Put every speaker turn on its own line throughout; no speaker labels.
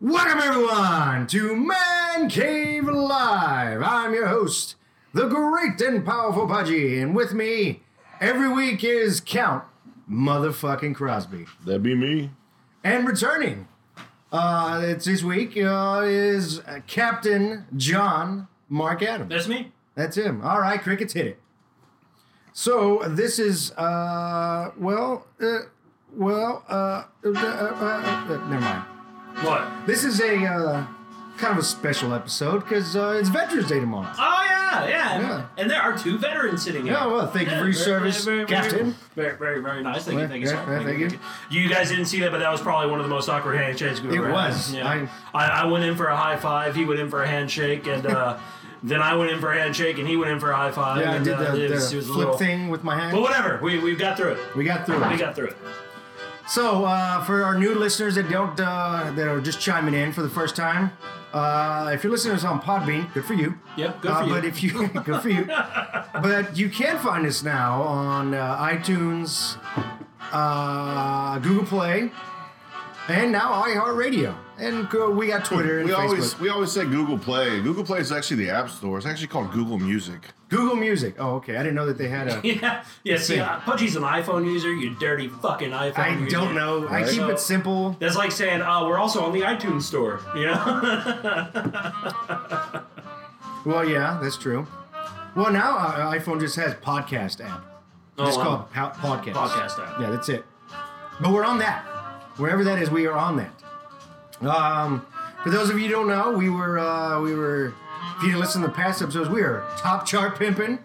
Welcome, everyone, to Man Cave Live. I'm your host, the great and powerful Pudgy, and with me every week is Count Motherfucking Crosby.
That'd be me.
And returning, uh, it's this week, uh, is Captain John Mark Adams.
That's me.
That's him. All right, crickets hit it. So this is uh well uh well uh, uh, uh, uh never mind.
What? Oh,
This is a uh, kind of a special episode because uh, it's Veterans Day tomorrow.
Oh yeah, yeah. and-
Yeah.
And there are two veterans sitting here.
Yeah, well, thank you for your service, Captain.
Very, very, very nice. Thank
Yeah,
you, thank you, sir.
yeah, yeah, thank
you. You guys didn't see that, but that was probably one of the most awkward handshakes we've
It
ever had.
was.
Yeah. I, I went in for a high five. He went in for a handshake, and uh, then I went in for a handshake, and he went in for a high five.
Yeah, I
and,
did
uh,
the,
it was- it
the
was a
flip
little-
thing with my
But
hand.
whatever, we we got through it.
We got through
We
it.
got through it.
So uh, for our new listeners that don't uh, that are just chiming in for the first time, uh, if you're listening to us on Podbean, good for you.
Yep, good
uh,
for you.
But if you good for you, but you can find us now on uh, iTunes, uh, Google Play, and now iHeartRadio, and uh, we got Twitter and
We
Facebook.
always we always said Google Play. Google Play is actually the app store. It's actually called Google Music.
Google Music. Oh, okay. I didn't know that they had a.
yeah, yeah. See,
Same.
uh, Pudgy's an iPhone user. You dirty fucking iPhone.
I
user.
don't know. I
Right.
keep
So-
it simple.
That's like saying, uh, we're also on the iTunes store, you know?
Well, yeah, that's true. Well, now uh, iPhone just has podcast app. It's
Oh, wow.
called po- podcast.
Podcast app.
Yeah, that's it. But we're on that. Wherever that is, we are on that. Um, for those of you who don't know, we were uh, we were. If you didn't listen to the past episodes, we are top chart pimping.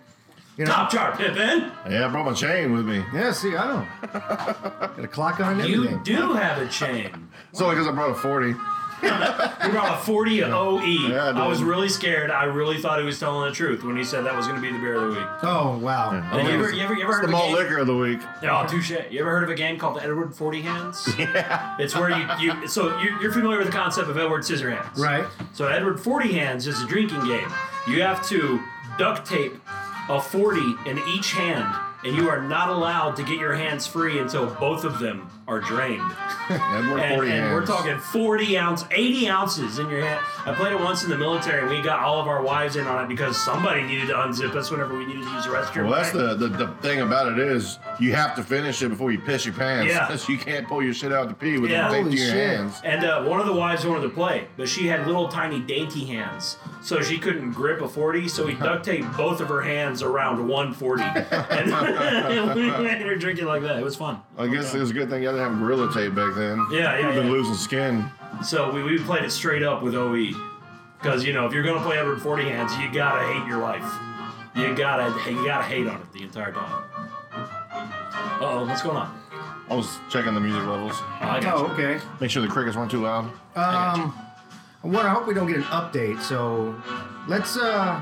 You know?
Top chart, Pippin!
Yeah, I brought my chain with me.
Yeah. See, I don't. Got a clock on and
You
everything.
do have a chain.
It's only because I brought a forty.
You brought a 40 OE.
Yeah, I
I,
did.
was really scared. I really thought he was telling the truth when he said that was going to be the beer of the week.
Oh wow.
And you
It's
ever, you ever, you ever heard
the
of a
malt
game?
liquor of the week.
Oh, touche. You ever heard of a game called Edward Forty Hands?
Yeah.
It's where you, you so you, you're familiar with the concept of Edward Scissorhands,
Right.
So Edward Forty Hands is a drinking game. You have to duct tape a forty in each hand, and you are not allowed to get your hands free until both of them are drained.
Edward
And,
forty
and we're
hands.
talking forty ounce, eighty ounces in your hand. I played it once in the military, and we got all of our wives in on it because somebody needed to unzip us whenever we needed to use the restroom.
Well, that's the, the the thing about it is you have to finish it before you piss your pants.
Yeah.
you can't pull your shit out to pee with yeah.
Yeah.
taped to
Holy
your
shit.
hands.
And uh, one of the wives wanted to play, but she had little tiny dainty hands, so she couldn't grip a 40. So we duct taped both of her hands around one 40, and we were drinking like that. It was fun.
I guess it was a good thing you didn't have gorilla tape back then.
Yeah, yeah,
You've been
yeah.
losing skin.
So we, we played it straight up with OE, because you know if you're gonna play 140 hands, you gotta hate your life. You gotta you gotta hate on it the entire time. Uh oh, what's going on?
I was checking the music levels.
Oh, I got
Oh,
you.
okay.
Make sure the crickets weren't too loud.
Um, well, I hope we don't get an update. So let's uh,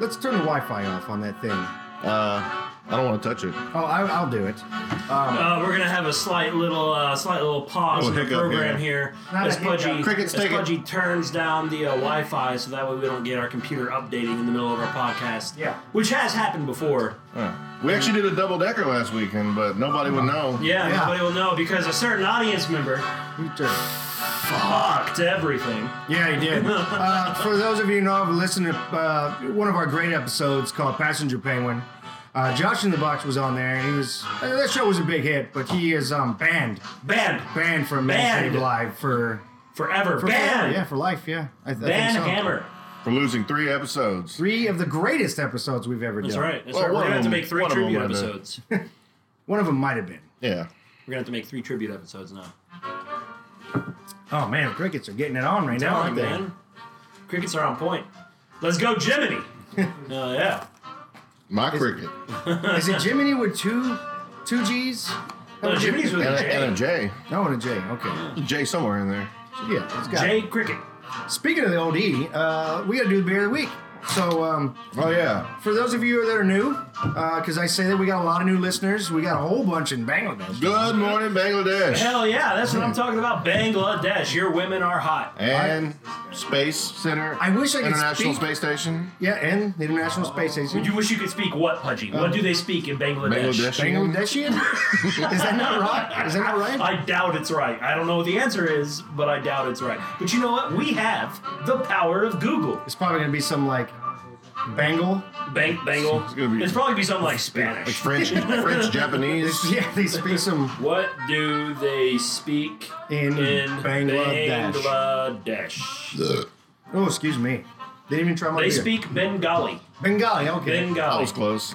let's turn the Wi-Fi off on that thing.
Uh, I don't want to touch it.
Oh, I, I'll do it. Um,
Uh, we're gonna have a slight little, uh, slight little pause in
Little
the
hiccup
program here,
Not
as
a hiccup.
Pudgy,
Cricket's
as
taking-
Pudgy turns down the uh, Wi-Fi, so that way we don't get our computer updating in the middle of our podcast.
Yeah.
which has happened before.
Huh. We actually did a double decker last weekend, but nobody would know.
Yeah,
Yeah.
nobody will know because a certain audience member
you turn.
fucked everything.
Yeah, he did. uh, for those of you who know, have listened to uh, one of our great episodes called Passenger Penguin. Uh, Josh in the Box was on there, and he was uh, that show was a big hit, but he is um, banned,
Banned
banned from Man
Banned.
Cave Live for,
forever.
for
Banned.
yeah for life, yeah. I, I
Ban
think so.
Hammer.
For losing three episodes.
Three of the greatest episodes we've ever
That's
done.
right. That's
Well,
right. We're
one
gonna
of
have to
them-
make three
one of them
tribute
might be.
episodes.
One of them might have been.
Yeah.
We're gonna have to make three tribute episodes now.
Oh man, crickets are getting it on right now,
Telling
aren't
you,
they?
man, crickets are on point. Let's go, Jiminy. Oh yeah.
My cricket.
Is it Jiminy with two two G's?
No, Jiminy's with
And
a
a,
J.
and a J.
No, and a J. Okay.
J somewhere in there.
Yeah, it's got.
Jay Cricket.
Speaking of the old E, uh, we got to do the beer of the week. So um,
Oh yeah.
for those of you that are new, because I say that we got a lot of new listeners, we got a whole bunch in Bangladesh.
Good morning, Bangladesh.
Hell yeah, that's what I'm talking about. Bangladesh, your women are hot.
And Space Center.
I wish I could
International
speak-
Space Station.
Yeah, and the International Space Station.
You wish you could speak what, Pudgy? What do they speak in Bangladesh?
Bangladesh.
Bangladeshian? Is that not right? Is that not right?
I doubt it's right. I don't know what the answer is, but I doubt it's right. But you know what? We have the power of Google.
It's probably gonna be some like Bengal.
Bang, bangle. It's,
It's gonna be-
probably be something like
Like
Spanish.
French, French, Japanese.
Yeah, they speak some.
What do they speak
In Bangladesh.
Bangladesh?
Ugh,
Oh, excuse me. They didn't even try my.
They
beer.
speak Bengali.
Bengali. Okay.
That
Bengali.
was close.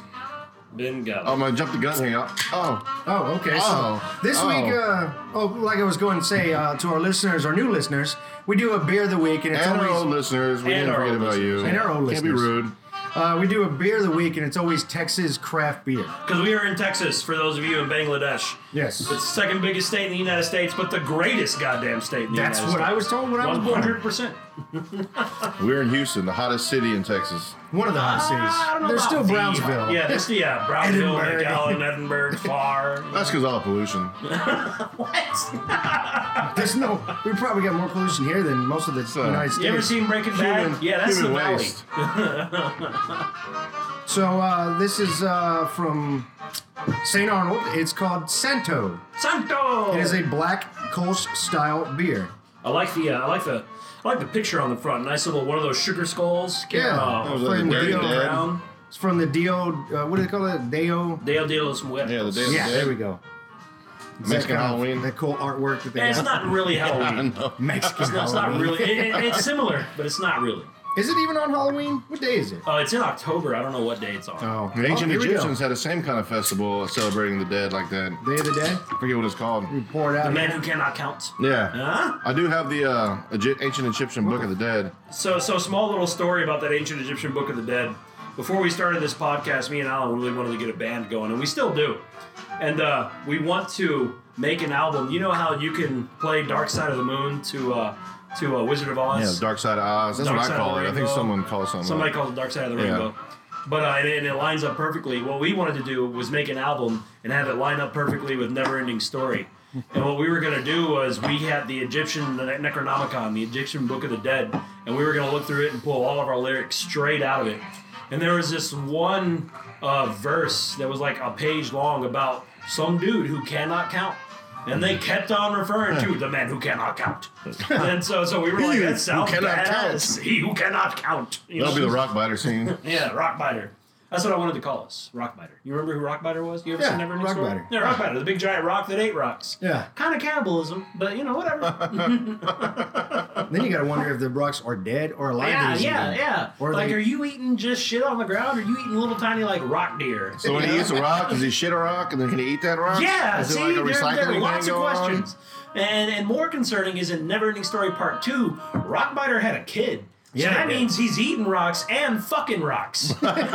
Bengali.
Oh, I'm gonna jump the gun here. Oh,
oh, okay. So
Oh.
this
Oh.
week, uh, oh, like I was going to say uh, to our listeners, our new listeners, we do a beer of the week, and it's
and our old
always
listeners, we
And
didn't
our
forget
old
about you.
And our old
Can't be
listeners.
rude.
uh, we do a beer of the week, and it's always Texas craft beer.
Because we are in Texas, for those of you in Bangladesh.
Yes.
It's the second biggest state in the United States, but the greatest goddamn state in the
That's
United
what I
States.
was told when I was born.
100%.
We're in Houston, the hottest city in Texas.
One of the hot
Ah, I don't know
cities. There's
about
still
the-
Brownsville.
Yeah, there's yeah, Brownsville,
Edinburgh.
McAllen, Edinburgh, Far.
That's because all the pollution.
what?
There's no. We probably got more pollution here than most of the
So-
United States.
You ever seen Breaking Bad?
Human-
yeah, that's the
human
valley.
waste.
So uh, this is uh, from St. Arnold. It's called Santo.
Santo.
It is a black Kolsch style beer.
I like the uh, I like the I like the picture on the front. Nice little one of those sugar skulls.
Yeah.
Uh,
That was like
Flame
the Dirty
Rio
Dead.
brown.
It's from the Dio. Uh, what do they call it? Deo.
Dale de los Muertos.
Yeah, the Day of the
Yeah,
Dead.
there we go. It's
Mexican
that kind of-
Halloween.
That cool artwork that they
Yeah, it's
got.
not really
I
Halloween.
know.
Mexican
No, it's not
Halloween.
really. It, it- it's similar, but it's not really.
Is it even on Halloween? What day is it?
Uh, it's in October. I don't know what day it's on.
Oh,
The ancient
oh, here we go.
Egyptians had the same kind of festival celebrating the dead like that.
Day of the Dead.
I forget what it's called.
We pour it
the
out.
man who cannot count.
Yeah.
Huh?
I do have the uh, Egy- ancient Egyptian Book of the Dead.
So, so small little story about that ancient Egyptian Book of the Dead. Before we started this podcast, me and Alan really wanted to get a band going, and we still do. And uh, we want to make an album. You know how you can play Dark Side of the Moon to uh, to uh, Wizard of
Yeah,
Oz.
the Dark Side of Oz. That's
Dark
what
Side
I
of
call
the
it. I think
Rainbow.
someone calls something.
Somebody
like-
calls it Dark Side of the
Yeah.
Rainbow. But uh, and, it- and it lines up perfectly. What we wanted to do was make an album and have it line up perfectly with Never Ending Story. And what we were going to do was we had the Egyptian the Necronomicon, the Egyptian Book of the Dead, and we were going to look through it and pull all of our lyrics straight out of it. And there was this one uh, verse that was like a page long about some dude who cannot count. And they kept on referring to the man who cannot count. And so, so we were like,
He who
that sounds
cannot
badass. He who cannot count. You
That'll
know?
be the rock biter scene.
Yeah, Rockbiter. That's what I wanted to call us, Rockbiter. You remember who Rockbiter was? You ever
Yeah,
seen Never Ending
Rock
Story?
Biter.
Yeah, Rockbiter, the big giant rock that ate rocks.
Yeah.
Kind of cannibalism, but you know, whatever.
Then you gotta wonder if the rocks are dead or alive.
yeah,
These
yeah,
days.
yeah.
Or
like,
they-
are you eating just shit on the ground, or are you eating little tiny, like, rock deer?
So when he eats a rock, does he shit a rock and then can he eat that rock?
Yeah,
Is
see,
it like a
there,
recycling
there are lots
thing
of
going on?
questions. And and more concerning is in Never Ending Story Part 2, Rockbiter had a kid. So
Yeah,
that
he did.
means he's eating rocks and fucking rocks.
I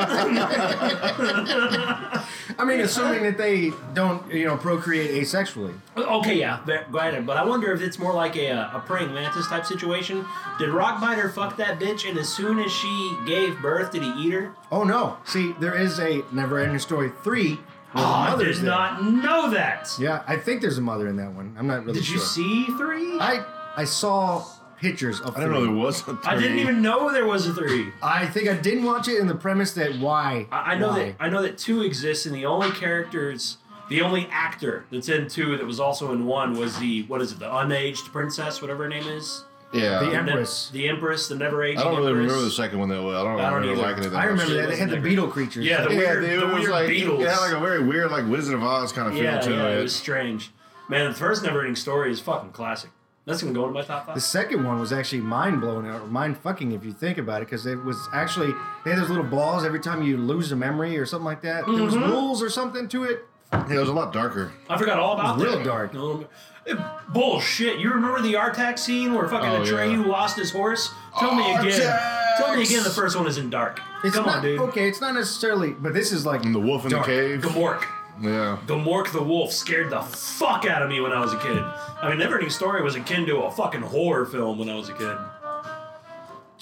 mean, assuming that they don't, you know, procreate asexually.
Okay, yeah, but- granted, but I wonder if it's more like a, uh, a praying mantis type situation. Did Rockbiter fuck that bitch, and as soon as she gave birth, did he eat her?
Oh no! See, there is a Never Ending Story three. where the
I
mother's
did
there.
Ah, not know that.
Yeah, I think there's a mother in that one. I'm not really
Did
sure.
you see three?
I I saw pictures of.
I didn't know there was a
I didn't
three.
even know there was a three.
I think I didn't watch it in the premise that why.
I, I know
why.
that I know that two exists, and the only characters, the only actor that's in two that was also in one was the what is it, the unaged princess, whatever her name is,
Yeah.
The
Ne-
Empress.
the Empress, the never aging.
I don't really
Empress.
remember the second one that well. I don't,
I don't
remember
either.
liking it that
I
much.
remember that they
was
had the
never-
beetle creatures.
Yeah, the
Yeah,
weird,
they-
the
it was
weird
like
Beatles.
it had like a very weird, like Wizard of Oz kind of feel
Yeah,
to
yeah,
it.
it was strange. Man, the first never ending story is fucking classic. That's gonna go in my top
The
five.
second one was actually mind blowing or mind fucking if you think about it, because it was actually they had those little balls every time you lose a memory or something like that. There
Mm-hmm.
was rules or something to it.
Yeah, it was a lot darker.
I forgot all about
It was
that.
real dark.
No, it- bullshit. You remember the Artax scene where fucking
Oh,
Atreyu
yeah.
lost his horse? Tell me again.
Artax!
Tell me again. The first one is in dark.
It's
Come
not,
on, dude.
Okay, it's not necessarily, but this is like
And the wolf in
Dark.
the cave.
Gamork.
Yeah.
Gamork the wolf scared the fuck out of me when I was a kid. I mean, Neverending Story was akin to a fucking horror film when I was a kid.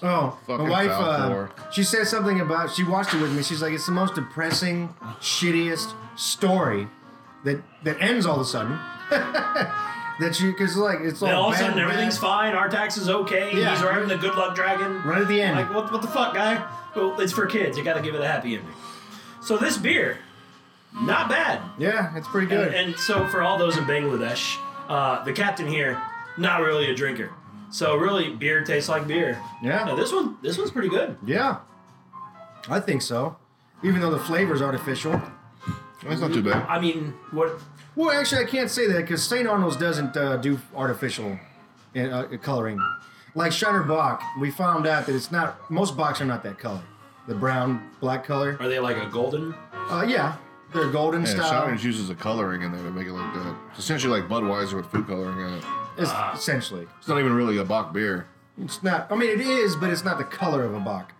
Oh,
Fucking
my wife.
foul
Uh,
floor.
she said something about. She watched it with me. She's like, it's the most depressing, shittiest story that that ends all of a sudden. that you because like it's all
Then all of a
bad,
sudden
bad.
everything's fine. Our tax is okay.
Oh, Yeah.
He's riding the good luck dragon.
Right at the end.
Like what? What the fuck, guy? Well, it's for kids. You got to give it a happy ending. So this beer, not bad.
yeah, it's pretty good.
And, and so for all those in Bangladesh, uh, the captain here, not really a drinker. So really, beer tastes like beer.
Yeah.
Now, this one, this one's pretty good.
yeah, I think so. Even though the flavor's artificial.
That's not too bad.
I mean, what?
Well, actually, I can't say that because St. Arnold's doesn't uh, do artificial uh, uh, coloring. Like Shiner Bach, we found out that it's not. Most Bachs are not that color. The brown, black color.
Are they like a golden?
Uh, yeah, they're golden
Yeah,
style.
Shiner's uses a coloring in there to make it look good. It's essentially like Budweiser with food coloring in it.
Es- essentially,
It's not even really a Bach beer.
it's not. I mean, it is, but it's not the color of a Bach.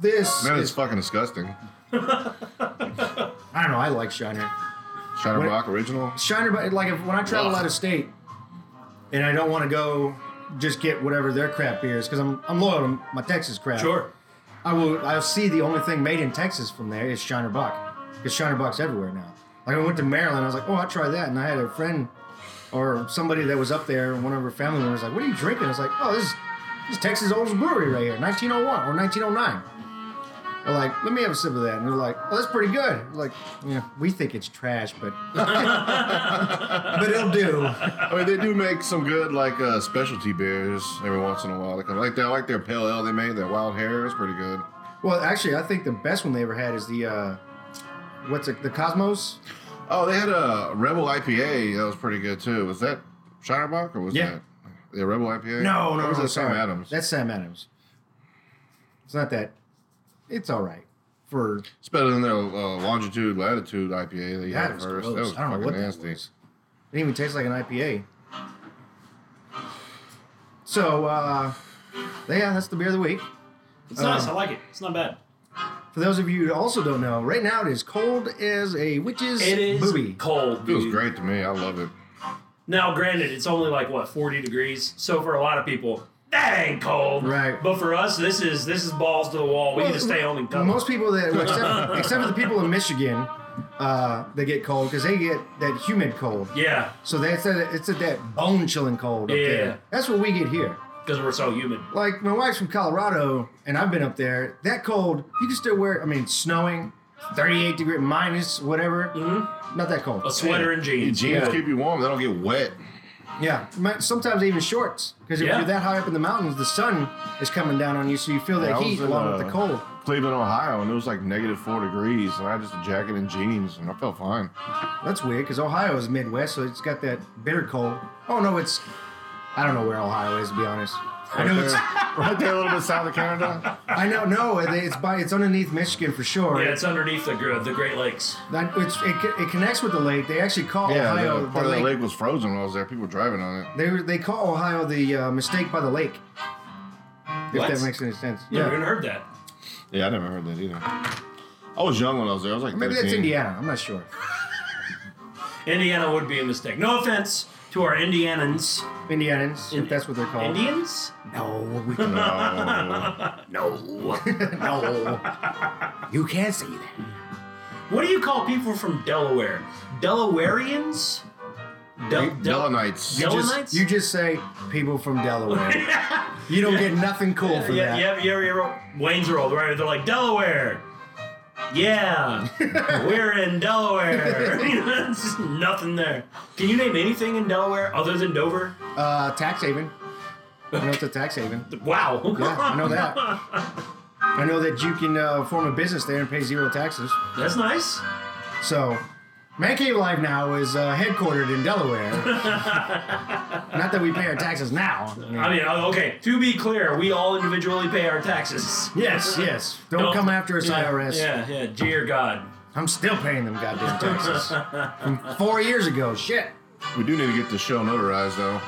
This
That
is,
is fucking disgusting.
I don't know. I like Shiner.
Shiner
What-
Bach original.
Shiner, but like if, when I travel
Ugh.
out of state, and I don't want to go, just get whatever their crap beer is because I'm I'm loyal to my Texas crap.
Sure.
I will. I'll see the only thing made in Texas from there is Shiner Buck, because Shiner Buck's everywhere now. Like I went to Maryland, I was like, oh, I tried that, and I had a friend or somebody that was up there, one of her family members, like, what are you drinking? I was like, oh, this is, this is Texas Old's Brewery right here, 1901 or 1909. They're like, let me have a sip of that, and they're like, oh, that's pretty good. I'm like, yeah, we think it's trash, but but it'll do.
I mean, they do make some good like uh, specialty beers every once in a while. Like, I like their like their pale ale they made. Their wild hair is pretty good.
Well, actually, I think the best one they ever had is the uh, what's it, the Cosmos?
Oh, they had a Rebel IPA that was pretty good too. Was that Shiner Bach or was
Yeah.
that the Rebel IPA?
No, no,
Or was
no.
that Sam
sorry.
Adams?
That's Sam Adams. It's not that. It's all right for
It's better than their uh, longitude latitude IPA that you
that
had
was
first.
gross.
That was
I don't know
fucking
what
nasty.
that was. It didn't even taste like an IPA. So, uh, yeah, that's the beer of the week.
It's
Uh,
nice. I like it. It's not bad.
For those of you who also don't know, right now it is cold as a witch's
It is
booby.
cold.
It was
dude.
great to me. I love it.
Now, granted, it's only like what 40 degrees, so for a lot of people, that ain't cold.
Right.
But for us, this is this is balls to the wall. We need to stay home and cover.
Most people that, well, except, except for the people in Michigan, uh, they get cold because they get that humid cold.
yeah,
So that's a, it's a, that bone chilling cold up
Yeah.
there. That's what we get here.
because we're so humid.
Like my wife's from Colorado, and I've been up there. That cold, you can still wear. I mean, snowing, thirty-eight degree minus whatever. Mm-hmm. Not that cold.
A sweater and jeans.
Jeans
Yeah.
keep you warm. They don't get wet.
Yeah, Ma- sometimes even shorts because if
Yeah.
you're that high up in the mountains, the sun is coming down on you, so you feel
Yeah, I
that
was
heat
in,
along
uh,
with the cold.
Cleveland, Ohio, and it was like negative four degrees, and I had just a jacket and jeans, and I felt fine.
That's weird because Ohio is Midwest, so it's got that bitter cold. Oh no, it's I don't know where Ohio is to be honest. I know it's
right there, a little bit south of Canada.
I know no, it's by it's underneath Michigan for sure.
Yeah, it's underneath the gr- the Great Lakes.
That it's, it, co- it connects with the lake. They actually call
Yeah,
Ohio
the,
the,
part of
lake.
the lake was frozen when I was there. People were driving on it.
They were- they call Ohio the uh, mistake by the lake. If
What?
that makes any sense.
Never
yeah.
even heard that.
Yeah, I never heard that either. I was young when I was there. I was like
Maybe that's
13.
Indiana. I'm not sure.
Indiana would be a mistake. No offense to our Indianans.
Indianans, if that's what they're called.
Indians?
no, we can,
No.
No.
no. You can't say that.
what do you call people from Delaware? Delawareans? Del- Del-
Delanites.
Del-
Just-
Delanites?
you just say people from Delaware. you don't get nothing cool for
yeah,
that.
yeah, yeah, yeah, yeah. Wayne's World, right? They're like Delaware. Yeah, we're in Delaware. It's just nothing there. Can you name anything in Delaware other than Dover?
Uh, tax haven. I know it's a tax haven.
Wow.
Yeah, I know that. I know that you can uh, form a business there and pay zero taxes.
That's nice.
So, Man Cave Live now is uh, headquartered in Delaware. Not that we pay our taxes now.
I mean, uh, okay. To be clear, we all individually pay our taxes.
yes, yes. Don't,
Don't-
come after us,
Yeah,
IRS.
Yeah, yeah. Dear God.
I'm still paying them goddamn taxes from four years ago. Shit.
We do need to get the show notarized, though.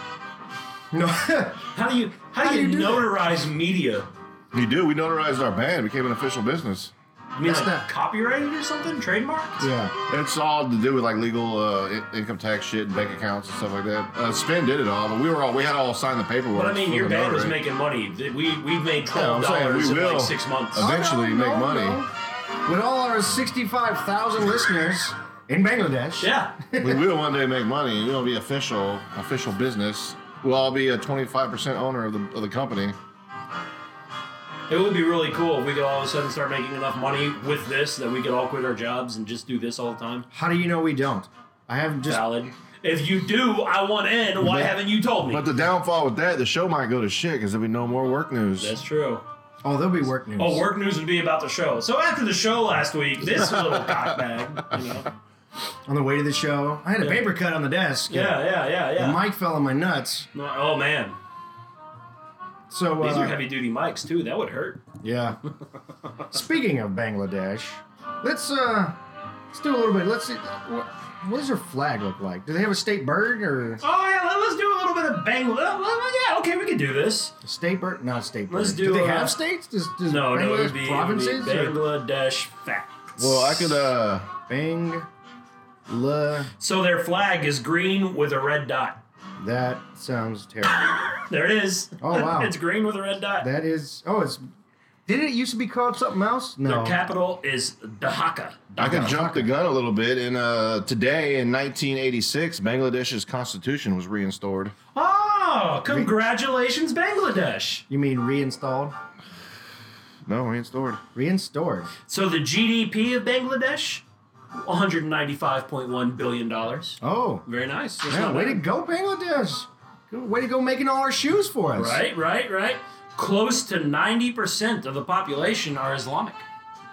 No.
How do you how, do you,
do that?
notarize media?
We do. We notarized our band. It became an official business.
You mean
That's
like
not-
copyrighted or something? Trademarked?
Yeah.
It's all to do with like legal uh, in- income tax shit and bank accounts and stuff like that. Uh, Spin did it all, but we were all we had all signed the paperwork.
But I mean,
for
your
the
dad was
notary.
making money. Th- We we made
Yeah,
twelve
I'm saying we
dollars in
will.
like six months.
Uh, Eventually
Oh,
make money.
With all our 65,000 listeners in Bangladesh.
yeah.
we will one day make money. We'll be official, official business. We'll all be a 25% owner of the, of the company.
It would be really cool if we could all of a sudden start making enough money with this that we could all quit our jobs and just do this all the time.
How do you know we don't? I have just.
Valid. If you do, I want in. Why
But-
haven't you told me?
But the downfall with that, the show might go to shit because there'll be no more work news.
That's true.
Oh, there'll be work news.
Oh, work news would be about the show. So after the show last week, this little cockbag, you know.
On the way to the show, I had a
Yeah.
paper cut on the desk.
Yeah, yeah, yeah,
The
yeah.
mic fell on my nuts.
No, oh man,
So,
these
uh,
are heavy duty mics too. That would hurt.
yeah. Speaking of Bangladesh, let's uh, let's do a little bit. Let's see. What, what does their flag look like? Do they have a state bird or
Oh yeah, let- let's do a little bit of bang. well, well, Yeah, okay, we can do this.
a state bird? Not a state bird.
Let's
Do
do,
they
uh,
have states? Does, does
No, no, it
Bangladesh
would be, it would be
provinces? or-
Bangladesh facts.
well, I could, uh,
Bang, la.
So their flag is green with a red dot.
That sounds terrible.
There it is.
Oh, wow.
it's green with a red dot.
that is. Oh, it's. Didn't it used to be called something else? No.
Their capital is Dhaka.
I could
Dhaka.
jump the gun a little bit. And uh, today in 1986, Bangladesh's constitution was reinstored.
Oh, congratulations, Bangladesh.
you mean reinstalled?
No, reinstored.
Reinstored.
So the GDP of Bangladesh, 195.1 billion dollars.
Oh.
Very nice. That's
Yeah,
not
way to
bad.
go, Bangladesh. Good- Way to go making all our shoes for us.
Right, right, right. Close to 90% of the population are Islamic.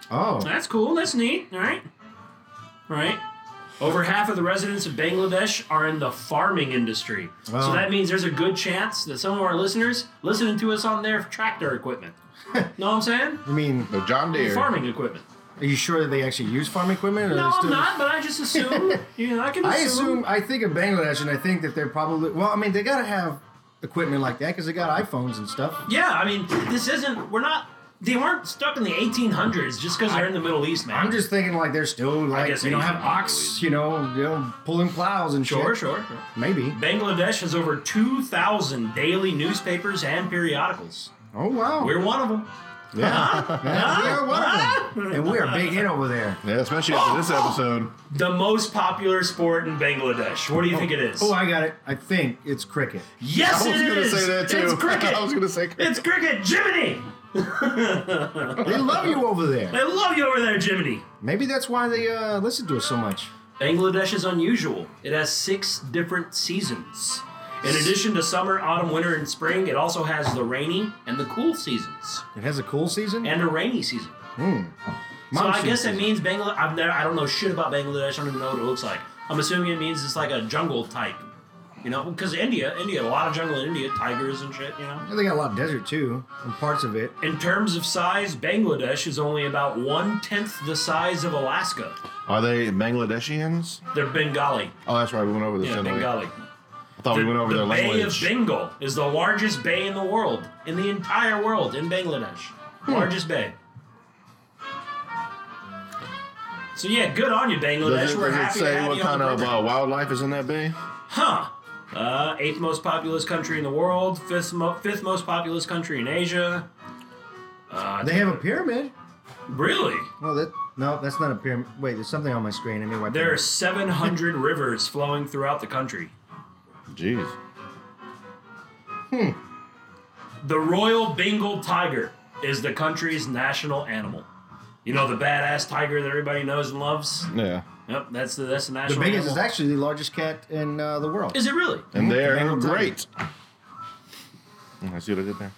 Oh.
That's cool. That's neat. All right. All right. Over half of the residents of Bangladesh are in the farming industry.
Wow.
So that means there's a good chance that some of our listeners listening to us on their tractor equipment. know what I'm saying?
I mean,
The John Deere.
Farming equipment.
are you sure that they actually use farm equipment? Or
No,
they
I'm
still-
not, but I just assume. you know, I can
I assume, I think of Bangladesh and I think that they're probably, well, I mean, they gotta have equipment like that because they got iPhones and stuff.
Yeah, I mean, this isn't. We're not. They weren't stuck in the 1800s just because they're in the Middle East, man.
I'm just thinking like they're still like,
guess
you know,
they-
have ox, you know, you know, pulling plows and
sure,
shit.
sure.
Maybe.
Bangladesh has over 2,000 daily newspapers and periodicals.
Oh, wow.
We're one of them.
Yeah. Yeah, we are one of them. And we are big hit over there.
Yeah, especially after this episode.
The most popular sport in Bangladesh. What do you think it is?
Oh, I got it. I think it's cricket.
yes,
I was
it
gonna
is.
say that too.
It's cricket.
I was gonna say cricket.
It's cricket, Jiminy.
They love you over there.
I love you over there, Jiminy.
Maybe that's why they uh, listen to us so much.
Bangladesh is unusual. It has six different seasons. In addition to summer, autumn, winter, and spring, it also has the rainy and the cool seasons,
It has a cool season.
and a rainy season.
Hmm.
So I
Monsoon
guess it
season.
means Bangladesh. I've never, I don't know shit about Bangladesh. I don't even know what it looks like. I'm assuming it means it's like a jungle type, you know? Because India, India, a lot of jungle in India, tigers and shit, you know.
Yeah, they got a lot of desert too, and parts of it.
In terms of size, Bangladesh is only about one tenth the size of Alaska.
Are they Bangladeshians?
They're Bengali.
Oh, that's right. We went over this.
Yeah,
didn't we?
Bengali.
I thought we went over
the
their
Bay
language.
of Bengal is the largest bay in the world, in the entire world, in Bangladesh.
Hmm.
Largest bay. So yeah, good on you, Bangladesh.
does it,
We're
does it
happy to
say
have
what
you on
kind
the
of
program.
uh, wildlife is in that bay?
huh? Uh, eighth most populous country in the world, fifth mo- fifth most populous country in Asia. Uh,
They have a pyramid.
really?
Well, that no, that's not a pyramid. Wait, there's something on my screen. I mean, why?
There are 700 rivers flowing throughout the country.
Jeez.
The Royal Bengal Tiger is the country's national animal. You know the badass tiger that everybody knows and loves.
Yeah.
Yep, that's the that's the
the
national.
biggest is
animal.
actually the largest cat in uh, the world.
Is it really?
And they're
Bengal tiger.
great. Mm, I see what I did there.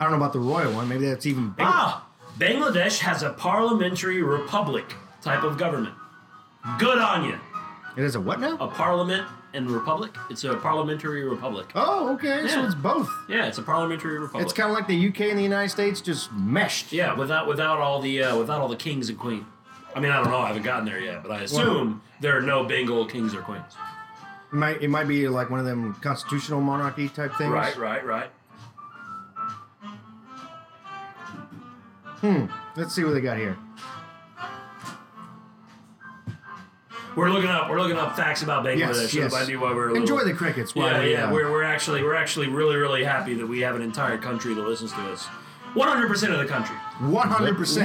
I don't know about the royal one. Maybe that's even bigger.
Ah, Bangladesh has a parliamentary republic type of government. Good on you.
It has a what now?
A parliament and republic. It's a parliamentary republic.
Oh, okay. So
Yeah.
it's both.
Yeah, it's a parliamentary republic.
It's kind of like the UK and the United States just meshed.
yeah, without without all the uh, without all the kings and queens. I mean, I don't know. I haven't gotten there yet, but I assume there are no Bengal kings or queens.
It might it might be like one of them constitutional monarchy type things.
Right, right, right.
Let's see what they got here.
We're looking up. We're looking up facts about Bangladesh.
Yes,
Yes,
yes.
I knew why we were. a
Enjoy
little-
the crickets. While
Yeah,
we,
yeah.
uh,
We're, we're actually we're actually really really happy that we have an entire country that listens to us. One hundred percent of the country.
100%.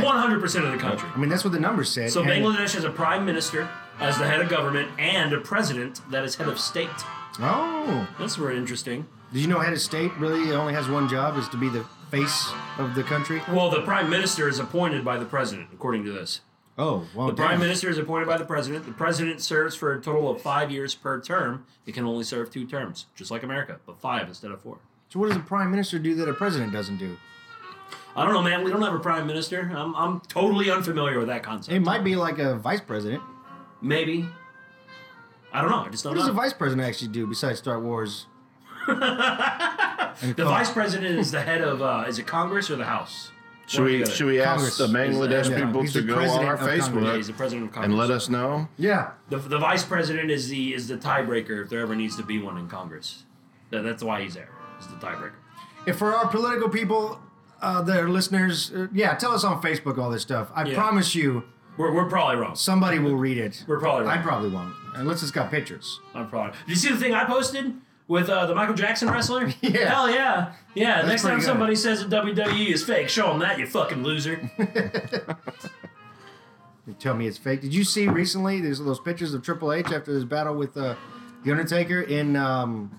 One hundred percent of the country.
I mean, that's what the numbers said.
So
and-
Bangladesh has a prime minister as the head of government and a president that is head of state.
Oh.
That's very interesting.
Did you know head of state really only has one job, is to be the face of the country?
Well, the prime minister is appointed by the president, according to this.
Oh, well,
The prime minister is appointed by the president. The president serves for a total of five years per term. It can only serve two terms, just like America, but five instead of four.
So what does a prime minister do that a president doesn't do?
I don't know, man. We don't have a prime minister. I'm, I'm totally unfamiliar with that concept.
It might be like a vice president.
Maybe. I don't know. I just don't
What does
know.
a vice president actually do besides start wars?
the vice president is the head of, uh, is it Congress or the House?
Should
One or the
we
other.
should we
Congress uh,
ask the
is
Bangladesh
the- yeah,
people
he's
to
the
go on
president
our
of Congress.
Yeah, he's
Facebook
the president of Congress.
and let us know?
Yeah.
The, the vice president is the is the tiebreaker if there ever needs to be one in Congress. That, that's why he's there. Is the tiebreaker.
If for our political people, uh, their listeners, uh, yeah, tell us on Facebook all this stuff. I
Yeah.
promise you,
We're, we're probably wrong.
somebody will read it.
We're probably
I
wrong.
probably won't, unless it's got pictures.
I'm probably. Did you see the thing I posted with uh, the Michael Jackson wrestler?
Yeah.
Hell yeah. Yeah. Next
pretty
time
good.
somebody says that WWE is fake, show them that you fucking loser.
They tell me it's fake. Did you see recently? There's those pictures of Triple H after his battle with uh, the Undertaker in um,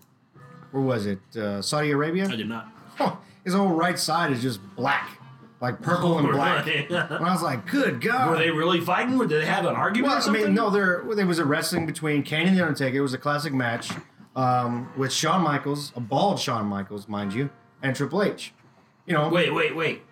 where was it? Uh, Saudi
I
Arabia.
did not.
Huh, his whole right side is just black, like purple and
Were
black.
they-
And I was like, good God.
Were they really fighting? Or did they have an argument? or
Well, I
something?
mean, no, there well, there was a wrestling between Kane and the Undertaker. It was a classic match um, with Shawn Michaels, a bald Shawn Michaels, mind you, and Triple H. You know,
Wait, wait, wait.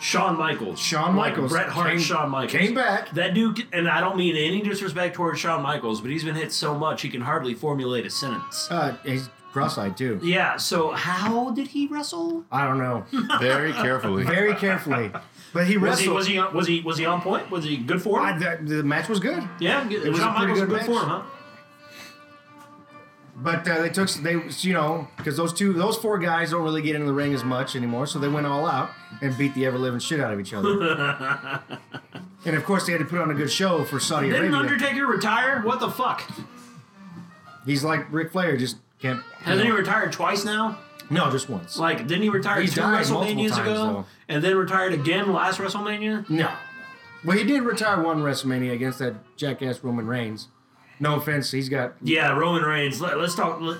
Shawn Michaels.
Shawn
Like
Michaels
Bret Hart.
came-
Shawn Michaels
came back.
That dude, and I don't mean any disrespect towards Shawn Michaels, but he's been hit so much he can hardly formulate a sentence.
uh, he's cross-eyed too.
yeah. So how did he wrestle?
I don't know,
Very carefully.
very carefully, but he
Was
wrestled.
he was he on, was he was he on point? Was he good form?
I- that- the match was good,
yeah,
it was a
Shawn
pretty
Michaels
good
good
match.
form, huh?
but uh, they took they you know because those two those four guys don't really get into the ring as much anymore, so they went all out and beat the ever living shit out of each other. and of course, they had to put on a good show for Saudi
Didn't
Arabia.
Undertaker retire? What the fuck?
He's like Ric Flair, just can't.
Hasn't he retired twice now?
No, just once.
Like, didn't he retire
He's
two
died multiple
WrestleManias
times,
ago,
though.
and then retired again last WrestleMania?
No. Well, he did retire one WrestleMania against that jackass Roman Reigns. No offense, he's got.
Yeah, Roman Reigns. Let, us talk. let-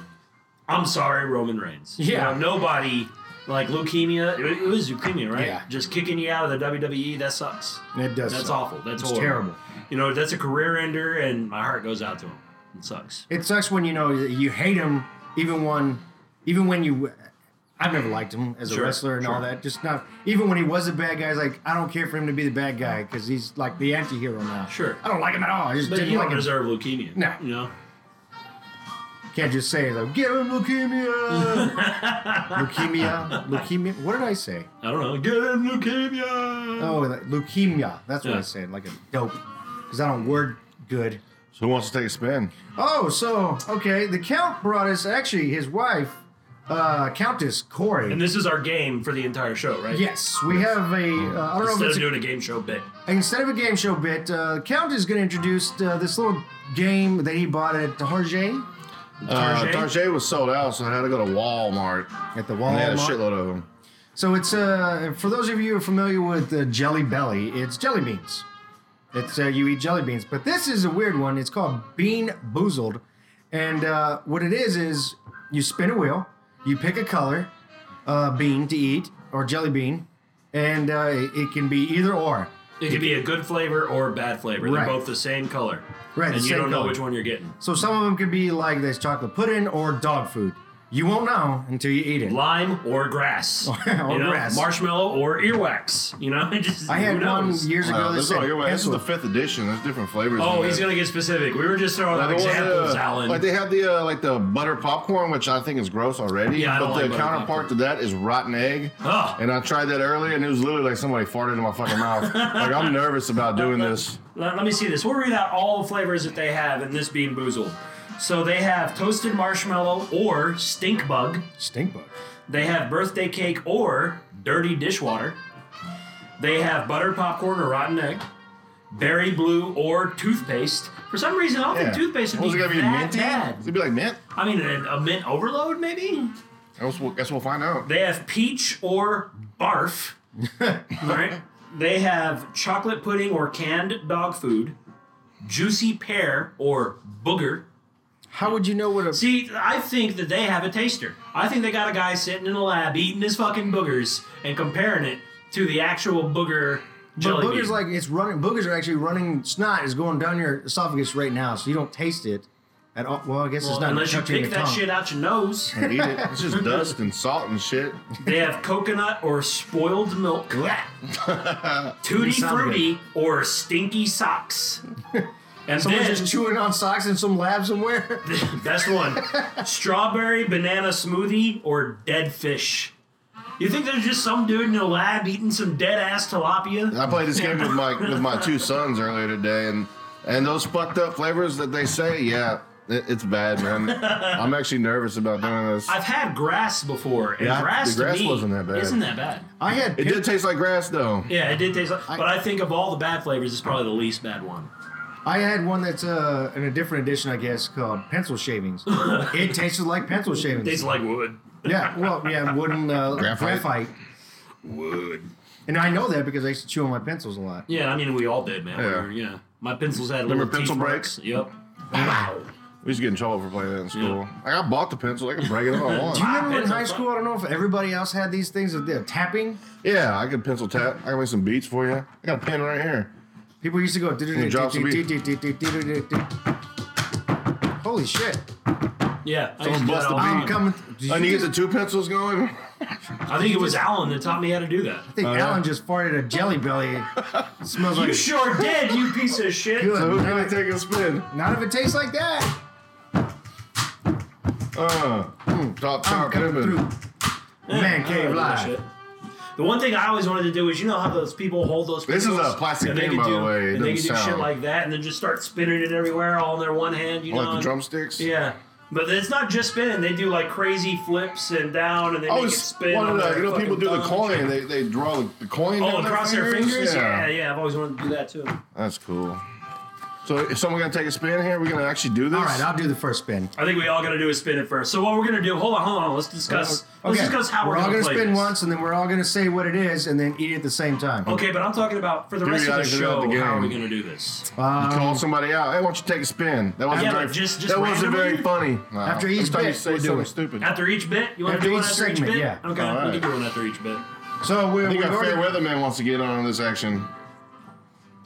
I'm sorry, Roman Reigns. You
Yeah.
know, nobody like leukemia. It, it was leukemia, right?
Yeah.
Just kicking you out of the WWE. That sucks.
It does.
That's
suck.
awful. That's
It's
horrible.
terrible.
You know, that's a career ender, and my heart goes out to him. It sucks.
It sucks when you know that you hate him, even when, even when you. I've never liked him as a
Sure,
wrestler and all
sure.
that. Just not. Even when he was a bad guy, it's like I don't care for him to be the bad guy because he's like the anti-hero now.
Sure.
I don't like him at all. I just
But
didn't
you
like
don't
him.
deserve leukemia.
No.
You know?
Can't just say like give him leukemia, leukemia, leukemia. What did I say?
I don't know. Get him leukemia.
Oh, like leukemia. That's what
Yeah.
I said. Like a dope. Because I don't word good.
So who wants to take a spin?
Oh, so, okay. The Count brought us, actually, his wife, uh, Countess
And
Corey.
this is our game for the entire show, right?
Yes, we have a. Uh, I don't know
Instead
if
of
it's
doing a game show bit.
a, instead of a game show bit, uh, Count is going to introduce uh, this little game that he bought at Target
Uh,
Target?
Target was sold out, so I had to go to Walmart.
at the
And they had a
Walmart.
shitload of them.
So it's uh, for those of you who are familiar with uh, Jelly Belly, it's jelly beans. It's uh, you eat jelly beans, but this is a weird one. It's called Bean Boozled, and uh, what it is is you spin a wheel, you pick a color uh, bean to eat or jelly bean, and uh, it it can be either or.
It could be a good flavor or a bad flavor.
Right.
They're both the same color.
Right, the
And you
same
don't know
color.
which one you're getting.
So some of them could be like this chocolate pudding or dog food. You won't know until you eat it.
lime or grass,
Or
you know,
grass.
marshmallow or earwax. You know, It just
I
who
had one
knows?
years ago.
Wow,
that
this, is
said
all your way. this is the
pencil.
fifth edition. There's different flavors.
Oh,
in
he's
there.
gonna get specific. We were just throwing out
Like, the ones,
examples,
uh,
Alan.
Like they have the uh, like the butter popcorn, which I think is gross already.
Yeah, I don't
but
like
the
butter
counterpart
popcorn.
to that is rotten egg.
Ugh.
And I tried that earlier, and it was literally like somebody farted in my fucking mouth. like I'm nervous about doing this.
let, let me see this. We'll read out all the flavors that they have in this bean boozled. So they have toasted marshmallow or stink bug.
stink bug.
They have birthday cake or dirty dishwater. They have butter popcorn or rotten egg. berry blue, or toothpaste. For some reason, I don't
Yeah.
think toothpaste would
What's
be
it gonna be
that
minty?
bad.
It'd be like mint.
I mean, a, a mint overload maybe.
I guess we'll, guess we'll find out.
They have peach or barf. All right. They have chocolate pudding or canned dog food, juicy pear or booger.
How would you know what a
See, I think that they have a taster. I think they got a guy sitting in a lab eating his fucking boogers and comparing it to the actual booger
But
jelly
boogers
bean.
like it's running. Boogers are actually running. Snot is going down your esophagus right now, so you don't taste it at all. Well, I guess
Well,
it's not
unless you
touching
pick
your
that
tongue.
shit out your nose.
Eat it. It's just dust and salt and shit.
They have coconut or spoiled milk, tutti
sounded
frutti or stinky socks. And
Someone's
then,
just chewing on socks in some lab somewhere.
best one, strawberry banana smoothie or dead fish. You think there's just some dude in a lab eating some dead ass tilapia?
I played this game with my with my two sons earlier today, and and those fucked up flavors that they say, yeah, it, it's bad, man. I'm actually nervous about doing this.
I've had grass before, and
Yeah,
grass
the grass
to me
wasn't that bad.
Isn't that bad?
I had.
It
pimp-
did taste like grass though.
Yeah, it did taste like. but I think of all the bad flavors, it's probably the least bad one.
I had one that's uh, in a different edition, I guess, called pencil shavings. it tasted like pencil shavings.
Tastes like wood.
yeah. Well, yeah, wooden uh,
Graphite.
graphite.
Wood.
And I know that because I used to chew on my pencils a lot.
Yeah, I mean, we all did, man. We
Yeah.
were- yeah. My pencils had
Remember
little teeth
pencil
marks. Yep. Wow.
We used to get in trouble for playing that in school.
Yeah.
Like, I bought the pencil. I could break it if I want.
Do you remember in
pencil
high
fuck.
school? I don't know if everybody else had these things. of the tapping.
Yeah, I could pencil tap. I can make some beats for you. I got a pen right here.
People used to go.
drop some beat.
Holy shit!
Yeah. I,
Someone
used to do
bust the
that all the
I'm
time.
coming. Did
Oh, And you
you
get the two pencils going.
I think it was Alan that taught me how to do that.
I think
Oh, yeah.
Alan just farted a jelly belly. It smells like
You sure did, you piece of shit.
good.
So who's gonna
Not-
take a spin?
Not if it tastes like that.
Uh, top
I'm
top
coming
ribbon.
through. Man
I don't
cave
know that
live.
shit. The one thing I always wanted to do is you know how those people hold those.
This is a
pencils,
plastic
and they
pen,
could
by the
do-
way. It
And they
doesn't
could do shit
sound-
like that, and then just start spinning it everywhere, all in their one hand. You know,
Like the
and-
drumsticks.
Yeah. But it's not just spinning. They do like crazy flips and down, and they
I
make it
always
spin. on
wanted to,
their
you know, people
fucking
do the
thumb.
coin. They, they draw the, the coin.
Oh,
down
across their fingers? Yeah. yeah, I've always wanted to do that too.
That's cool. So, is someone gonna take a spin here? We're gonna actually do this.
All right, I'll do the first spin.
I think we all got to do is spin it first. So what we're gonna do? Hold on, hold on. Let's discuss. Let's discuss how we're,
all
gonna,
gonna
play
spin
this.
once, and then we're all gonna say what it is, and then eat it at the same time.
Okay, but I'm talking about for the
Do
rest
we
of the
gotta do that
show.
at the
how are we
game?
gonna do this?
Call somebody out. Hey, why don't you take a spin? That wasn't
Um, Yeah,
very,
but just- just
that wasn't very
randomly?
funny. No.
After each
Every time
bit,
you say
we'll do
something
it.
stupid.
After each bit, you want to
After
do one
each
after each
segment,
bit?
yeah.
Okay,
All
we
right.
can do one after each bit.
So we're.
I think
we've
our fair
already-
weatherman wants to get on this action.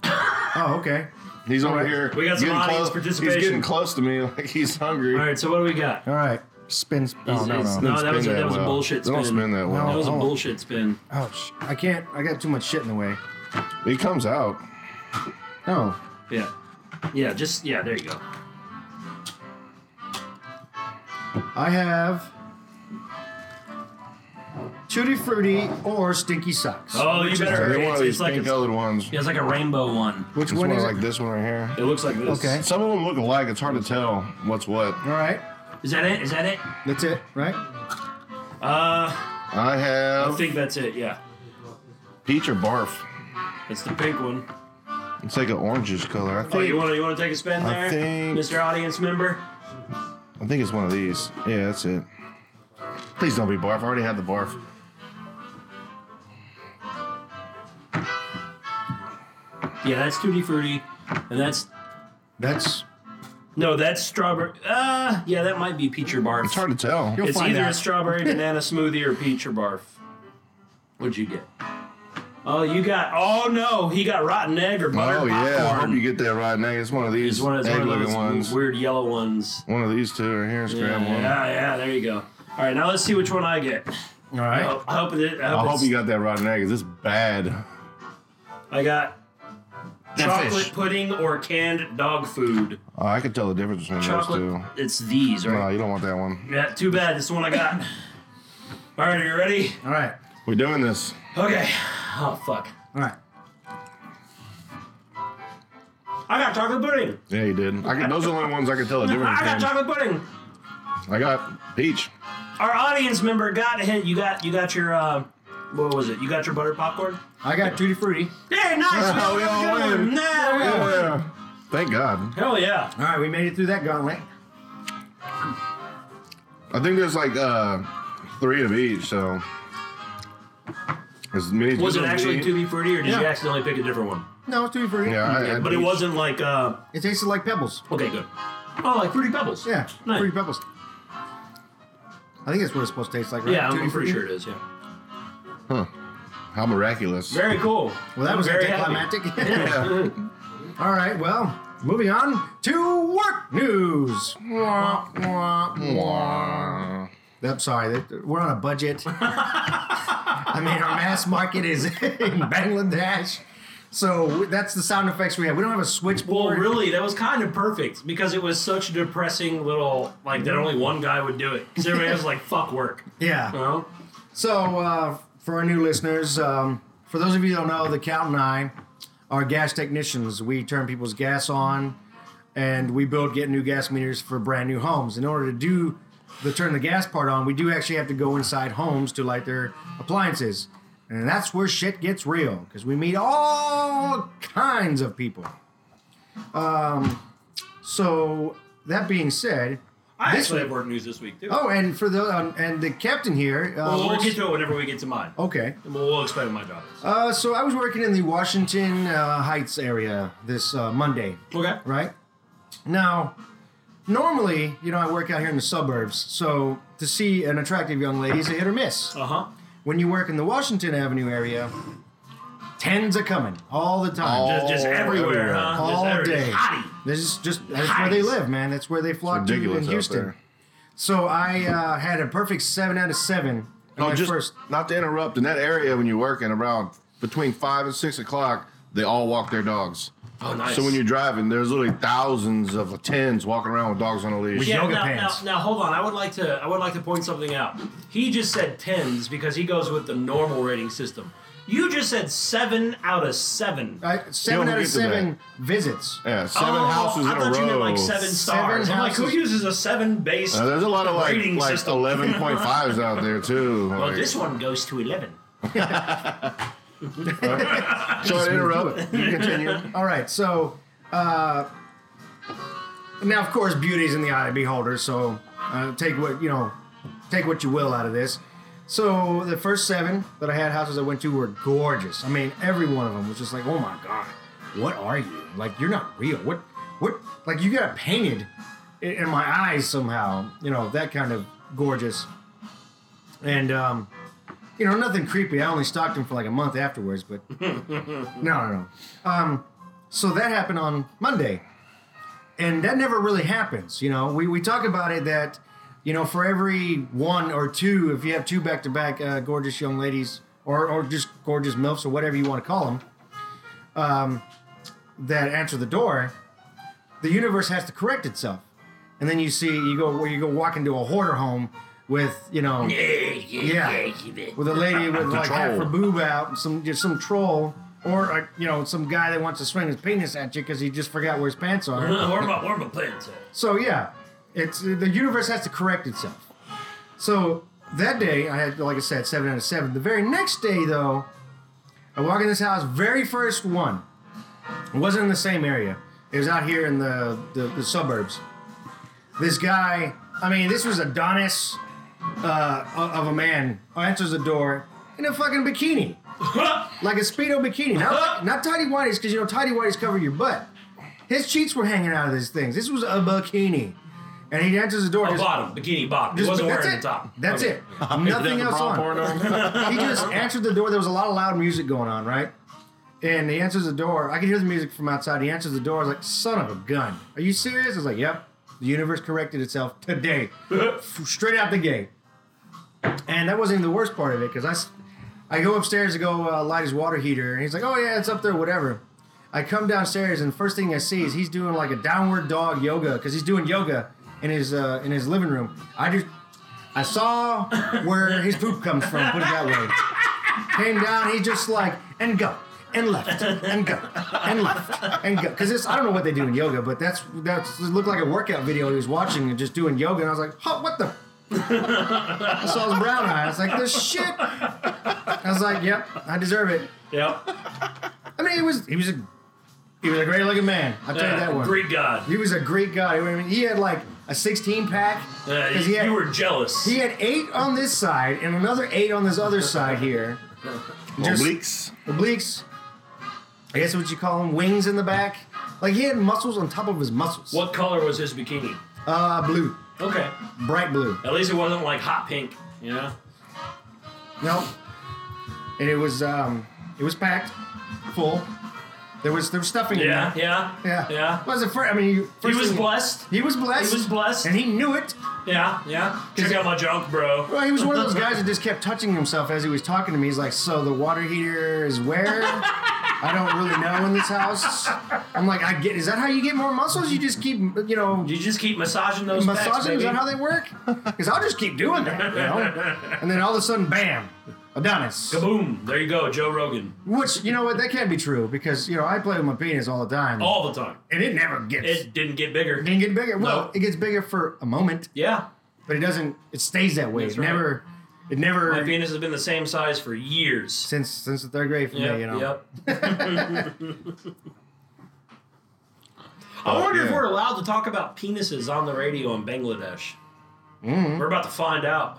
oh, okay.
He's over
right.
here.
We got some
getting
audience
close.
participation.
He's getting close to me. Like he's hungry.
All right, so what do we got?
All right. Spin. Oh
It's-
no
it's-
no.
Don't
no, that was a-
spin
that was a
well.
bullshit
They Don't
spin.
spin that well.
That was a
Oh.
bullshit spin.
Ouch! I can't. I got too much shit in the way.
He comes out.
No.
Yeah, yeah, just yeah. There you go.
I have tutti frutti or stinky socks.
Oh, you better.
They're one
It's,
of
it's
these
like
pink
it's,
colored ones.
yeah, it's like a rainbow one.
Which
This
one
one
is
like
it?
this one right here.
It looks like this.
Okay.
Some of them look alike. It's hard to tell what's what.
All right,
Is that it? Is that it?
that's it, right?
Uh,
I
I
have
think that's it. Yeah,
peach or barf.
it's the pink one.
It's like an orangish color. I think.
Oh, you want to you want to take a spin there,
I think-
Mr. Audience Member?
I think it's one of these. Yeah, that's it. Please don't be barf. I already had the barf.
Yeah, that's tutti frutti, and that's
That's
no, that's strawberry. Uh, yeah, that might be peach or barf.
It's hard to tell.
You'll
It's
find
either
out.
a strawberry banana smoothie or peach or barf. What'd you get? Oh, you got. Oh no, he got rotten egg or butter
Oh yeah, I hope
popcorn.
you get that right now. It's one of
it's
these
one of, it's
egg
one of
looking
those
ones.
weird yellow ones.
One of these two right here. Let's
Yeah,
grab one.
yeah, yeah, there you go. All right, now let's see which one I get.
all
I
right.
hope, I hope, it, I
I
hope,
hope
it's-
you got that rotten egg. 'cause It's bad.
I got
That
chocolate
fish.
pudding or canned dog food.
Oh, I can tell the difference between those
Chocolate.
two.
It's these,
No,
right?
you don't want that one.
Yeah, too bad. This is the one I got. All right, are you ready?
All right,
We're doing this.
Okay. Oh fuck.
all right.
I got chocolate pudding.
Yeah, you did. I can, those are the only ones I can tell the difference
I got
between.
chocolate pudding.
I got peach.
Our audience member got a hint. You got you got your uh, What was it? You got your butter popcorn?
I got tutti frutti.
Hey, nice. man.
we all win.
Good one. Nah, we all win.
Yeah. Thank God.
Hell yeah.
All right, we made it through that gauntlet.
I think there's like uh, three of each, so as many. as
Was
you
it
can
actually
eat.
tutti frutti, or did you
Yeah.
accidentally pick a different one?
No, it's tutti frutti.
Yeah, I- I-
But it wasn't like uh
It tasted like pebbles.
okay, good. Oh, like fruity pebbles.
Yeah,
nice.
fruity pebbles. I think that's what it's supposed to taste like, right?
Yeah, I'm
Tutti
pretty
frutti?
sure it is. Yeah.
How miraculous!
Very cool.
Well, that
I'm
was
very
anticlimactic.
happy.
All right, well, moving on to work news. Wah, wah, wah.
Wow.
I'm sorry, that- we're on a budget. I mean, our mass market is in Bangladesh. So that's the sound effects we have. We don't have a
Well,
switchboard.
really, that was kind of perfect because it was such a depressing little like that. Only one guy would do it. 'Cause everybody was like, "Fuck work,"
Yeah.
you know.
So, uh, for our new listeners, um, for those of you who don't know, the Count and I are gas technicians. We turn people's gas on, and we build get new gas meters for brand new homes. In order to do the turn the gas part on, we do actually have to go inside homes to light their appliances, and that's where shit gets real because we meet all kinds of people. Um, so that being said.
I
This
actually
week-
have work news this week too.
Oh, and for the um, and the captain here. Uh,
well, we'll
works-
get to it whenever we get to mine.
Oh.
okay.
And We'll, we'll explain what my job is.
Uh, so I was working in the Washington uh, Heights area this uh, Monday,
Okay.
right? Now, normally, you know, I work out here in the suburbs, so to see an attractive young lady is a hit or miss.
Uh huh.
When you work in the Washington Avenue area, tens are coming all the time.
All-
Just, just
Oh,
everywhere,
everywhere.
huh?
All
just everywhere.
day.
Hottie.
This is just that's where they
Heights.
live, man. That's where they flock to in
Ridiculous out
Houston.
there.
So I uh, had a perfect seven out of seven. in
No,
my
Oh, just
first.
not to interrupt. In that area, when you're working around between five and six o'clock, they all walk their dogs.
Oh, nice.
So when you're driving, there's literally thousands of tens walking around with dogs on a leash.
Yeah. yoga
now,
pants.
Now, now hold on. I would like to. I would like to point something out. He just said tens because he goes with the normal rating system. You just said seven out of seven.
I, seven
we'll
out of
get to that.
seven visits.
Yeah, Uh, seven
Oh,
houses in
I
a
thought
row.
you meant like seven stars. I'm like, who
houses.
uses a seven base?
Uh, there's a lot of like
rating
like
system?
eleven point fives out there too.
well,
Like,
this one goes to eleven.
so I interrupt. You continue.
All right, so uh, now of course beauty's in the eye of the beholder, so uh, take what you know, take what you will out of this. So the first seven that I had houses I went to were gorgeous. I mean, every one of them was just like, oh my god, what are you? Like you're not real. What what? Like you got painted i- in my eyes somehow. You know that kind of gorgeous. And um, you know nothing creepy. I only stalked him for like a month afterwards, but no, no, no. So that happened on Monday. And that never really happens. You know, we, we talk about it that, you know, for every one or two, if you have two back to back gorgeous young ladies or, or just gorgeous MILFs or whatever you want to call them um, that answer the door, the universe has to correct itself. And then you see, you go where you go walk into a hoarder home with, you know, yeah, with a lady with like half her
troll.
boob out, and some just some troll, or uh, you know some guy that wants to swing his penis at you because he just forgot where his pants
Where
are.
my where my pants at?
so yeah, it's the universe has to correct itself. So that day I had, like I said, seven out of seven. The very next day though, I walk in this house, very first one. It wasn't in the same area. It was out here in the the, the suburbs. This guy, I mean, this was Adonis uh, of a man answers the door in a fucking bikini, like a speedo bikini.
Uh-huh.
Not not tidy whities because you know tidy whities cover your butt. His cheeks were hanging out of these things. This was a bikini, and he answers the door.
A
just-
bottom, bikini bottom. He
just-
wasn't
that's
wearing
it.
the top.
That's
Okay.
it. Nothing else on he just answered the door. There was a lot of loud music going on, right? And he answers the door. I could hear the music from outside. He answers the door. I was like, son of a gun. Are you serious? I was like, yep. The universe corrected itself today. Straight out the gate. And that wasn't even the worst part of it because I, s- I go upstairs to go uh, light his water heater. And he's like, oh, yeah, it's up there, whatever. I come downstairs and first thing I see is he's doing like a downward dog yoga because he's doing yoga in his uh, in his living room. I just I saw where his poop comes from. Put it that way. Came down. He's just like and go and left and go and left and go because it's I don't know what they do in yoga, but that's that's it looked like a workout video he was watching and just doing yoga. And I was like, huh, what the. I saw his brown eyes. Like this shit. I I was like, yep, I deserve it.
Yep.
I mean, he was he was a he was a great looking man. I'll tell you that one.
Greek god.
He was a great guy. I mean, he had like a 16 pack.
Uh,
'cause
you,
he had,
you were jealous.
he had eight on this side and another eight on this other side here.
Oh,
Just-
Obliques.
Obliques. I guess what you call them, wings in the back. Like he had muscles on top of his muscles.
what color was his bikini?
Uh, blue,
Okay.
bright blue.
At least it wasn't like hot pink, you know?
No. And it was um, it was packed, full. There was there was stuffing
Yeah,
in there.
yeah,
Yeah.
yeah.
Was the first? I mean, you-
He
first
was
thing-
blessed.
He was blessed.
He was blessed.
and he knew it.
Yeah, yeah. Check out my junk, bro.
Well, he was one of those guys that just kept touching himself as he was talking to me. He's like, "So the water heater is where? I don't really know in this house." I'm like, "I get. Is that how you get more muscles? You just keep, you know,
You just keep massaging those pecs,
massaging?
baby.
Is that how they work? Because I'll just keep doing that, you know. And then all of a sudden, bam, Adonis.
Kaboom! There you go, Joe Rogan.
Which you know what that can't be true because you know I play with my penis all the time,
All the time.
and it never gets.
Oh. It didn't get bigger.
didn't get bigger. Well,
No.
it gets bigger for a moment,
Yeah.
but it doesn't. It stays that way.
That's
it
right.
never. It never.
My penis has been the same size for years.
since since the third grade for
Yep,
me, you know.
yep.
Oh,
I wonder if
yeah.
we're allowed to talk about penises on the radio in Bangladesh.
Mm-hmm.
We're about to find out.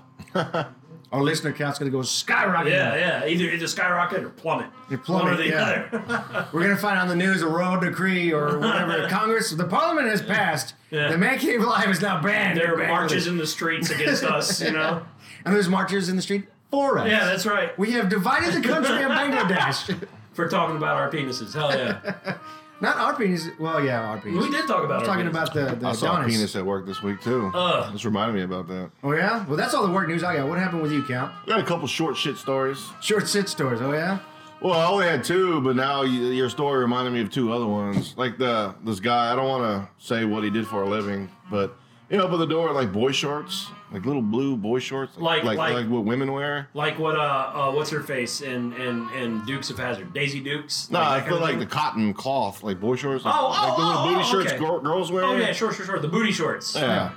Our listener count's gonna go skyrocketing.
Yeah, yeah. Either either skyrocket or plummet.
They Mm-hmm. plummet,
One or the
yeah.
other.
We're gonna find on the news a royal decree or whatever. Congress, the parliament has passed.
Yeah.
The man cave live is now banned.
there are
Banned.
marches in the streets against us, you know?
and there's marchers in the street for us.
Yeah, that's right.
we have divided the country of Bangladesh.
For talking about our penises. Hell yeah.
Not our penis. Well, yeah, our penis.
We did talk about
I'm
our
talking
penises.
about the, the
I saw a
Adonis.
penis at work this week too.
Ugh.
This reminded me about that.
Oh yeah. Well, that's all the work news I got. What happened with you, Count?
I got a couple short shit stories.
Short sit stores. Oh yeah.
Well, I only had two, but now you, your story reminded me of two other ones. Like the this guy, I don't want to say what he did for a living, but you know, up at the door like boy shorts, like little blue boy shorts,
Like-
like,
like-
like what women wear.
Like what uh, uh what's her face in in in Dukes of Hazard? Daisy Dukes?
No,
that
I
kind
feel
of
like
thing?
the cotton cloth, like boy shorts, like,
Oh, oh,
like the little
oh,
booty
oh,
shirts
okay.
gir- girls wear.
Oh yeah, sure, sure, sure. The booty shorts.
Yeah.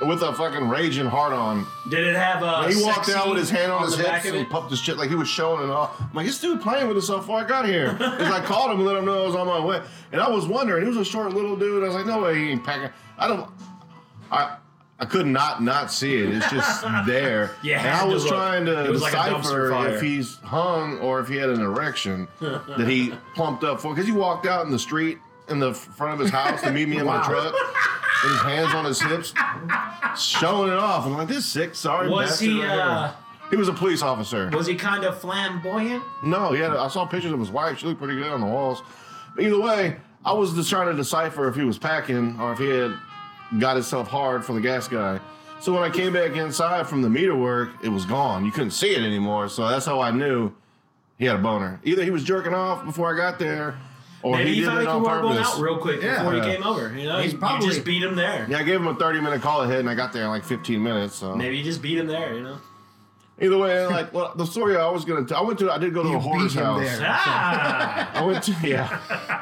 With a fucking raging heart on.
Did it have uh
he
sex
walked out with his
scene
hand on, his
the back
hips
of
and
it?
pumped his shit like he was showing it off. I'm like, this dude playing with himself before I got here. Because I called him and let him know I was on my way. And I was wondering, he was a short little dude. I was like, no way he ain't packing. I don't. I I could not not see it. It's just there.
You
and
had
I
to
was
look.
trying to
It was like a
decipher
dumpster fire.
if he's hung or if he had an erection that he plumped up for. Because he walked out in the street in the front of his house to meet me in my
Wow.
truck. With his hands on his hips, showing it off. I'm like, this sick, sorry
Was
bastard
he
right here.
uh
He was a police officer.
was he kind of flamboyant?
No, he had. I saw pictures of his wife. She looked pretty good on the walls. But either way, I was just trying to decipher if he was packing or if he had got himself hard for the gas guy. So when I came back inside from the meter work, it was gone. You couldn't see it anymore. So that's how I knew he had a boner. Either he was jerking off before I got there, or
Maybe
he
you
did
thought
it
he could
on
work one
purpose.
out real quick
Yeah.
before he
Yeah.
came over. You know,
He's
you
probably-
just beat him there.
yeah, I gave him a 30 minute call ahead, and I got there in like 15 minutes. So
Maybe you just beat him there. You know.
either way, like well, the story I was gonna tell, I went to, I did go to
You
a horror's
beat him
house.
there.
Ah,
I went to yeah.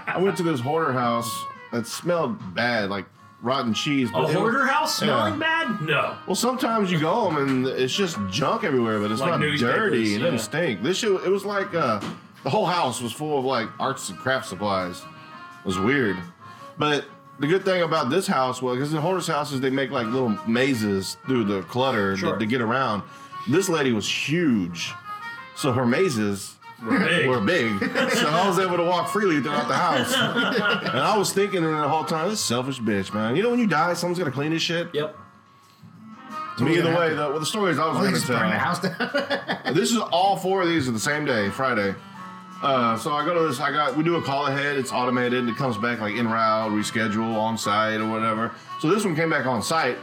I went to this hoarder house that smelled bad, like rotten cheese.
a
but it-
hoarder house smelling
Yeah.
bad? No.
Well, sometimes you go home and it's just junk everywhere, but it's
Like
not
newspapers,
dirty. It
yeah.
doesn't stink. This shit, it was like uh, the whole house was full of like arts and craft supplies. It was weird, but the good thing about this house was because in hoarders' houses they make like little mazes through the clutter to-
Sure.
to get around. This lady was huge, so her mazes
Big.
were big, so I was able to walk freely throughout the house. and I was thinking the whole time, this selfish bitch, man. You know when you die, someone's gonna clean this shit.
Yep.
To me,
What's
either
gonna
way,
happen?
the, well, the stories I was uh,
Oh, they
gonna
just burned the
tell.
house down.
This is all four of these are the same day, Friday. Uh, so I go to this. I got we do a call ahead. It's automated. and It comes back like in route, reschedule on site or whatever. So this one came back on site,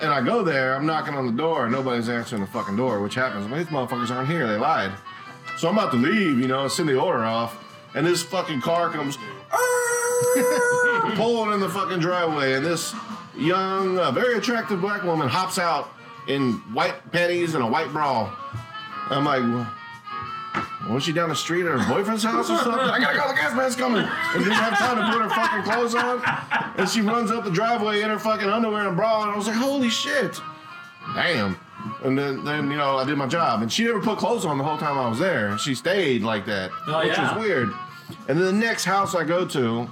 and I go there. I'm knocking on the door. and Nobody's answering the fucking door, which happens. I'm like, these motherfuckers aren't here. They lied. So I'm about to leave. You know, send the order off, and this fucking car comes pulling in the fucking driveway, and this young, uh, very attractive black woman hops out in white panties and a white bra. I'm like, "Wha- was she down the street at her boyfriend's house or something? I gotta call the gas man's coming. And didn't have time to put her fucking clothes on. And she runs up the driveway in her fucking underwear and bra, and I was like, holy shit. Damn. And then, then you know, I did my job, and she never put clothes on the whole time I was there. She stayed like that,
Oh,
which
yeah.
was weird. And then the next house I go to,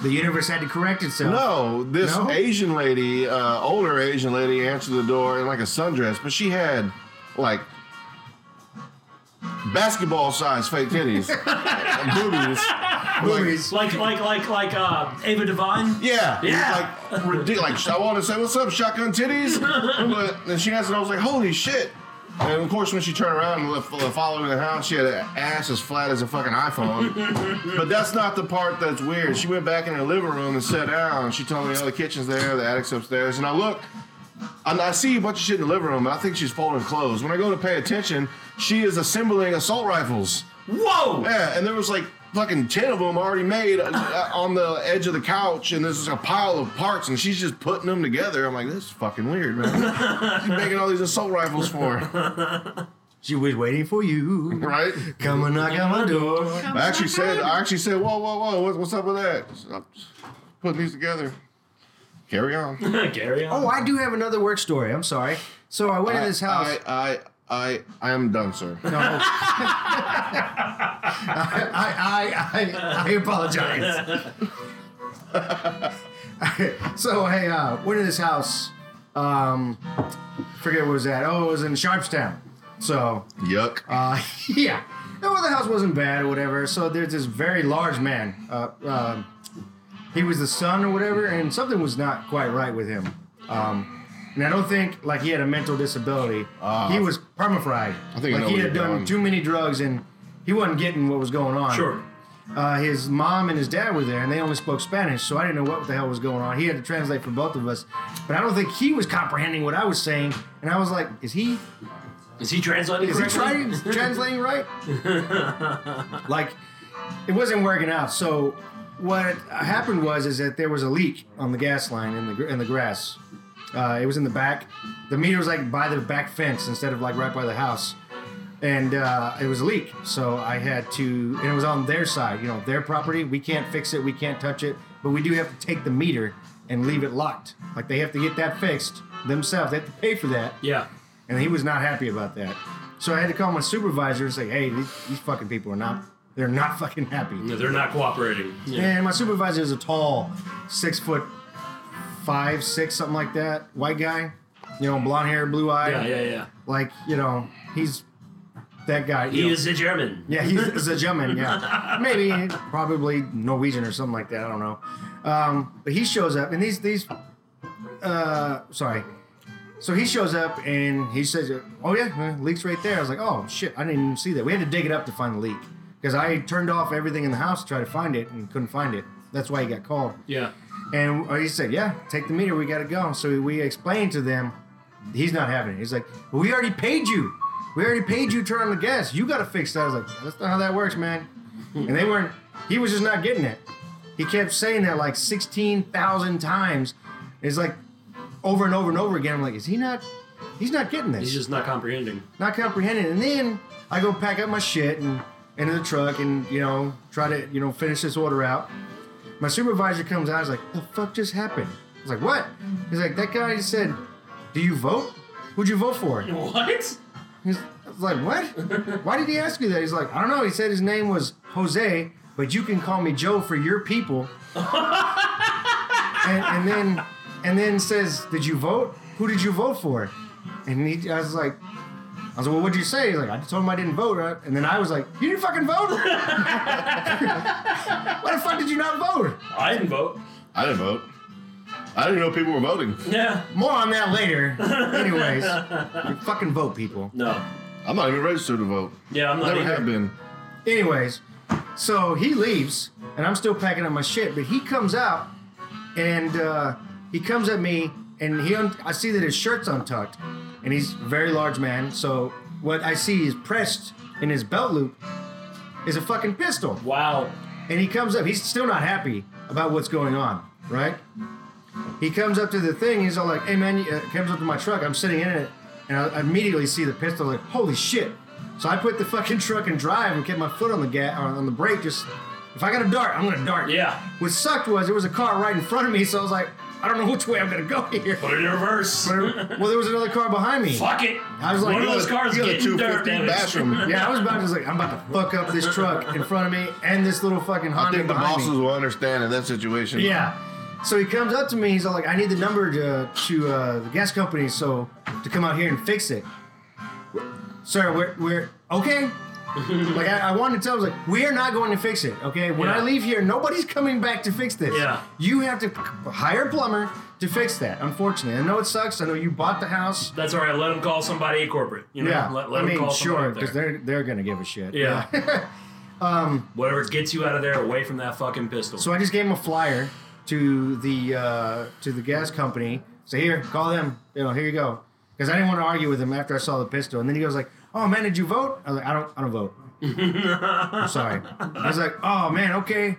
The universe had to correct itself.
no, this
No?
Asian lady, uh, older Asian lady, answered the door in like a sundress, but she had like basketball size fake titties, and boobies,
Movies.
Like like like like uh, Ava Devine.
Yeah. It was,
Yeah.
Like, ridic- like I wanted to say, what's up, shotgun titties? But then she asked, and I was like, holy shit. And of course, when she turned around and left, left following the house, she had an ass as flat as a fucking iPhone. but that's not the part that's weird. She went back in her living room and sat down. She told me, oh, the kitchen's there, the attic's upstairs. And I look, and I see a bunch of shit in the living room, and I think she's folding clothes. When I go to pay attention, she is assembling assault rifles.
Whoa!
Yeah, and there was like fucking ten of them already made uh, on the edge of the couch, and there's just a pile of parts, and she's just putting them together. I'm like, this is fucking weird, man. She's making all these assault rifles for, her,
She was waiting for you.
right?
Come and knock on my door.
I actually said, I actually said, whoa, whoa, whoa, what, what's up with that? Stop putting these together. Carry on.
Gary.
Oh, I do have another work story. I'm sorry. So I went to this house.
I, I, I, I am done, sir.
No. I, I, I, I apologize. so hey, uh, went to this house. Um, forget what it was that. Oh, it was in Sharpstown. So
Yuck.
uh, yeah. No, well, the house wasn't bad or whatever. So there's this very large man. Uh, um he was the son or whatever, and something was not quite right with him. Um, and I don't think like he had a mental disability.
Ah.
he was permafried.
I think I know
like he
where
had
you're
done
going.
too many drugs and he wasn't getting what was going on.
Sure.
Uh, his mom and his dad were there, and they only spoke Spanish, so I didn't know what the hell was going on. He had to translate for both of us, but I don't think he was comprehending what I was saying. And I was like, "Is he
Is he translating?
is he
correctly?
trying, translating right? like, it wasn't working out. So, what happened was is that there was a leak on the gas line in the gr- in the grass. Uh, it was in the back. The meter was like by the back fence instead of like right by the house, and uh, it was a leak. So I had to, and it was on their side. You know, their property. We can't fix it. We can't touch it. But we do have to take the meter and leave it locked. Like they have to get that fixed themselves. They have to pay for that
Yeah.
and he was not happy about that. So I had to call my supervisor and say, "Hey, these, these fucking people are not. They're not fucking happy."
No, they're not cooperating. Yeah.
And my supervisor is a tall, six foot five, six, something like that, white guy. You know, blonde hair, blue eye.
Yeah. Yeah. yeah.
Like you know, he's that guy. you
He
know.
is a German.
Yeah, he's, he's a German. Yeah, maybe probably Norwegian or something like that. I don't know. Um, but he shows up, and these these, uh, sorry. So he shows up and he says, "Oh yeah, well, leak's right there." I was like, "Oh shit, I didn't even see that." We had to dig it up to find the leak because I turned off everything in the house to try to find it and couldn't find it. That's why he got called.
Yeah.
And he said, "Yeah, take the meter. We gotta go." So we explained to them, he's not having it. He's like, well, "We already paid you. We already paid you. Turn on the gas. You gotta fix that." I was like, "That's not how that works, man." and they weren't. He was just not getting it. He kept saying that like sixteen thousand times. It's like over and over and over again. I'm like, "Is he not? He's not getting this."
He's just not comprehending.
not comprehending. And then I go pack up my shit and into the truck and you know try to you know finish this order out. My supervisor comes out. He's like, "The fuck just happened?" I was like, "What?" He's like, "That guy said, do you vote? Who'd you vote for?"
What?
He's I was like, "What? Why did he ask me that?" He's like, "I don't know." He said his name was Jose, but you can call me Joe for your people. and, and then, and then says, "Did you vote? Who did you vote for?" And he, I was like, "I was like, well, what'd you say?" He's like, "I told him I didn't vote." Right? And then I was like, "You didn't fucking vote? Why the fuck did you not vote?"
I didn't vote.
I didn't vote. I didn't know people were voting.
Yeah.
More on that later. Anyways, you fucking vote, people.
No.
I'm not even registered to vote.
Yeah, I'm not
Never
either.
have been.
Anyways, so he leaves, and I'm still packing up my shit. But he comes out, and uh, he comes at me, and he un- I see that his shirt's untucked, and he's a very large man. So what I see is pressed in his belt loop is a fucking pistol.
Wow.
And he comes up. He's still not happy about what's going on, right? He comes up to the thing. He's all like, "Hey man," uh, comes up to my truck. I'm sitting in it, and I immediately see the pistol. Like, holy shit! So I put the fucking truck in drive and kept my foot on the gas on on the brake. Just if I got to dart, I'm gonna dart.
Yeah.
What sucked was it was a car right in front of me, so I was like, I don't know which way I'm gonna go here.
Put it in reverse.
well, there was another car behind me.
Fuck it.
I was like,
one of
you
those
got
cars
You got a
getting dirt.
250
damage.
bathroom.
Yeah, I was about to just like, I'm about to fuck up this truck in front of me and this little fucking
I
Honda
think the
behind
bosses
me.
will understand in that situation.
Yeah. So he comes up to me. He's all like, I need the number to to uh, the gas company, so to come out here and fix it. Sir, we're we're okay. like I, I wanted to tell him, like we're not going to fix it. Okay, when I
Yeah.
leave here, nobody's coming back to fix this.
Yeah.
you have to hire a plumber to fix that. Unfortunately, I know it sucks. I know you bought the house.
That's all right. Let them call somebody at corporate. You know,
yeah,
Let, let
I
'em
mean,
call
sure,
somebody up
because
there.
they're they're gonna give a shit.
Yeah. Whatever gets you out of there, away from that fucking pistol.
So I just gave him a flyer to the uh, to the gas company. Say here, call them. You know, here you go. Because I didn't want to argue with him after I saw the pistol. And then he goes like, "Oh man, did you vote?" I was like, "I don't, I don't vote." I'm sorry. I was like, "Oh man, okay."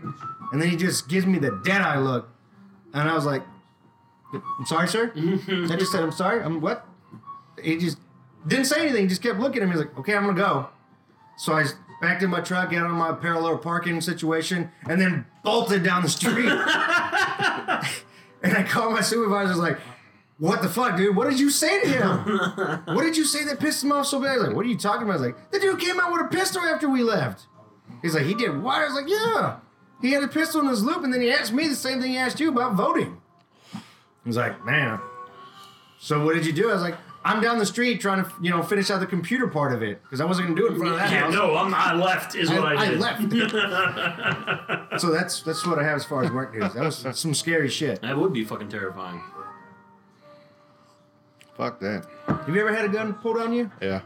And then he just gives me the dead eye look, and I was like, "I'm sorry, sir." I just said, "I'm sorry." I'm what? He just didn't say anything. He just kept looking at me. He's like, "Okay, I'm gonna go." So I backed in my truck, got on my parallel parking situation, and then bolted down the street. and I called my supervisor. I was like, "What the fuck, dude? What did you say to him? what did you say that pissed him off so bad?" I was like, "What are you talking about?" I was like, "The dude came out with a pistol after we left." He's like, "He did what?" I was like, "Yeah, he had a pistol in his loop, and then he asked me the same thing he asked you about voting." He's like, "Man, so what did you do?" I was like. I'm down the street trying to, you know, finish out the computer part of it because I wasn't gonna do it in front of that
Yeah,
house.
no, I'm, I left is what I,
I, I
did.
left. so that's that's what I have as far as work news. That was some scary shit.
That would be fucking terrifying.
Fuck that.
Have you ever had a gun pulled on you?
Yeah.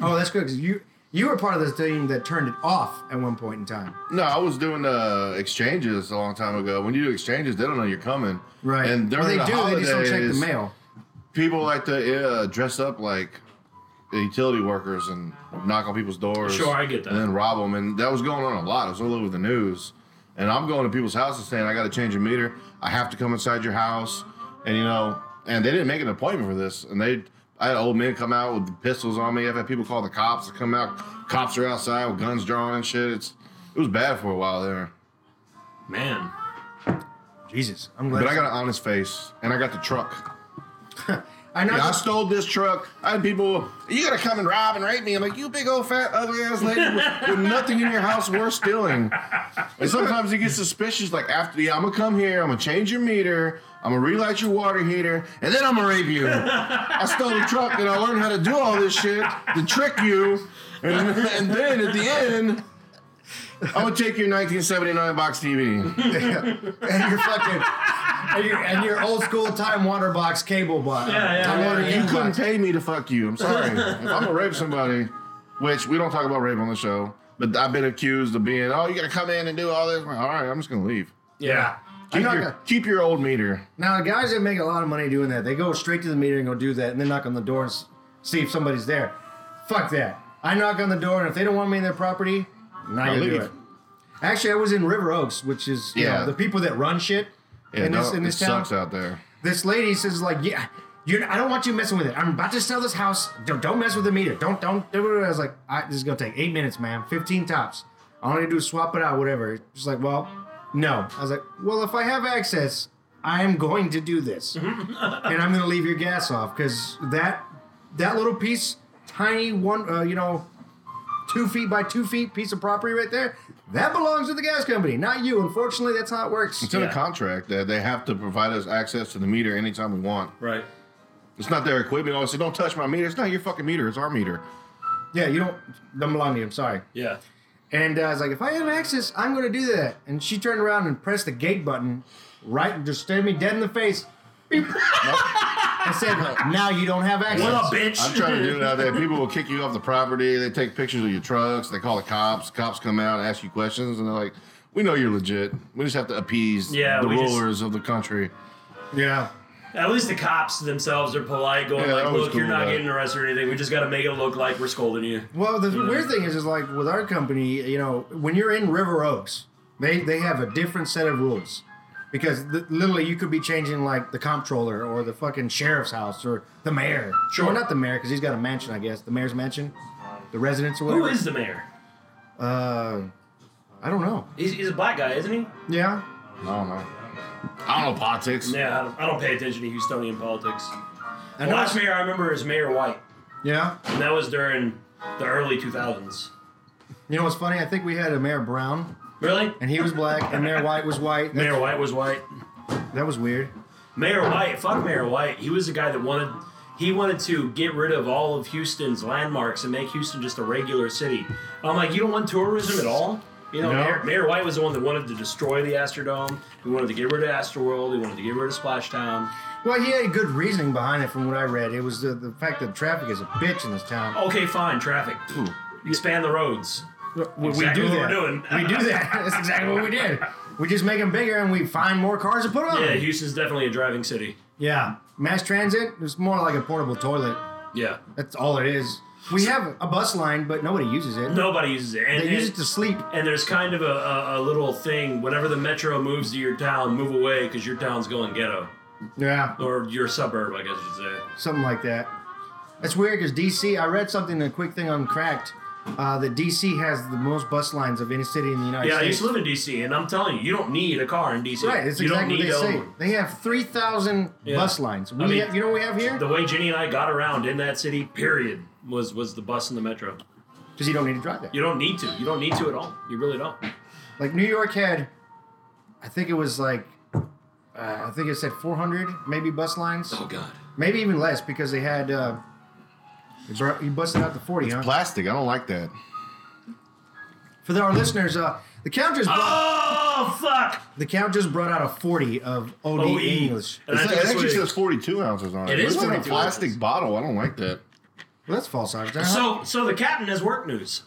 Oh, that's good 'cause you you were part of the team that turned it off at one point in time.
No, I was doing uh, exchanges a long time ago. When you do exchanges, they don't know you're coming.
Right.
And during
well, they
the
do.
holidays,
They just don't check the mail.
people like to uh, dress up like utility workers and knock on people's doors.
Sure, I get that.
And then rob them. And that was going on a lot. It was all over the news. And I'm going to people's houses saying, I got to change your meter. I have to come inside your house. And, you know, and they didn't make an appointment for this. And they, I had old men come out with pistols on me. I've had people call the cops to come out. Cops are outside with guns drawn and shit. It's, it was bad for a while there.
Man.
Jesus, I'm glad.
But I got an honest face and I got the truck.
I know.
Yeah, I stole this truck. I had people, you gotta come and rob and rape me. I'm like, you big old fat ugly ass lady with, with nothing in your house worth stealing. And sometimes it gets suspicious. Like after, yeah, I'm gonna come here. I'm gonna change your meter. I'm gonna relight your water heater, and then I'm gonna rape you. I stole the truck, and I learned how to do all this shit to trick you, and, and then at the end. I'm gonna take your 1979 box TV.
and your fucking and your, and your old school time water box cable box.
Yeah, yeah,
Time
yeah,
Warner
yeah.
You
cable
couldn't
box.
pay me to fuck you. I'm sorry. if I'm gonna rape somebody, which we don't talk about rape on the show, but I've been accused of being, oh, you gotta come in and do all this. Well, all right, I'm just gonna leave.
Yeah.
I'm
Keep
not
your,
gonna-
keep your old meter.
Now, the guys that make a lot of money doing that, they go straight to the meter and go do that, and then knock on the door and s- see if somebody's there. Fuck that. I knock on the door, and if they don't want me in their property, I'm not
I'll
gonna do
leave.
it. Actually, I was in River Oaks, which is you
Yeah.
know, the people that run shit
Yeah,
in this
no,
in this
it
town.
sucks out there.
This lady says like, yeah, you. I don't want you messing with it. I'm about to sell this house. Don't, don't mess with the meter. Don't don't. do it." I was like, I, this is gonna take eight minutes, ma'am. Fifteen tops. All I need to do is swap it out, whatever. She's like, well, no. I was like, well, if I have access, I am going to do this, and I'm gonna leave your gas off because that that little piece, tiny one, uh, you know. Two feet by two feet piece of property right there. That belongs to the gas company, not you. Unfortunately, that's how it works.
It's in
Yeah.
a contract that they have to provide us access to the meter anytime we want.
Right.
It's not their equipment. Oh, so don't touch my meter. It's not your fucking meter. It's our meter.
Yeah, you don't. Don't belong to you. I'm sorry.
Yeah.
And uh, I was like, if I have access, I'm going to do that. And she turned around and pressed the gate button, right, and just stared me dead in the face. Beep. I said, now you don't have access.
What up, bitch?
I'm trying to do it out there. People will kick you off the property. They take pictures of your trucks. They call the cops. Cops come out and ask you questions, and they're like, "We know you're legit. We just have to appease
Yeah,
the
we just-
rulers of the country."
Yeah.
At least the cops themselves are polite, going
Yeah, that
like,
was
"Look, you're
cool,
not
though.
getting arrested or anything. We just got to make it look like we're scolding you."
Well, the weird thing is, is like with our company, you know, when you're in River Oaks, they they have a different set of rules because li- literally you could be changing like the comptroller or the fucking sheriff's house or the mayor.
Sure.
Well, not the mayor because he's got a mansion, I guess. The mayor's mansion, the residence or whatever.
Who is the mayor?
Uh, I don't know.
He's, he's a black guy, isn't he?
Yeah.
I don't know. I don't know politics.
Yeah, I don't, I don't pay attention to Houstonian politics.
And
Last mayor I remember is Mayor White,
yeah.
and that was during the early 2000s.
You know what's funny? I think we had a Mayor Brown,
Really?
and he was black, and Mayor White was white. That,
Mayor White was white.
that was weird.
Mayor White, fuck Mayor White. He was the guy that wanted he wanted to get rid of all of Houston's landmarks and make Houston just a regular city. I'm like, you don't want tourism at all? You know,
No.
Mayor, Mayor White was the one that wanted to destroy the Astrodome. He wanted to get rid of Astroworld. He wanted to get rid of Splashtown.
Well, he had good reasoning behind it, from what I read. It was the, the fact that traffic is a bitch in this town.
Okay, fine, traffic.
Hmm.
Expand the roads.
we,
exactly
do
what
that.
we're doing.
We do that. That's exactly what we did. We just make them bigger, and we find more cars to put on.
Yeah,
them.
Houston's definitely a driving city.
yeah. Mass transit is more like a portable toilet.
Yeah.
That's all it is. We have a bus line, but nobody uses it.
Nobody uses it. And,
They use it
and-
to sleep.
and there's kind of a, a, a little thing whenever the metro moves to your town, move away because your town's going ghetto.
Yeah,
Or your suburb, I guess you should say.
something like that. That's weird because DC. I read something, a quick thing on Cracked, uh, that DC has the most bus lines of any city in the United
Yeah, I
States.
used to live in DC, and I'm telling you, you don't need a car in DC.
Right, that's exactly
you
what
don't
they
need to
say.
own
They have three thousand
Yeah.
bus lines. We
I mean-
have, you know what we have
one.
here?
The way Jenny and I got around in that city, period, was was the bus and the metro.
Because you don't need to drive that.
You don't need to. You don't need to at all. You really don't.
Like New York had, I think it was like, uh, I think it said four hundred maybe bus lines,
God.
maybe even less because they had. Uh, they bur- you busted out the forty, huh?
Plastic. I don't like that.
For our listeners, uh, the count
Ah!
just brought,
Oh fuck!
the count just brought out a forty of OD
OE.
English.
And I
It's-
think
it
that's what
actually
it-
says 42 ounces on it.
It is
It's like a
42
plastic
ounces.
bottle. I don't like that.
Well, that's false advertising.
so so the captain has work news.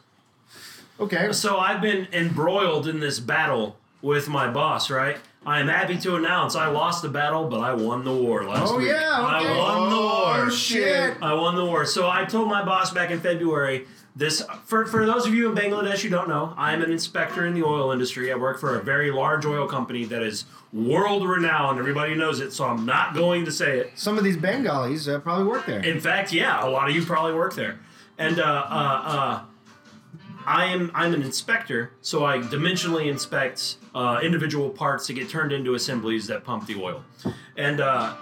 okay,
So I've been embroiled in this battle with my boss, right? I am happy to announce I lost the battle, but I won the war last
Oh,
week.
yeah, okay.
I won the war.
Oh, shit.
I won the war. So I told my boss back in February. This for for those of you in Bangladesh who don't know, I'm an inspector in the oil industry. I work for a very large oil company that is world renowned. Everybody knows it, so I'm not going to say it.
some of these Bengalis uh, probably work there.
In fact, yeah, a lot of you probably work there. And uh, uh, uh, I am I'm an inspector, so I dimensionally inspect uh, individual parts to get turned into assemblies that pump the oil. And uh,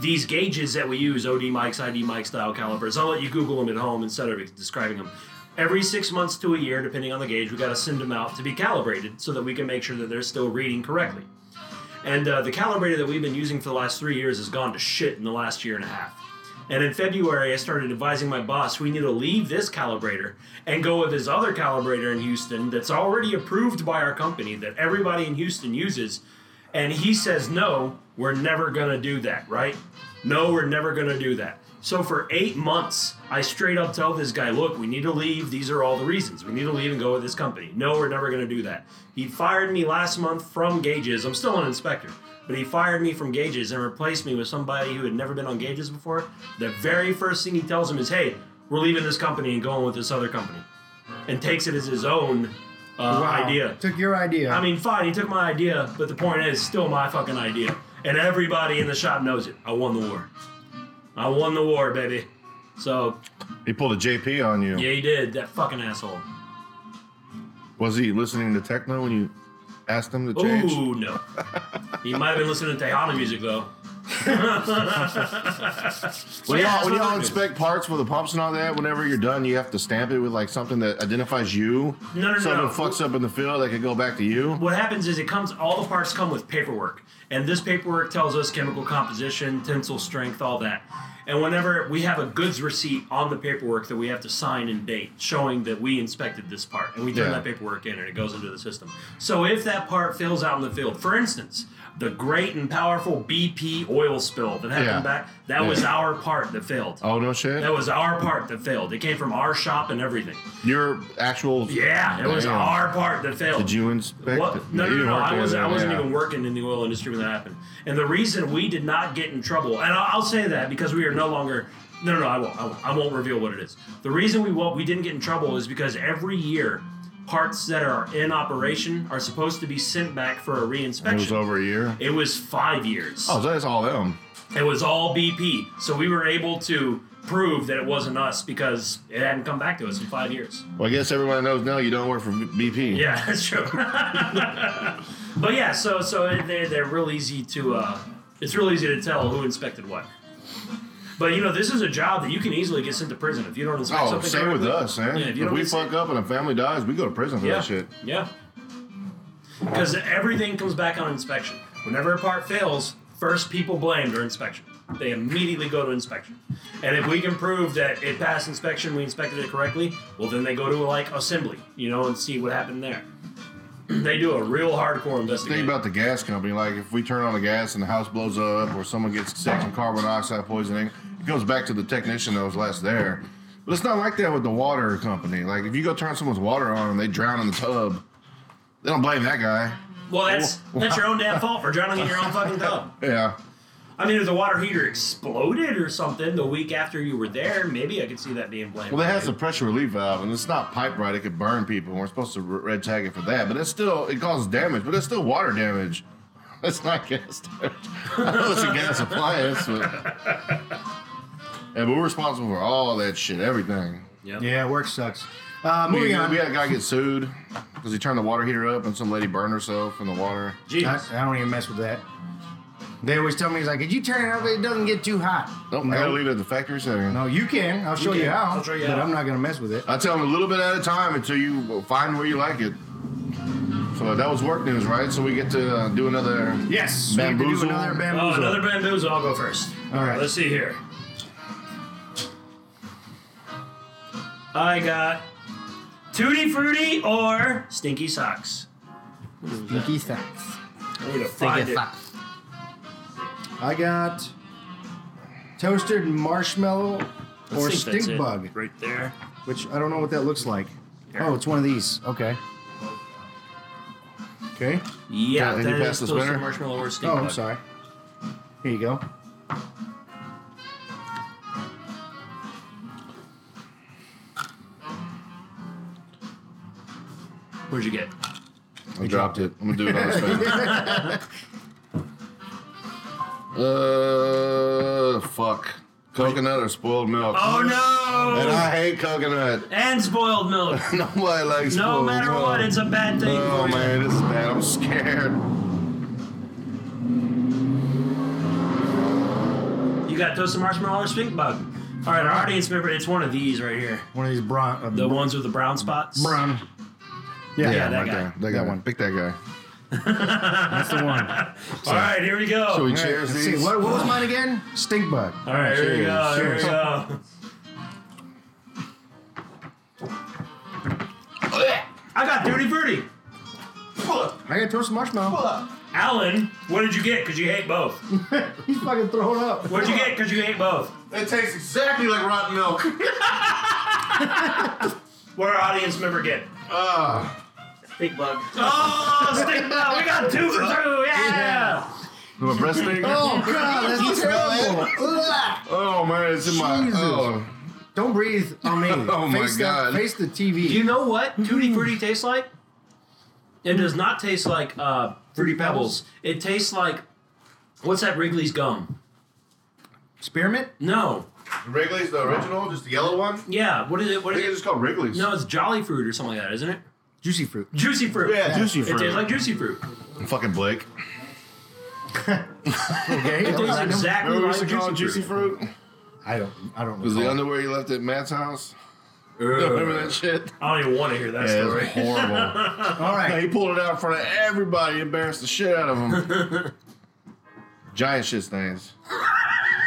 these gauges that we use, OD mics, ID mic style calipers, I'll let you Google them at home instead of describing them. Every six months to a year, depending on the gauge, we got to send them out to be calibrated so that we can make sure that they're still reading correctly. And uh, the calibrator that we've been using for the last three years has gone to shit in the last year and a half. And in February, I started advising my boss we need to leave this calibrator and go with this other calibrator in Houston that's already approved by our company that everybody in Houston uses. And he says, no, we're never going to do that, right? No, we're never going to do that. So for eight months, I straight up tell this guy, look, we need to leave. These are all the reasons. We need to leave and go with this company. No, we're never going to do that. He fired me last month from Gauges. I'm still an inspector, but he fired me from Gauges and replaced me with somebody who had never been on Gauges before. The very first thing he tells him is, hey, we're leaving this company and going with this other company, and takes it as his own uh,
Wow.
idea.
Took your idea.
I mean, fine, he took my idea, but the point is, it's still my fucking idea. And everybody in the shop knows it. I won the war. I won the war, baby. So,
He pulled a JP on you.
yeah, he did, that fucking asshole.
Was he listening to techno when you asked him to change?
Ooh, no. he might have been listening to Tejana music, though.
When
Yeah,
y'all, when
that's what
y'all
I do.
inspect parts with the pumps and all that, whenever you're done, you have to stamp it with like something that identifies you.
No, no,
Something
no.
fucks up in the field that could go back to you.
What happens is it comes, all the parts come with paperwork. And this paperwork tells us chemical composition, tensile strength, all that. And whenever we have a goods receipt on the paperwork that we have to sign and date showing that we inspected this part and we turn
Yeah.
that paperwork in and it goes into the system. So if that part fails out in the field, for instance, the great and powerful BP oil spill that happened
Yeah.
back, that
Yeah.
was our part that failed.
Oh no shit!
That was our part that failed. It came from our shop and everything.
Your actual
Yeah, it was
Damn.
our part that failed.
Did you inspect? it?
What? No, no,
you
no, no.
weren't
I
there
wasn't. I
then,
wasn't
yeah.
even working in the oil industry when that happened. And the reason we did not get in trouble, and I'll, I'll say that because we are no longer. No, no, no. I won't. I won't, I won't reveal what it is. The reason we won't, we didn't get in trouble is because every year, parts that are in operation are supposed to be sent back for a
It was Oh.
reinspection.
over a year.
It was five years.
Oh, so that's all them.
It was all BP. So we were able to prove that it wasn't us because it hadn't come back to us in five years.
Well, I guess everyone knows now you don't work for BP.
Yeah, that's true. but yeah, so so they're they're real easy to uh, it's real easy to tell who inspected what. But you know, this is a job that you can easily get sent to prison if you don't inspect
Oh,
something.
same with
correctly.
us, man.
Yeah, if
if
you don't
we
get-
fuck up and a family dies, we go to prison for
Yeah,
that shit.
yeah. Because everything comes back on inspection. Whenever a part fails, first people blamed are inspection. They immediately go to inspection. And if we can prove that it passed inspection, we inspected it correctly, well, then they go to like assembly, you know, and see what happened there. they do a real hardcore
Think
investigation.
about the gas company. Like, if we turn on the gas and the house blows up, or someone gets sick from carbon dioxide poisoning, it goes back to the technician that was last there. But it's not like that with the water company. Like, if you go turn someone's water on and they drown in the tub, they don't blame that guy.
well, that's that's your own damn fault for drowning in your own fucking tub.
Yeah.
I mean, if the water heater exploded or something the week after you were there, maybe I could see that being blamed.
Well, that has a pressure relief valve, and it's not pipe right. It could burn people. We're supposed to r- red tag it for that, but it's still it causes damage. But it's still water damage. That's not gas damage. I know it's a gas appliance, but yeah, but we're responsible for all that shit, everything.
Yep.
Yeah, work sucks. Uh,
We, we
moving on.
had a guy get sued because he turned the water heater up, and some lady burned herself in the water.
I,
Jeez.
I don't even mess with that. They always tell me, he's like, could you turn it up? It doesn't get too hot.
Nope, I gotta
no,
leave it at the factory setting.
no, you can. I'll show you,
can.
how.
I'll show you
but
how.
I'm not going to mess with it.
I tell him a little bit at a time until you find where you like it. So that was work news, right? So we get to uh, do another.
Yes. we have to do
Bamboozle.
Another bamboozle.
Oh, another bamboozle. I'll go first.
All right.
Let's see here. I got Tutti Frutti or Stinky Socks.
Stinky socks.
I'm gonna find it.
I got toasted marshmallow
I
or
think that's
stink
it,
bug,
Right there.
which I don't know what that looks like.
Here.
Oh, it's one of these. Okay. Okay.
Yeah,
God, did
that
you pass
is
the
toasted
spinner?
marshmallow or stink
Oh,
bug.
I'm sorry. Here you go.
Where'd you get?
I dropped it. I'm gonna do it on his face. uh, fuck. Coconut or spoiled milk?
Oh
And
no!
I hate coconut.
And spoiled milk.
Nobody likes
No
spoiled
matter
milk.
what, it's a bad thing.
Oh
for you.
man, this is bad. I'm scared.
You got toasted marshmallow or stink bug. All right, our audience member, it's one of these right here.
One of these brown. Uh,
The ones with the brown spots.
brown. Yeah,
Yeah, that
right
guy.
there. That, guy.
one.
one. Pick that guy.
that's the one.
All right, here we go.
Should we
All right,
cheers
let's
these?
see. What, what was mine again? Stink bug.
All right, here we go. Here we
Cheers.
go. I got Dirty Birdie.
I got toasted marshmallow.
Alan, what did you get? Because you hate both.
He's fucking throwing up.
What'd you get? Because you hate both.
It tastes exactly like rotten milk.
What our audience member get?
Ah.
Big bug.
Oh, stick bug. We got two for two. Yeah.
my breast thing?
Oh god, that's terrible. Ugh.
Oh, man, it's in my.
Jesus.
Oh.
Don't breathe on me.
Oh, my
face
God.
The, face the TV.
Do you know what Tutti Frutti tastes like? It does not taste like uh, Fruity Pebbles. It tastes like what's that Wrigley's gum?
Spearmint?
No.
Wrigley's the original, just the yellow one?
Yeah. What is it? What
I
is
think
it?
it's just called Wrigley's.
No, it's Jolly Fruit or something like that, isn't it?
Juicy fruit.
Juicy Fruit.
Yeah, juicy
It
fruit.
tastes like juicy fruit.
Fucking Blake.
Okay.
It tastes exactly
Remember we used to
like juicy,
call it juicy
fruit.
fruit?
I don't I don't
Was the
know.
underwear you left at Matt's house? Remember that shit?
I don't even want to hear that
Yeah, Uh, it was
story.
horrible.
All
Yeah,
right.
he pulled it out in front of everybody, embarrassed the shit out of him. Giant shit stains.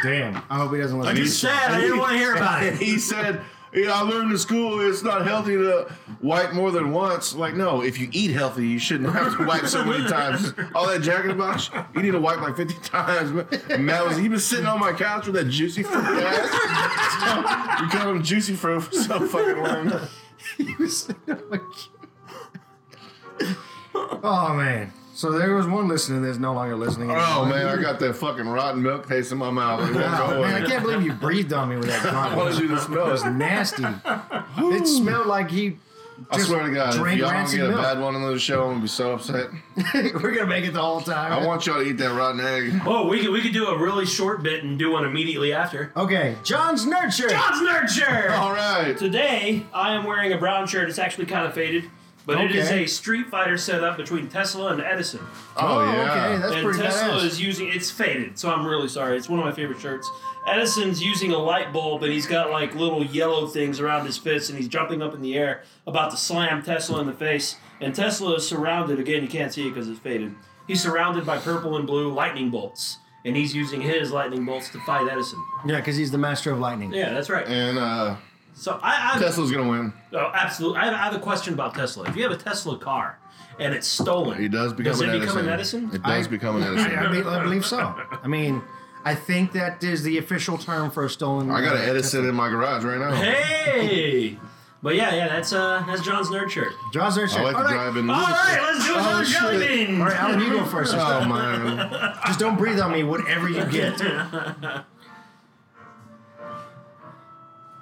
Damn. I hope he doesn't listen.
I'm just sad. I didn't want to hear about it.
He said, yeah, I learned in school it's not healthy to wipe more than once. Like, no, if you eat healthy, you shouldn't have to wipe so many times. All that jacket about sh- you need to wipe like 50 times. man. Matt was, he was sitting on my couch with that juicy fruit ass. we called him juicy fruit for so fucking long.
oh man. So there was one listener that's no longer listening.
Oh, man, I got that fucking rotten milk taste in my mouth. It won't go
Wow,
away.
man, I can't believe you breathed on me with that.
I wanted
comment.
you to smell
It was
it.
nasty. it smelled like he
I
Just
swear to God, if
drink
y'all don't
rancid
get a
milk.
bad one in this show, I'm gonna be so upset.
We're gonna make it the whole time.
I want y'all to eat that rotten egg.
Oh, we could we could do a really short bit and do one immediately after.
Oh.
okay, John's nurture.
God's nurture.
All right.
Today, I am wearing a brown shirt. It's actually kind of faded, but it is
Okay.
a Street Fighter setup between Tesla and Edison.
Oh,
okay,
yeah.
that's
and
pretty
Tesla
badass.
is using it's faded, so I'm really sorry. It's one of my favorite shirts. Edison's using a light bulb, and he's got like little yellow things around his fists, and he's jumping up in the air, about to slam Tesla in the face. And Tesla is surrounded again. You can't see it because it's faded. He's surrounded by purple and blue lightning bolts, and he's using his lightning bolts to fight Edison.
yeah, because he's the master of lightning.
Yeah, that's right.
And uh,
So I, I
Tesla's gonna win.
Oh, absolutely. I have, I have a question about Tesla. If you have a Tesla car and it's stolen,
He does become
does
an
it
Edison.
become an Edison?
It does
I-
become an
I, I
Edison.
be- I believe so. I mean, I think that is the official term for a stolen. uh,
I got an Edison in my garage right now.
Hey. But yeah, yeah, that's uh, that's John's nerd shirt.
John's nurture.
I like
All
to
right.
drive in.
All right, let's do another jelly
shit.
bean.
Oh, All right, Alan, you go first.
Oh man.
Just don't breathe on me, whatever you get.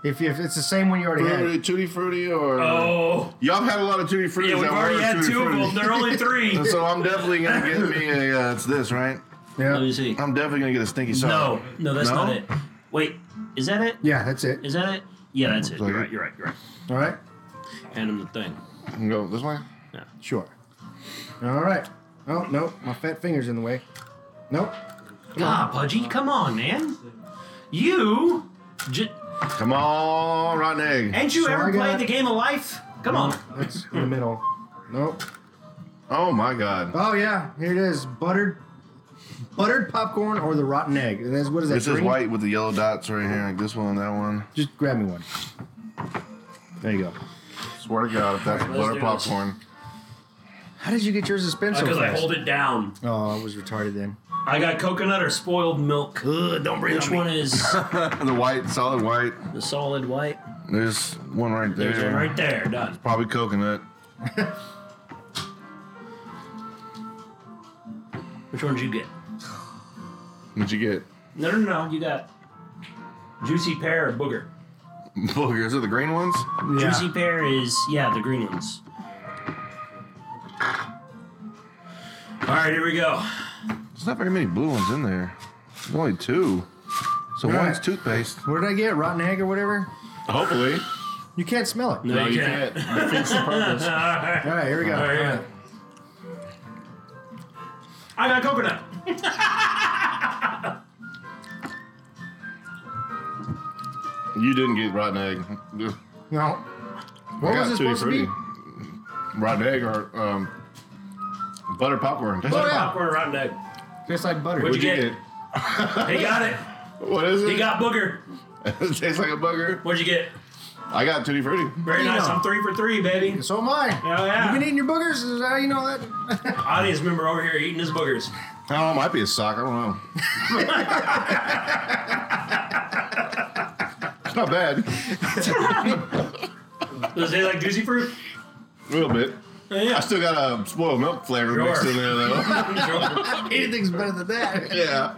If, if it's the same one you already had.
Fruity, tutti frutti, or
Oh,
y'all have had a lot of tutti frutti.
yeah, we've already had two of them. There are only three.
So I'm definitely gonna get me a. Uh, it's this, right?
Let me
Yeah.
see.
I'm definitely gonna get a stinky sock.
No, no, that's
No?
not it. Wait, is that it?
Yeah, that's it.
Is that it? Yeah, that's it.
that
You're
it?
right. You're right. You're right.
All right.
Hand him the thing.
You can Go this way.
Sure. All right. Oh, nope. My fat finger's in the way. Nope.
Ah, Pudgy, come on, man. You, j-
Come on, rotten egg.
ain't you
So
ever
I
played
got-
the game of life? Come on.
That's in the middle. Nope.
Oh my God.
Oh, yeah. Here it is. Buttered buttered popcorn or the rotten egg. And that's, what is that?
This is
green?
white with the yellow dots right here, like this one, that one.
Just grab me one. There you go.
Swear to God, if that's
All right, let's
butter
do this.
popcorn.
How did you get yours to spin so
Because Oh, I
fast?
hold it down.
Oh, I was retarded then.
I got coconut or spoiled milk.
Good. Don't breathe
Which one is
the white, solid white.
the solid white?
There's one right there.
There's one right there. Done.
Probably coconut.
Which one did you get?
What'd you get?
No, no, no. You got juicy pear or booger.
Boogers are the green ones.
Yeah.
Juicy pear is yeah, the green ones. All right, here we go.
There's not very many blue ones in there. There's only two. So
Right.
one's toothpaste.
What did I get? Rotten egg or whatever?
Hopefully.
You can't smell it.
No, you can't. Defeats the purpose.
All right, here we go.
All right, yeah. I got coconut.
Oh,
You didn't get rotten egg.
No. What was it supposed to be?
Rotten egg or um, butter popcorn. That's
Oh,
what
yeah.
Popcorn rotten egg.
Tastes like butter.
What'd
you
you
get.
He got it.
What is it?
He got booger.
it tastes like a booger.
What'd you get?
I got tutti frutti.
Very
You
nice.
know.
I'm three for three, baby.
So am I.
Hell yeah.
You've been eating your boogers? Is that how you know that?
Audience member over here eating his boogers.
Oh, it might be a sock. I don't know. it's not bad.
Does it like juicy fruit?
A
Oh,
little bit. I
Yeah.
still got a spoiled milk flavor mixed
Sure.
in there, though.
Anything's better than that.
yeah.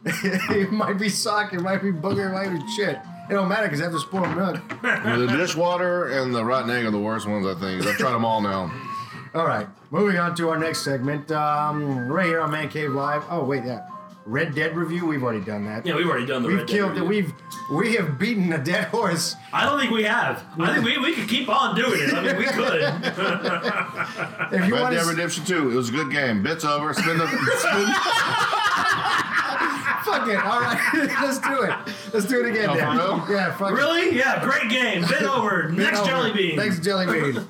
it might be sock, it might be booger, it might be shit. It don't matter because I have to spoil milk.
the dishwater and the rotten egg are the worst ones, I think. I've tried them all now.
All right, moving on to our next segment. Um, right here on Man Cave Live. Oh, wait, that. Red Dead review? We've already done that.
yeah, we've already done the
We've
red Dead
killed it.
review.
We've we have beaten a dead horse.
I don't think we have. I think we, we could keep on doing it. I mean, we could.
If you
Red
want
Dead
to
Redemption 2, it was a good game. Bits over. Spin the. Spin,
fuck it, all right, let's do it. Let's do it again.
Oh, for
Dan.
real?
Yeah, fuck it.
really? Yeah, great game. Bit over.
Bend
Next
over.
jelly bean.
Next jelly bean.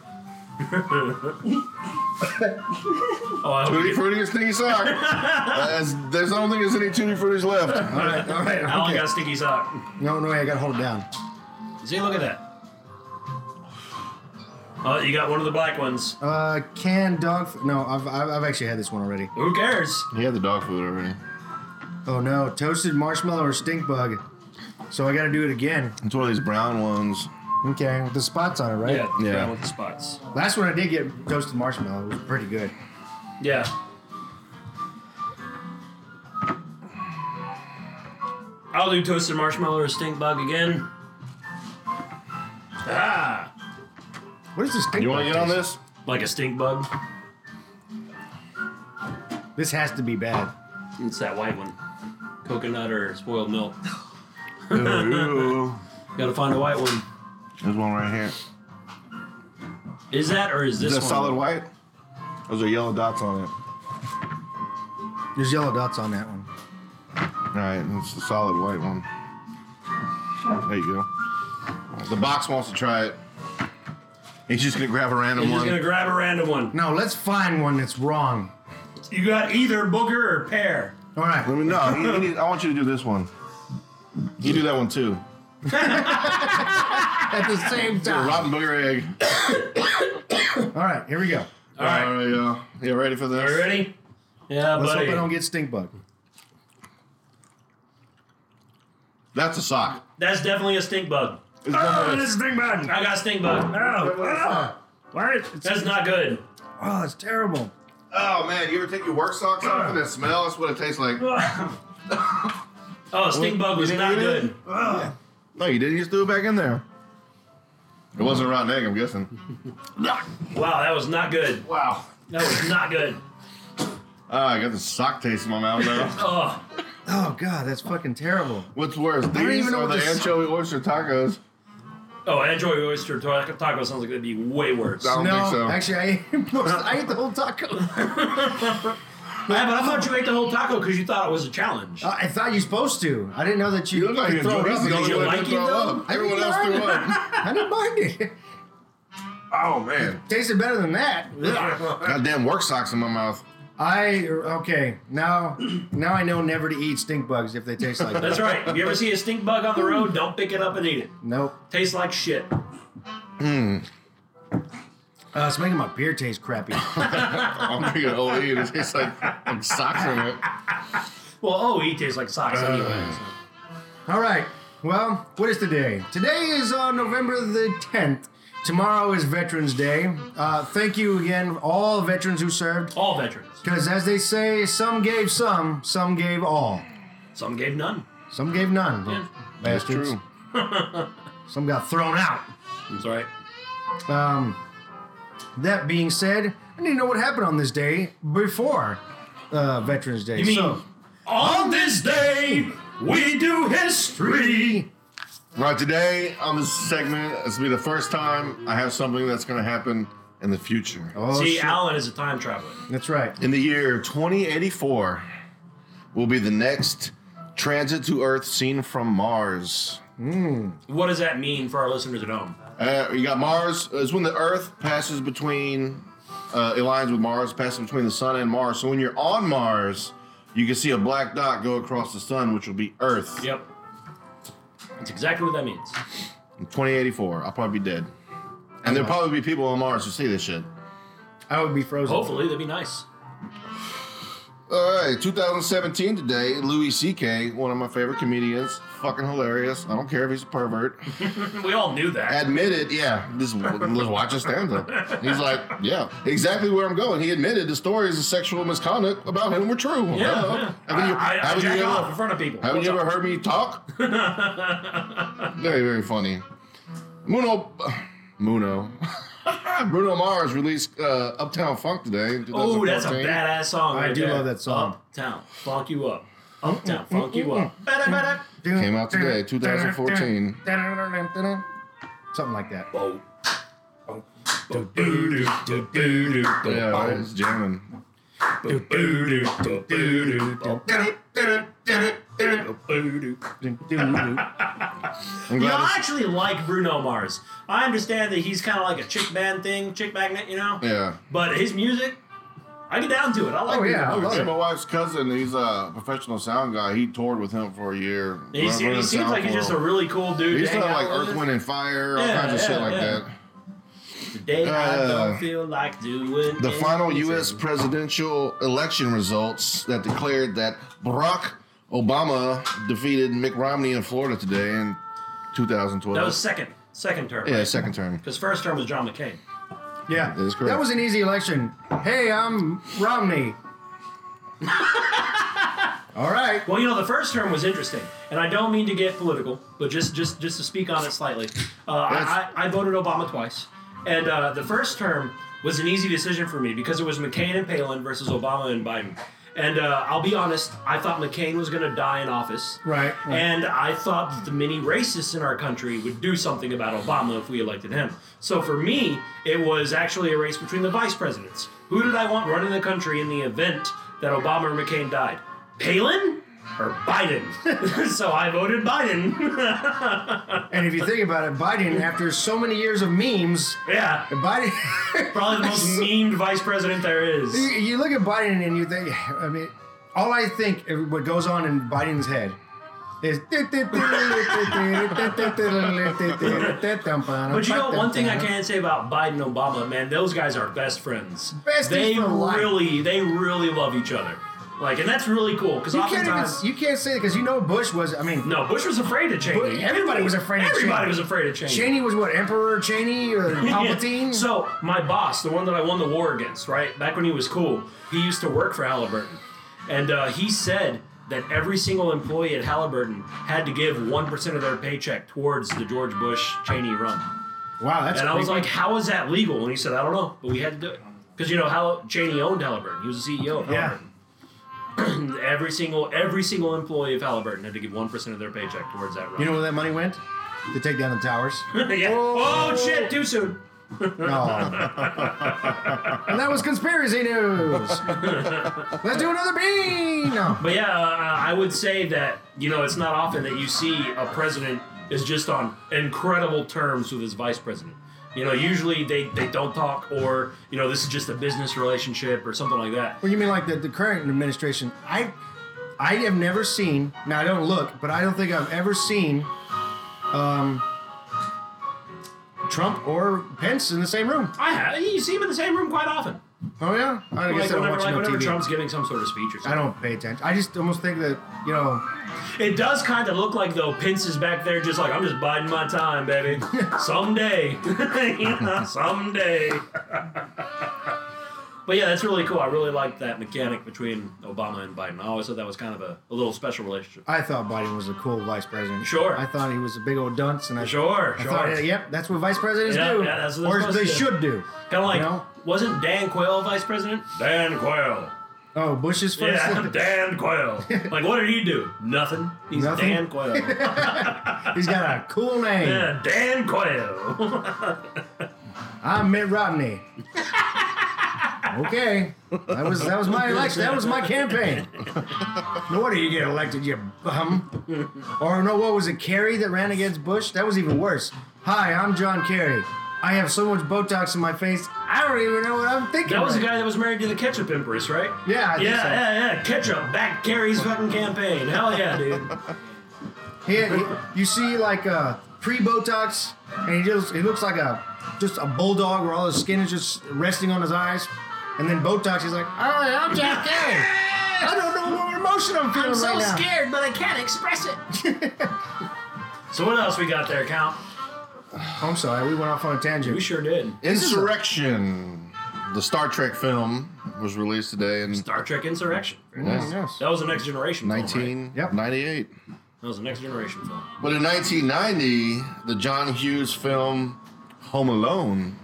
Oh, I hope
tutti
you get,
frutti and stinky sock. That's, there's, I don't think there's any tutti fruttis left.
All right, all right.
Alan
Okay.
got a sticky sock.
No, no, I gotta hold it down.
See, look at that. Oh, you got one of the black ones.
Uh, canned dog. F- no, I've, I've I've actually had this one already.
Who cares?
He had the dog food already.
Oh no, toasted marshmallow or stink bug. So I gotta do it again.
It's one of these brown ones.
Okay, with the spots on it, right?
Yeah,
Yeah.
yeah. with the spots.
Last one I did get toasted marshmallow. It was pretty good.
Yeah. I'll do toasted marshmallow or stink bug again. Ah!
What is this? stink
You want to
bug
get on
taste?
this?
Like a stink bug.
This has to be bad.
It's that white one. Coconut or spoiled milk.
Ooh.
Gotta find a white one.
There's one right here.
Is that or is this
Is that
one?
solid white? Those are yellow dots on it.
There's yellow dots on that one.
All right, it's the solid white one. There you go. The box wants to try it. He's just gonna grab a random
You're just
one.
gonna grab a random one.
No, let's find one that's wrong.
You got either booger or pear.
All right.
Let me know. You- you need- I want you to do this one. You do that one too.
At the same
A
time.
rotten booger egg.
All right. Here we go.
All right.
There we go. You ready for
Are you
this?
ready? Yeah,
Let's
buddy.
hope I don't get stink bug.
That's a sock.
That's definitely a stink bug.
It's definitely-
stink bug.
I got stink bug.
Oh, why is it?
That's not good.
Oh, it's terrible.
oh man, you ever take your work socks off and it smells? That's what it tastes like.
oh, stink bug was
You
not
didn't eat it?
good.
No, you didn't. You just threw it back in there. It wasn't a rotten egg, I'm guessing.
Wow, that was not good.
wow.
That was not good.
Ah, I got the sock taste in my mouth now.
Oh,
Oh god, that's fucking terrible.
What's worse,
don't
these
even know
or
what
the
this-
anchovy oyster tacos?
oh, enjoy oyster ta- taco sounds like that'd be way worse.
I don't
no,
think so.
actually, I ate, most, I ate the whole taco.
Yeah, but I thought you ate the whole taco because you thought it was a challenge.
Uh, I thought you were supposed to. I didn't know that you.
You look like you
could throw
enjoyed
it
it.
up.
He's the
Did
only
you
one
like
that
it,
threw
though?
up. Everyone else threw up.
I didn't mind it.
Oh man,
Tasted better than that.
goddamn work socks in my mouth.
I okay now. Now I know never to eat stink bugs if they taste like
That's
that.
right. You ever see a stink bug on the road? Don't pick it up and eat it.
Nope.
Tastes like shit.
Uh, it's making my beer taste crappy.
I'm drinking OE and it tastes like I'm socks in it.
Well, oh, he tastes like socks anyway. so.
All right. Well, what is today? Today is uh, November the 10th. Tomorrow is Veterans Day. Uh, thank you again, all veterans who served.
All veterans.
Because as they say, some gave some, some gave all,
Some gave none.
some gave none.
Yeah.
That's
Bastards.
true.
Some got thrown out.
That's right.
Um, that being said, I need to know what happened on this day before uh, Veterans Day.
You mean
so,
on this day we do history?
Right today on this segment, this will be the first time I have something that's going to happen in the future.
oh,
See,
shit.
Alan is a time traveler.
that's right.
In the year 2084, will be the next transit to Earth seen from Mars.
What does that mean for our listeners at home?
Uh, you got Mars. It's when the Earth passes between, uh, it aligns with Mars, passing between the Sun and Mars. So when you're on Mars, you can see a black dot go across the Sun, which will be Earth.
Yep. That's exactly what that means.
In 2084, I'll probably be dead. And there'll probably be people on Mars who see this shit.
I would be frozen.
Hopefully, that'd be nice.
All right, 2017 today, Louis C.K., one of my favorite comedians, fucking hilarious. I don't care if he's a pervert.
We all knew that.
admitted, yeah, this let's watch a stanza. He's like, yeah, exactly where I'm going. He admitted the stories of sexual misconduct about him were true.
Yeah,
Hello.
yeah.
Oh, Haven't you,
I, I, I
haven't you
jack off in
ever,
front of people.
haven't you
What's
ever
up?
heard me talk? very, very funny. Muno, Muno, Bruno Mars released uh, Uptown Funk today. in
Oh, that's a
2014.
badass song.
I
right
do
there.
love that song.
Uptown, funk you up. Uptown, funk you up. Ba-da-ba-da.
Came out today, 2014.
Something like that.
Bo- bo- bo-doo-doo, do-doo-doo,
Yeah,
bo-
right, it's jamming.
bo-doo-doo, do-doo-doo, bo- bo-doo.
I'm
You know, I
glad.
actually like Bruno Mars. I understand that he's kind of like a chick band thing, chick magnet, you know?
it's- yeah.
But his music, I get down to it. I like
Oh,
Bruno
yeah, I
Mars.
love
Yeah,
it.
my wife's cousin. He's a professional sound guy. He toured with him for a year.
He, se- he seems like he's just a really cool dude. to
He's
hang
done like
out with.
Earth, Wind, and Fire, all
Yeah,
kinds of
yeah,
shit like
yeah.
that.
Today I
Uh,
don't feel like doing
The final
anything.
U.S. presidential election results that declared that Barack Obama defeated Mitt Romney in Florida today in 2012.
That was second, second term.
yeah, second term.
Because first term was John McCain.
Yeah,
That is correct.
that was an easy election. Hey, I'm Romney. All right.
Well, you know, the first term was interesting, and I don't mean to get political, but just just just to speak on it slightly, uh,
That's-
I, I I voted Obama twice, And uh, the first term was an easy decision for me because it was McCain and Palin versus Obama and Biden. And uh, I'll be honest, I thought McCain was going to die in office.
Right.
And I thought that the many racists in our country would do something about Obama if we elected him. So for me, it was actually a race between the vice presidents. Who did I want running the country in the event that Obama or McCain died? Palin or Biden? so I voted Biden.
And if you think about it, Biden, after so many years of memes,
yeah.
Biden.
Probably the most memed vice president there is.
You- you look at Biden and you think, I mean, all I think of what goes on in Biden's head is.
But
But
you know, one thing I can say about Biden and Obama, man, those guys are best friends.
Besties
they
for life.
really, they really love each other. Like, and that's really cool because
You can't, even,
oftentimes,
you can't say that because you know Bush was. I mean,
no, Bush was afraid of Cheney.
But everybody was afraid of
Everybody
Cheney.
was afraid of Cheney.
Cheney was what Emperor Cheney or
Yeah.
Palpatine.
So my boss, the one that I won the war against, right back when he was cool, he used to work for Halliburton, and uh, he said that every single employee at Halliburton had to give one percent of their paycheck towards the George Bush Cheney run.
wow, that's
And I was
creepy.
like, "How is that legal?" And he said, "I don't know, but we had to do it because you know how Cheney owned Halliburton. He was the CEO of
yeah.
Halliburton. every single every single employee of Halliburton had to give one percent of their paycheck towards that run.
You know where that money went? To take down the towers.
yeah.
Oh.
oh shit! Too soon.
No. Oh. and that was conspiracy news. Let's do another bean. No.
But yeah, uh, I would say that you know it's not often that you see a president is just on incredible terms with his vice president. You know, usually they, they don't talk, or you know, this is just a business relationship or something like that.
Well, you mean like the, the current administration? I I have never seen. Now I don't look, but I don't think I've ever seen um, Trump or Pence in the same room.
I ha- you see him in the same room quite often.
Oh yeah. I
Like
guess I don't
whenever,
watch
like
no
whenever
TV.
Trump's giving some sort of speech or
I
something.
don't pay attention. I just almost think that you know.
It does kind of look like though Pence is back there just like I'm just biding my time, baby. someday, You know, someday. but yeah, that's really cool. I really liked that mechanic between Obama and Biden. I always thought that was kind of a, a little special relationship.
I thought Biden was a cool vice president.
Sure.
I thought he was a big old dunce, and I
Sure,
I
sure.
thought, yeah, yep, that's what vice presidents
Yeah,
do,
yeah, that's what they're
or
supposed
they
to do.
should do.
Kind of like
You know?
wasn't Dan Quayle vice president? Dan Quayle.
Oh, Bush is first.
Yeah, Dan Quayle. like what did he do? Nothing. He's
Nothing?
Dan Quayle.
He's got a cool name.
yeah, Dan Quayle.
I'm Mitt Romney. okay, that was that was my election. That was my campaign. No wonder you get elected, you bum. Or no, what was it? Kerry that ran against Bush. That was even worse. Hi, I'm John Kerry. I have so much Botox in my face. I don't even know what I'm thinking.
That was the
right
guy that was married to the ketchup empress, right?
Yeah, I think
yeah,
so.
yeah, yeah. Ketchup back Kerry's fucking campaign. Hell yeah, dude.
He, he- you see like uh, pre-Botox, and he just he looks like a just a bulldog where all his skin is just resting on his eyes, and then Botox. He's like, all right, I'm Jack Gay. I don't know what emotion I'm feeling right now.
but I can't express it. so what else we got there, Count?
Oh, I'm sorry, we went off on a tangent.
We sure did.
is a-
Insurrection, the Star Trek film, was released today in
Star Trek Insurrection.
Mm, yes.
That was the next generation. Film, right?
1998.
That was the next generation film.
But in 1990, the John Hughes film Home Alone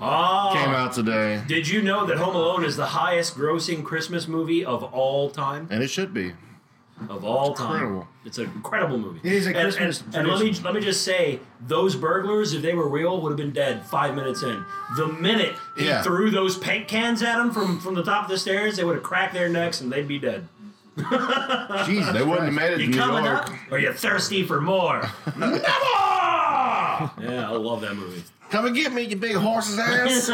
Oh,
came out today,
Did you know that Home Alone is the highest grossing Christmas movie of all time?
and it should be.
Of all time.
Incredible.
It's an incredible movie.
It is a
And-
Christmas
And, and let me
tradition.
let me just say, those burglars, if they were real, would have been dead five minutes in. The minute he
Yeah.
threw those paint cans at them from, from the top of the stairs, they would have cracked their necks and they'd be dead.
Jesus,
They wouldn't have
Christ.
made it to
You
New
coming
York.
up? Or you thirsty for more? Never! yeah, I love that movie.
Come and get me, you big horse's ass.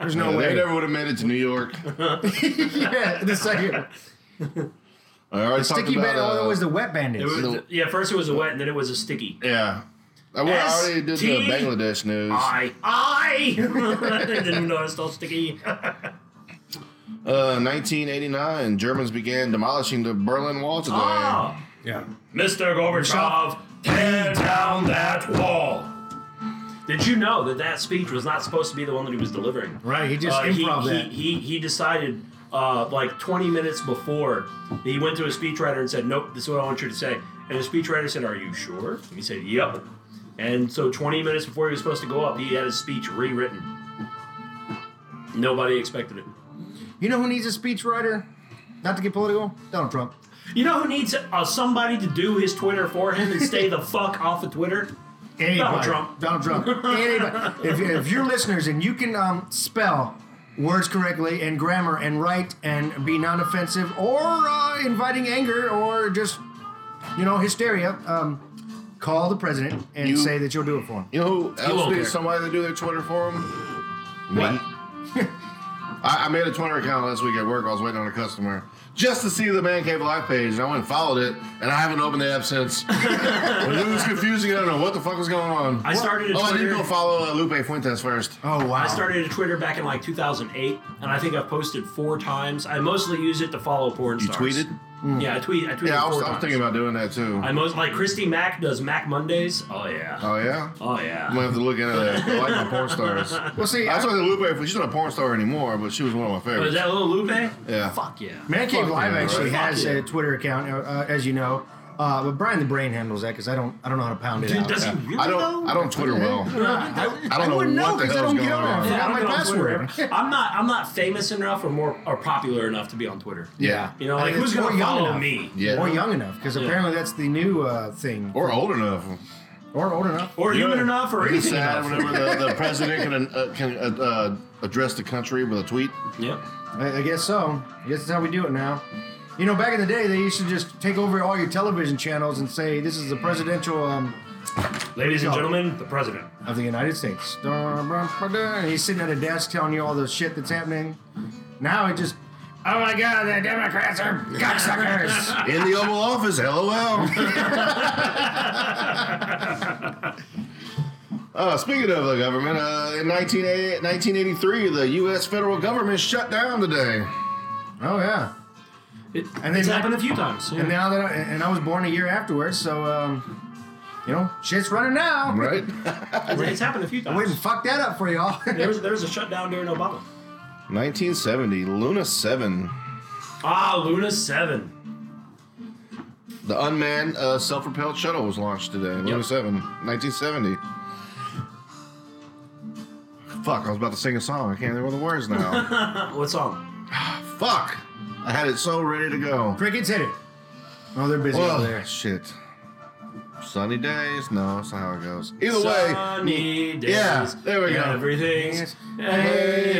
There's no
Yeah,
way.
they never would have made it to New York.
yeah, the second
I already talked
sticky
about
band
uh,
oil was the wet
It
bandits.
was-
No.
yeah, first it was a wet and then it was a sticky.
yeah. I went- I
S-
already did
T- Ah.
the Bangladesh news.
I, I didn't even know it was still sticky.
Uh, 1989, Germans began demolishing the Berlin Wall today.
Oh,
Yeah.
Mr. Gorbachev, tear down that wall. Did you know that that speech was not supposed to be the one that he was delivering?
Right, he just
Uh, he,
improv that.
He, he, he decided uh, like 20 minutes before he went to a speechwriter and said, "Nope, this is what I want you to say." And the speechwriter said, "Are you sure?" And he said, "Yep." And so 20 minutes before he was supposed to go up, he had his speech rewritten. Nobody expected it.
You know who needs a speechwriter? Not to get political? Donald Trump.
You know who needs uh, somebody to do his Twitter for him and stay the fuck off of Twitter?
Anybody.
Donald Trump.
Donald Trump. Anybody. If, if you're listeners and you can um, spell words correctly and grammar and write and be non offensive or uh, inviting anger or just, you know, hysteria, um, call the president and
You-
say that you'll do it for him.
You know who else
won't
needs
care.
somebody to do their Twitter for them?
What?
Me. I, I made a Twitter account last week at work. I was waiting on a customer just to see the Man Cave Live page, and I went and followed it, and I haven't opened the app since. when it was confusing, I don't know what the fuck was going on.
I started a
oh, I did
Twitter.
go follow uh, Lupe Fuentes first.
Oh, wow.
I started a Twitter back in like 2008, and I think I've posted four times. I mostly use it to follow porn
You
stars. Mm.
tweeted?
Yeah, I tweet. I tweeted
Yeah, I was,
four
I was
times.
thinking about doing that too.
I most like Christy Mack does Mac Mondays. Oh yeah.
oh yeah.
oh
I'm gonna
yeah.
have to look into that. I like my porn stars.
Well, see,
I
I,
saw the Lupe. She's not a porn star anymore, but she was one of my
Oh, is
favorites.
that Lil Lupe?
Yeah.
Fuck yeah.
Man Cave
Fuck
Live
yeah,
actually
right.
has
Fuck yeah.
a Twitter account, uh, uh, as you know. Uh, but Brian the Brain handles that because I don't, I don't know how to pound it
Dude,
out.
does he really
I
though?
don't. I don't Twitter well. I don't know
wouldn't know
what the
'cause I
hell's
don't
going
get on
on.
it.
Yeah,
Forgot
I don't
my
get on Twitter.
password.
I'm not. I'm not famous enough or more or popular enough to be on Twitter.
Yeah.
You know,
I
like
mean,
who's
it's
gonna
more young
follow
enough.
me?
Yeah.
Or young enough, because apparently that's the new uh, thing.
Or old enough.
Or old enough.
Or human enough or
Are you
anything
sad
enough?
whenever the, the president can, uh, can uh, uh, address the country with a tweet?
Yep.
I, I guess so. I guess that's how we do it now. You know, back in the day, they used to just take over all your television channels and say, "This is the presidential um,
Ladies and
Yo.
gentlemen, the president.
of the United States." And he's sitting at a desk telling you all the shit that's happening. Now it just, oh my god, the Democrats are cocksuckers.
In the Oval Office, LOL. Uh, speaking of the government, uh, in 1980 1983, the U.S. federal government shut down today.
oh yeah.
It,
And
it's
then-
happened a few times. yeah.
And now that I, and I was born a year afterwards, so um, you know, shit's running now.
Right?
It's, it's happened a few
I wouldn't
times.
fuck that up for y'all.
There was, there was a shutdown during Obama.
1970, Luna 7,
Ah, Luna 7.
the unmanned uh, self propelled shuttle was launched today. Luna
Yep.
7, 1970. Fuck, I was about to sing a song. I can't remember the words now.
Uh, What song?
Fuck! I had it so ready to go.
Crickets hit it. Oh, they're busy over
Well,
there.
shit. Sunny days? No, that's not how it goes. Either
Sunny days.
Yeah, there we go.
Everything's a-okay.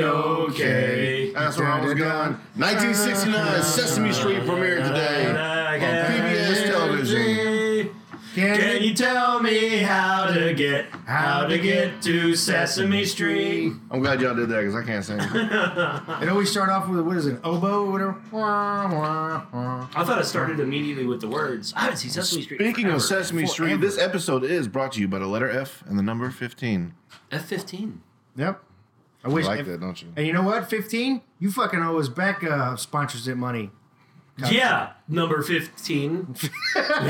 way, that's where I was going. 1969, Sesame Street premiered today. PBS television.
Can you tell me how to get how to get to Sesame Street?
I'm glad y'all did that because I can't sing.
It always start off with what is it, oboe or whatever. Wah, wah, wah.
I thought it started immediately with the words. I haven't seen Sesame Street.
Speaking
forever.
of Sesame Street,
Forever.
this episode is brought to you by the letter F and the number 15.
F fifteen.
Yep. I
You
wish.
like
if-
that, don't you?
And you know what? Fifteen. You fucking owe us back uh, sponsorship money.
Yeah, number fifteen.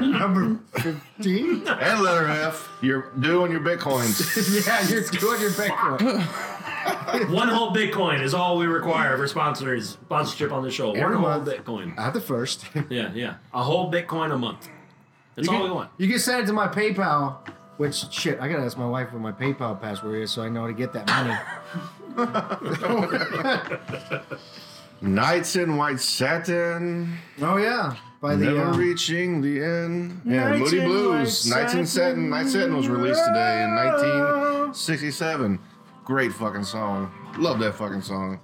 Number fifteen.
And letter F, you're doing your bitcoins.
yeah, you're doing your back. one.
One whole Bitcoin is all we require for sponsors sponsorship on the show. One
Every
whole
month.
Bitcoin.
At the first.
Yeah, yeah. A whole Bitcoin a month. That's
you
all
can,
we want.
You can send it to my PayPal. Which shit? I gotta ask my wife what my PayPal password is so I know how to get that money.
Nights in white satin.
oh yeah. By the
Never
uh,
reaching the end. Yeah,
Nights
Moody
in
Blues.
White
Nights in Satin.
Satin.
Night Satin was released today in 1967. Great fucking song. Love that fucking song.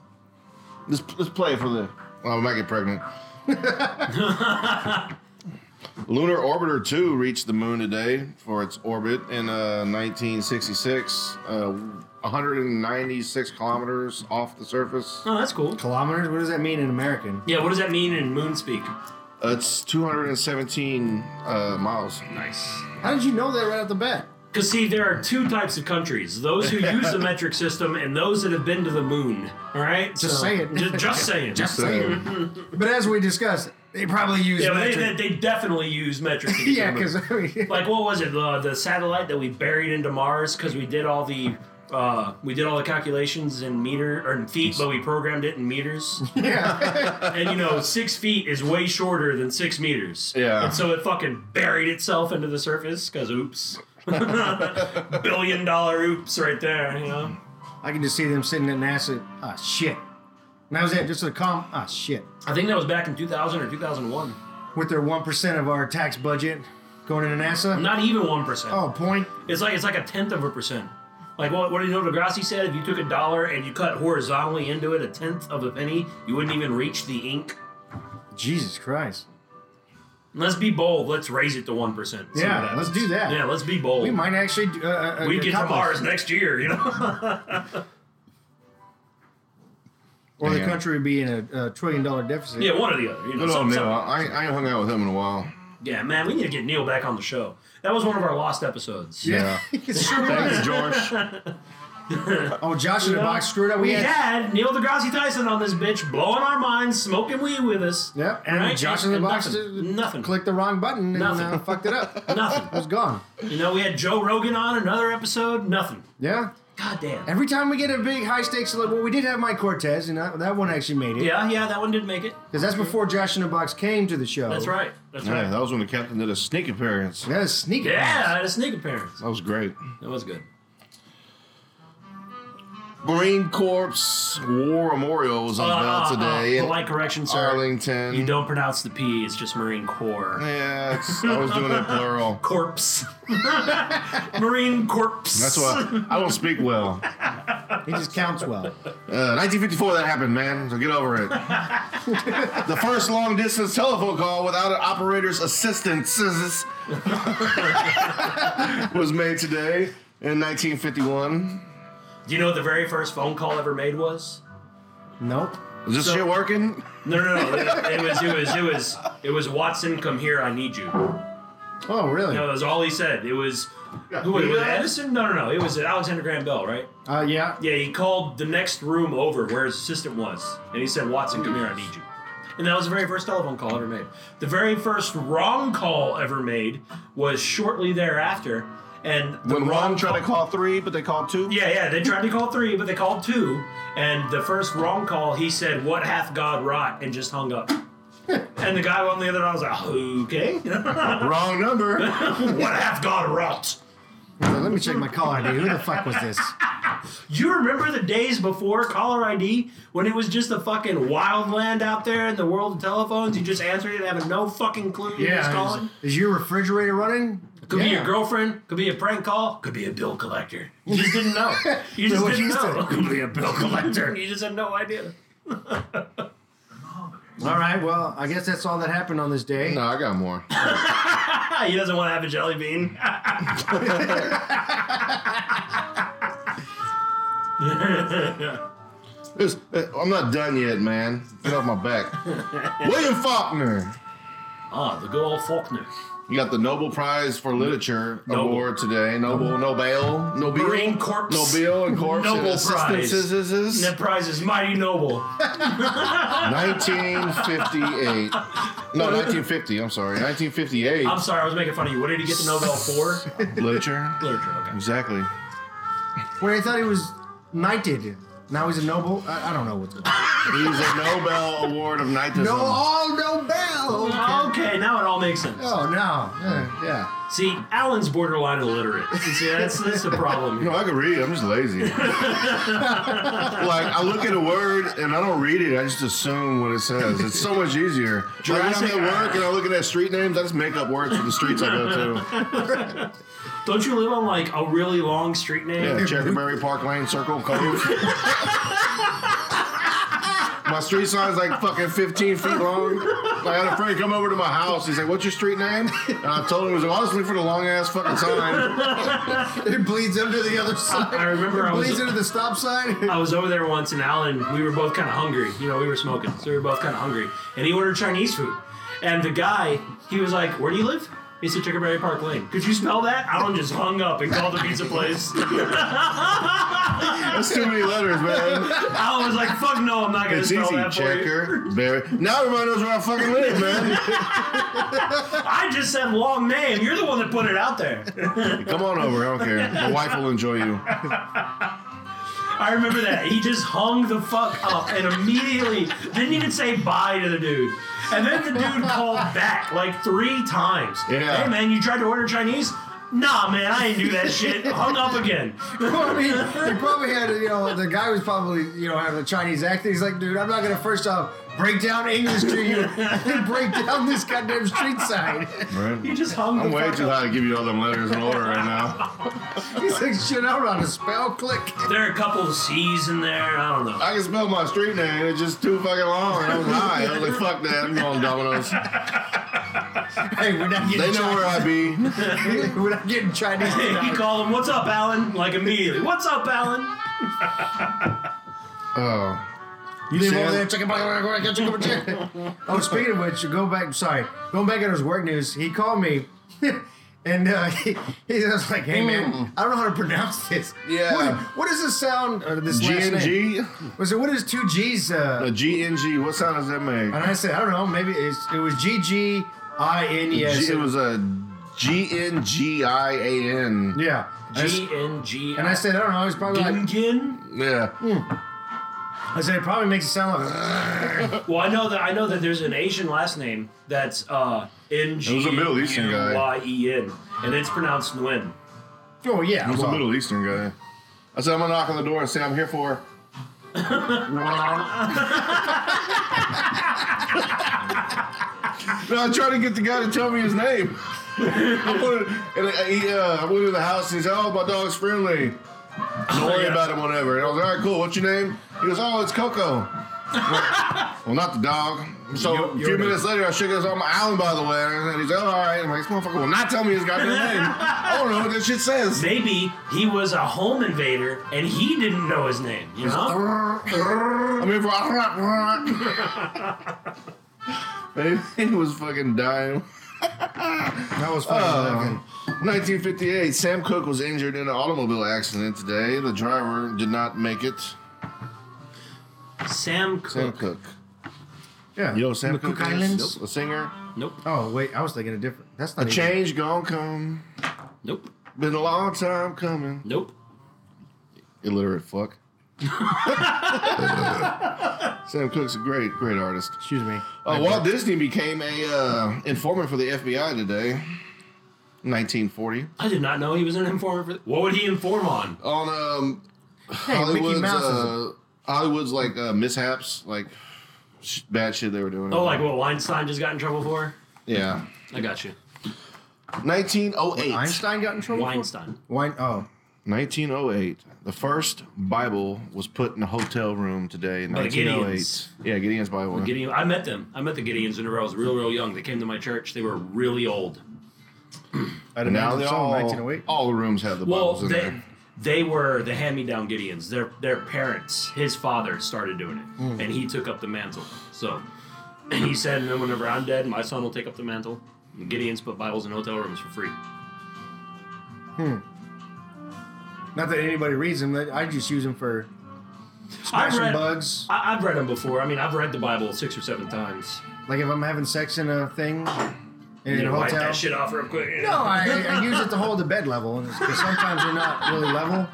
Let's, let's play it for the. Well, we might get pregnant. Lunar Orbiter 2 reached the moon today for its orbit in uh, 1966, uh, 196 kilometers off the surface.
Oh, that's cool.
kilometers. What does that mean in American?
Yeah, what does that mean in moon speak?
It's 217 uh, miles.
Nice.
How did you know that right off the bat?
Because, see, there are two types of countries those who use the metric system and those that have been to the moon. All right?
Just saying.
Just, just saying.
Just
So-
saying. But as we discussed, they probably use
yeah, they,
metric.
they, they definitely use metric. to
yeah,
determine-
because I mean,
Uh, Like, what was it? The, the satellite that we buried into Mars because we did all the Uh, we did all the calculations in meter or in feet, but we programmed it in meters.
Yeah.
and you know, six feet is way shorter than six meters.
Yeah.
And so it fucking buried itself into the surface because oops, billion dollar oops right there. You know.
I can just see them sitting at NASA. Ah, shit. And that was it. Just a calm. Ah, shit.
I think that was back in 2000 or 2001.
With their one percent of our tax budget going into NASA.
Not even one percent.
Oh, point.
It's like it's like a tenth of a percent. Like what, what do you know? Degrassi said if you took a dollar and you cut horizontally into it a tenth of a penny, you wouldn't even reach the ink.
Jesus Christ.
Let's be bold. Let's raise it to one percent.
Yeah, let's do that.
Yeah, let's be bold.
We
We,
might actually. do- Uh, uh,
get to
accomplish-
Mars next year. You know.
Or the
Yeah.
country would be in a, a trillion dollar deficit.
yeah, one or the other. You know,
Good old
some-
Neil.
some-
I, I ain't hung out with him in a while.
Yeah, man, we need to get Neil back on the show. That was one of our lost episodes.
Yeah.
It sure was.
Thanks, George.
Oh, Josh in the
You know,
box screwed up. We,
We
had.
had Neil deGrasse Tyson on this bitch, blowing our minds, smoking weed with us.
Yep. And
Right?
Josh in
And-
the
and
box
nothing.
did-
Nothing.
clicked the wrong button and
Nothing.
uh, fucked it up. It
Nothing.
was gone.
You know, we had Joe Rogan on another episode. Nothing.
Yeah.
God damn.
Every time we get a big high stakes, like, well, we did have Mike Cortez, and that, that one actually made it.
Yeah, yeah, that one did make it.
Because that's before Josh in the box came to the show.
That's right. That's
Yeah,
right.
that was when the captain did a sneak appearance.
That is sneaky.
Yeah, I had a sneak appearance.
That was great.
That was good.
Marine Corps War Memorial was unveiled today in
polite Ah, correction, sir.
Arlington.
You don't pronounce the P. It's just Marine Corps.
Yeah, it's, I was doing it plural.
Corpse. Marine Corpse.
That's why I don't speak well.
He just counts well.
Uh, 1954, that happened, man. So get over it. the first long distance telephone call without an operator's assistance was made today in 1951.
Do you know what the very first phone call ever made was?
Nope.
Is this
So-
shit working?
No, no, no. It, it was, it was, it was, it was Watson, come here, I need you.
Oh, really?
No, that was all he said. It was who was it? Was it Edison? No, no, no. It was Alexander Graham Bell, right?
Uh, yeah.
Yeah, he called the next room over where his assistant was, and he said, "Watson, come here, I need you." And that was the very first telephone call ever made. The very first wrong call ever made was shortly thereafter, and the
When
wrong
Ron tried to call three, but they called two?
yeah, yeah, they tried to call three, but they called two. And the first wrong call, he said, What hath God wrought? and just hung up. and the guy on the other end was like, Okay.
Wrong number.
what hath God wrought?
So let me check my call ID. Who the fuck was this?
You remember the days before caller ID when it was just a fucking wild land out there in the world of telephones? You just answered it having no fucking clue who was calling?
Is, is your refrigerator running?
Could be
Yeah.
your girlfriend, could be a prank call, could be a bill collector. You just didn't know. You
So
just
what
didn't
you said,
know.
could be a bill collector.
You just had no idea.
All right. Well, I guess that's all that happened on this day.
No, I got more.
Ah, he doesn't want to have a jelly bean.
This- uh, I'm not done yet, man. Get off my back. William Faulkner.
Ah, the good old Faulkner.
You got the Nobel Prize for Literature
Nobel.
award today. Nobel, Nobel, Nobel,
Marine Corps.
Nobel and Corps
Nobel
and
Prize.
Assistances.
That prize is mighty noble.
1958. No, 1950. I'm sorry. 1958.
I'm sorry, I was making fun of you. What did he get the Nobel for?
Literature.
Literature, okay.
Exactly.
When I thought he was knighted, now he's a noble. I, I don't know what's going on.
He's a Nobel Award of Knightism.
No, all Nobel.
Okay, now it all makes sense.
Oh no. Yeah. yeah.
See, Alan's borderline illiterate. See, that's, that's the problem.
No,
here.
I can read. I'm just lazy. like I look at a word and I don't read it. I just assume what it says. It's so much easier. Like when I'm
Jurassic-
at work and I look at that street names, I just make up words for the streets I go to.
Don't you live on like a really long street name?
Yeah, Checkerberry Park Lane Circle Cove. my street sign's like fucking 15 feet long. I had a friend come over to my house. He's like, "What's your street name?" And I told him it was honestly for the long ass fucking sign.
It bleeds under the other side.
I remember
It
I was-
bleeds into the stop sign.
I was over there once, and Alan, we were both kind of hungry. You know, we were smoking, so we were both kind of hungry. And he ordered Chinese food. And the guy, he was like, "Where do you live?" He said, "Checkerberry Park Lane." Could you spell that? Alan just hung up and called the pizza place.
That's too many letters, man.
I was like, fuck no, I'm not gonna
It's
spell
easy.
that for you.
Checker, Barry. Now everybody knows where I fucking live, man.
I just said long name. You're the one that put it out there.
Come on over. I don't care. My wife will enjoy you.
I remember that. He just hung the fuck up and immediately didn't even say bye to the dude. And then the dude called back like three times.
Yeah.
Hey man, you tried to order Chinese? Nah, man, I didn't do that shit. hung up again.
Well, I mean, he probably had, you know, the guy was probably, you know, having a Chinese accent. He's like, dude, I'm not going to first off break down English to you and break down this goddamn street sign.
Right?
He just hung
I'm
the
way
fuck
too
up.
high to give you all them letters in order right now.
He's like, shit, I don't know how to spell click.
There are a couple of C's in there. I don't know.
I can spell my street name. It's just too fucking long. And I was high. I was like, fuck that. I'm going Domino's.
Hey, we're not
They
getting,
know where I be.
Chinese. we're not getting Chinese
He
tonight.
called him, what's up, Alan? Like immediately, what's up, Alan?
Oh.
You leave
See,
over
I'm-
there, chicken, get your Oh, speaking of which, go back. Sorry, going back on his work news. He called me, and uh, he, he was like, "Hey man, I don't know how to pronounce this.
Mm. Yeah.
what, what does this sound? Or this last name?
GNG?
Was it what is two G's?
A
Uh,
GNG. What sound does that make?
and I said, I don't know. Maybe it's, it was G G I N E S.
G- it was a GNGIAN.
yeah. And I s-
G N G.
And I said, I don't know. It's probably like
Ginkin.
Yeah.
I said, it probably makes it sound like.
Well, I know that I know that there's an Asian last name that's uh N G
was a Middle Eastern guy.
Y E N, and it's pronounced Nguyen.
Oh yeah.
I was a
well,
Middle Eastern guy. I said, I'm going to knock on the door and say, I'm here for. no, I tried to get the guy to tell me his name. I went, and I, he, uh, I went to the house and he said, Oh, my dog's friendly. Don't worry
Yeah.
about him, whatever. And I was like, All right, cool. What's your name? He goes, Oh, it's Coco. well, not the dog. So
Yo-
a few
Yoda.
minutes later, I shook his arm. Alan, by the way, and he's like, "All right." I'm like, "This motherfucker will not tell me his goddamn name. I don't know what this shit says."
Maybe he was a home invader and he didn't know his name. You know?
I mean, for Maybe he was fucking dying.
That was funny.
Uh, 1958, Sam Cooke was injured in an automobile accident today. The driver did not make it.
Sam
Sam
Cook.
Cooke.
yeah.
You know who Sam
The
Cooke
Cook
is?
Islands.
Nope. A singer.
Nope.
Oh wait, I was thinking a different. That's not
A
even-
change gone come.
Nope.
Been a long time coming.
Nope.
Illiterate fuck. Sam Cooke's a great, great artist.
Excuse me.
Uh, Walt Disney became a uh, informant for the FBI today, 1940.
I did not know he was an informant. For what would he inform on?
On um,
Mickey
Hollywood's,
Mouse is
uh, Hollywood's like uh, mishaps, like sh- bad shit they were doing.
Oh, like what Weinstein just got in trouble for?
yeah,
I got you.
1908.
Einstein got in trouble. for-
Weinstein.
Wine. Oh,
1908. The first Bible was put in a hotel room today in
By the
1908.
Gideons.
Yeah, Gideon's Bible.
Gideon. I met them. I met the Gideons whenever I was real, real young. They came to my church. They were really old.
I
And
didn't
now
know
they
the song.
all,
1908.
all the rooms have the
Well,
Bibles in
they
there.
they were the hand-me-down Gideons. Their their parents, his father, started doing it,
Hmm.
and he took up the mantle. So, and he said, "And whenever I'm dead, my son will take up the mantle." And Gideons put Bibles in hotel rooms for free.
Not that anybody reads them. that- I just use them for
I've
smashing
read,
bugs.
I, I've read them before. I mean, I've read the Bible six or seven times.
Like if I'm having sex in a thing in
You
a
know, wipe
hotel.
that shit off real quick.
No, I, I use it to hold the bed level because sometimes they're not really level,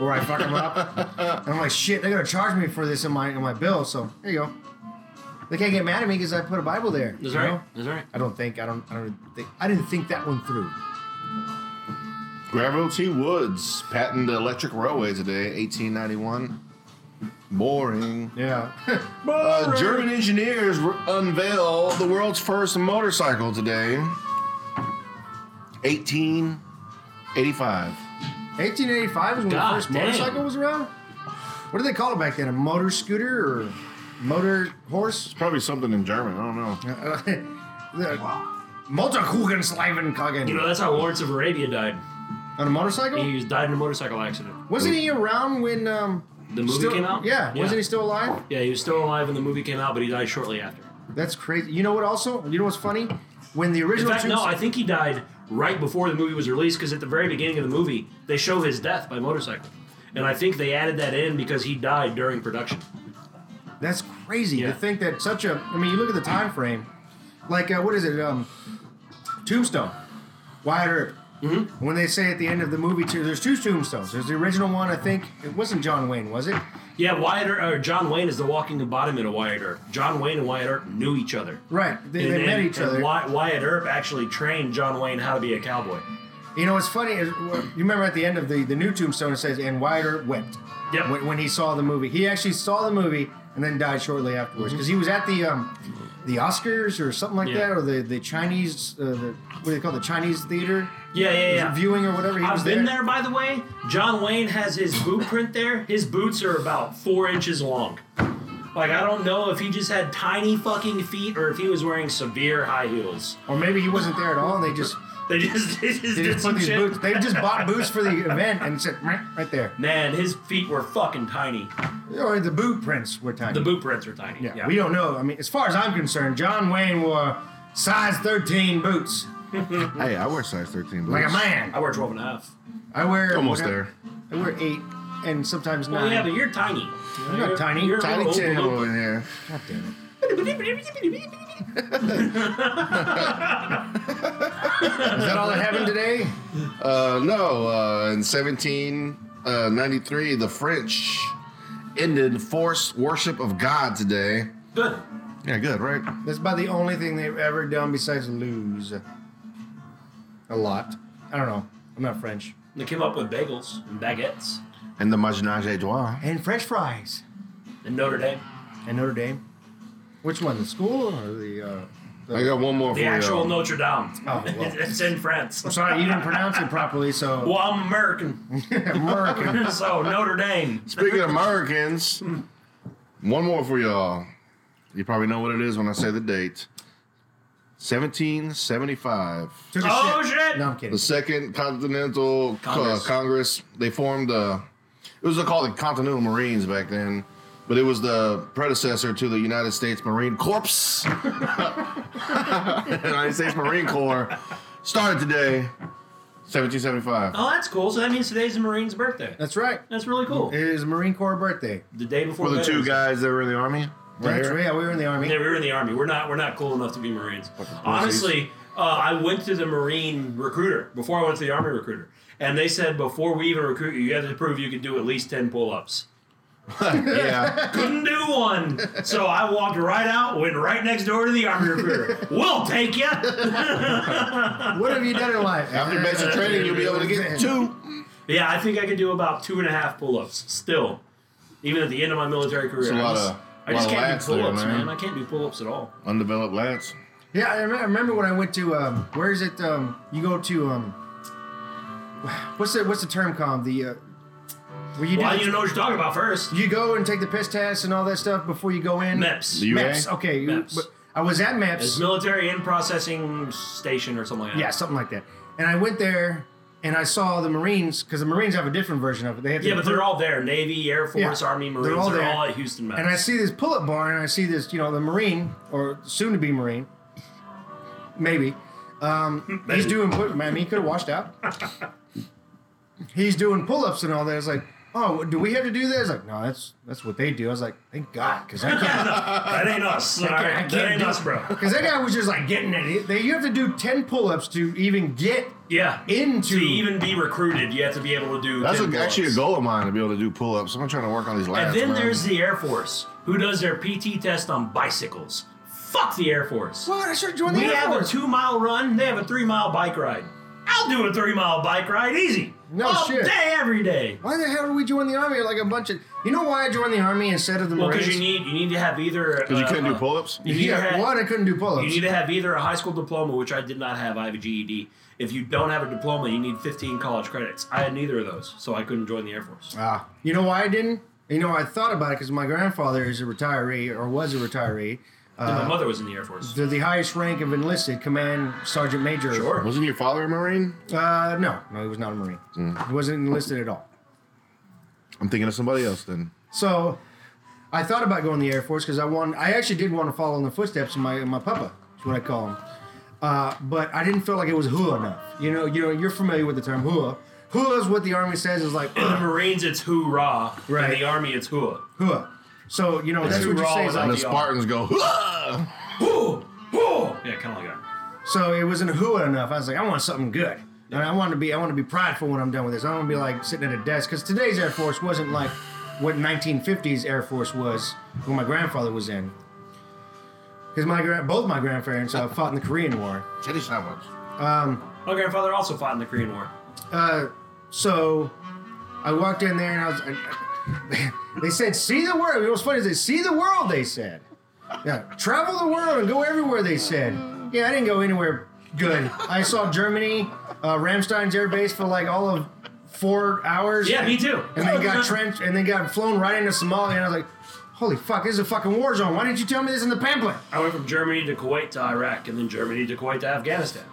or I fuck them up. And I'm like, shit, they're gonna charge me for this in my in my bill. So here you go. They can't get mad at me because I put a Bible there.
That's
you
right.
know?
That's right.
I don't think I don't I don't think I didn't think that one through.
Gravel T. Woods patented the electric railway today, 1891. Boring.
Yeah.
Uh, German engineers re- unveil the world's first motorcycle today. 1885.
1885 was when
God
the first
damn.
motorcycle was around. What did they call it back then? A motor scooter or motor horse?
Probably something in German. I don't know.
Motorkugelslievenkagen.
You know, that's how Lawrence of Arabia died.
on a motorcycle?
He was died in a motorcycle accident.
Wasn't he around when um,
The movie
still-
came out.
Yeah, wasn't he still alive?
Yeah, he was still alive when the movie came out, but he died shortly after.
That's crazy. You know what? Also, you know what's funny? When the
In
original
fact,
two-
no, I think he died right before the movie was released because at the very beginning of the movie, they show his death by motorcycle. and I think they added that in because he died during production.
That's crazy
Yeah.
to think that such a. I mean, you look at the time frame. Like uh, what is it? Um, Tombstone, Wyatt Earp. Mm-hmm. When they say at the end of the movie, too, there's two tombstones. There's the original one. I think it wasn't John Wayne, was it?
Yeah, Wyatt Earp, or John Wayne is the walking embodiment of Wyatt Earp. John Wayne and Wyatt Earp knew each other.
Right. They, they
and,
met
and-
each
and
other.
Wy- Wyatt Earp actually trained John Wayne how to be a cowboy.
You know, it's funny. Is, well, you remember at the end of the, the new tombstone, it says, "And Wyatt Earp wept."
Yep.
When, when he saw the movie, he actually saw the movie and then died shortly afterwards because he was at the um, the Oscars or something like
Mm-hmm. Yeah.
that, or the the Chinese uh, the, what do they call it, the Chinese theater
Yeah, yeah, yeah.
viewing or whatever. He was
I've been there, by the way. John Wayne has his boot print there. His boots are about four inches long. Like, I don't know if he just had tiny fucking feet or if he was wearing severe high heels.
or maybe he wasn't there at all, and they just
They just, they just
they
did
just put
some
these
shit.
boots. They just bought boots for the event and said "Meh," right there.
Man, his feet were fucking tiny.
Or the boot prints were tiny.
The boot prints are tiny.
yeah, we don't know. I mean, as far as I'm concerned, John Wayne wore size 13 boots
Hey, I wear size 13 boots.
like a man.
I wear 12 and a half.
I wear
Almost
whatever- I wear eight and sometimes
Well,
nine.
yeah, but you're tiny.
I'm not tiny.
You're a
Tiny
little
Tim
oval-
over here.
God damn it. Is that all that happened today?
Uh, no, uh, in 1793, the French ended forced worship of God today.
Good.
Yeah, good, right?
That's about the only thing they've ever done besides lose. A lot. I don't know. I'm not French.
They came up with bagels and baguettes
And the Maginage à Trois.
And French fries.
in Notre Dame.
And Notre Dame. Which one? The school or the? Uh, the
I got one more for
The
you.
actual Notre Dame.
Oh, well.
it's in France.
Sorry, you didn't pronounce it properly. So
Well, I'm American,
American.
so Notre Dame.
Speaking of Americans, one more for y'all. You probably know what it is when I say the date. 1775.
Took a
Oh, shit.
No, I'm
The
kidding.
Second Continental Congress.
Congress.
Uh, Congress they formed the. It was called the Continental Marines back then, but it was the predecessor to the United States Marine Corps. United States Marine Corps started today, 1775.
Oh, that's cool. So that means today's the Marine's birthday.
That's right.
That's really cool.
It is Marine Corps birthday.
The day before
Were the two
Veterans Day.
guys that were in the army? Right
That's
here?
right. Yeah, we were in the army.
Yeah, we were in the army. We're not. We're not cool enough to be Marines. Honestly, uh, I went to the Marine recruiter before I went to the Army recruiter, and they said before we even recruit you, you have to prove you can do at least ten pull-ups.
Yeah.
Couldn't do one, so I walked right out, went right next door to the Army recruiter. we'll take you.
What have you done in life? Uh,
After basic training, you'll be able to get two.
Yeah, I think I could do about two and a half pull-ups still, even at the end of my military career.
It's a
I
lot
just,
of-
I just
lot of
can't
lats
do
there,
pull-ups,
man.
man. I can't do pull-ups at all.
Undeveloped lads.
Yeah, I rem- I remember when I went to um, where is it? Um, you go to um, what's the what's the term called? The uh, where you do
Well, I
the-
need to know what you're talking about first. E
you go and take the piss test and all that stuff before you go in.
MEPS.
The UA?
Meps. Okay. you-
Meps.
but I was at
It's
Meps.
military in processing station or something like that.
yeah, something like that. And I went there and I saw the Marines because the Marines have a different version of it. They have to
Yeah, but they're all there. Navy, Air Force,
Yeah,
Army,
they're
Marines. They're
all
all,
there.
at Houston Mass.
And I see this pull-up bar, and I see this, you know, the Marine or soon-to-be Marine, maybe. Um, he's doing pull. Man, he could have washed out. he's doing pull-ups and all that. It's like, oh, do we have to do that? It's like, no, that's that's what they do. I was like, thank God, because I can't.
that ain't us. all
I
right?
can't
that ain't
do-
us, bro.
Because that guy was just like getting it. They, you have to do ten pull-ups to even get
Yeah.
into.
to even be recruited, you have to be able to do.
That's
10
a, actually a
pull-ups.
goal of mine to be able to do pull ups. I'm trying to work on these
And
lads.
then
man.
there's the Air Force, who does their PT test on bicycles. Fuck the Air Force.
Well, I should join the
We
Air
have a
Force.
two mile run. They have a three mile bike ride. I'll do a three mile bike ride easy.
No
All
shit.
day, every day.
Why the hell do we join the army? Like a bunch of. You know why I joined the army instead of the
Well,
Marines?
because you need you need to have either
Because you
uh,
couldn't do
uh,
pull ups?
You need, to
Yeah,
have,
one, I couldn't do
you
pull-ups.
need to have either a high school diploma, which I did not have. I have a GED. If you don't have a diploma, you need 15 college credits. I had neither of those, so I couldn't join the Air Force.
Ah, you know why I didn't? You know, I thought about it because my grandfather is a retiree or was a retiree.
And
Uh,
my mother was in the Air Force.
they're the highest rank of enlisted command sergeant major.
Sure.
Wasn't your father a Marine?
Uh, no, no, he was not a Marine. He wasn't enlisted at all.
I'm thinking of somebody else then.
So I thought about going to the Air Force because I want. I actually did want to follow in the footsteps of my my papa. That's what I call him. Uh, but I didn't feel like it was hua enough. You know, you know, you're familiar with the term hua. Hula's what the army says is like
In the Marines, it's hoorah.
Right.
In the Army, it's hua.
hula. So you know that's what you
Hoorah
say. Is
was
like,
And the
Fuck y'all.
Spartans go, "Hurrah!"
Hoo! Hoo! Yeah, kind of like that.
so it wasn't hula enough. I was like, I want something good. And I want to be, I want to be prideful when I'm done with this. I don't want to be like sitting at a desk because today's Air Force wasn't like what 1950s Air Force was when my grandfather was in. Because my grand, both my grandparents uh, fought in the Korean War.
Titty sandwich.
My grandfather also fought in the Korean War.
So I walked in there and I was. I- they said, "See the world." It was funny. They said, "See the world." They said, "Yeah, travel the world and go everywhere." They said, "Yeah, I didn't go anywhere good. I saw Germany, uh, Ramstein's air base for like all of four hours.
Yeah, me too.
And then got trenched and then got flown right into Somalia. And I was like, "Holy fuck, this is a fucking war zone. Why didn't you tell me this in the pamphlet?"
I went from Germany to Kuwait to Iraq, and then Germany to Kuwait to Afghanistan.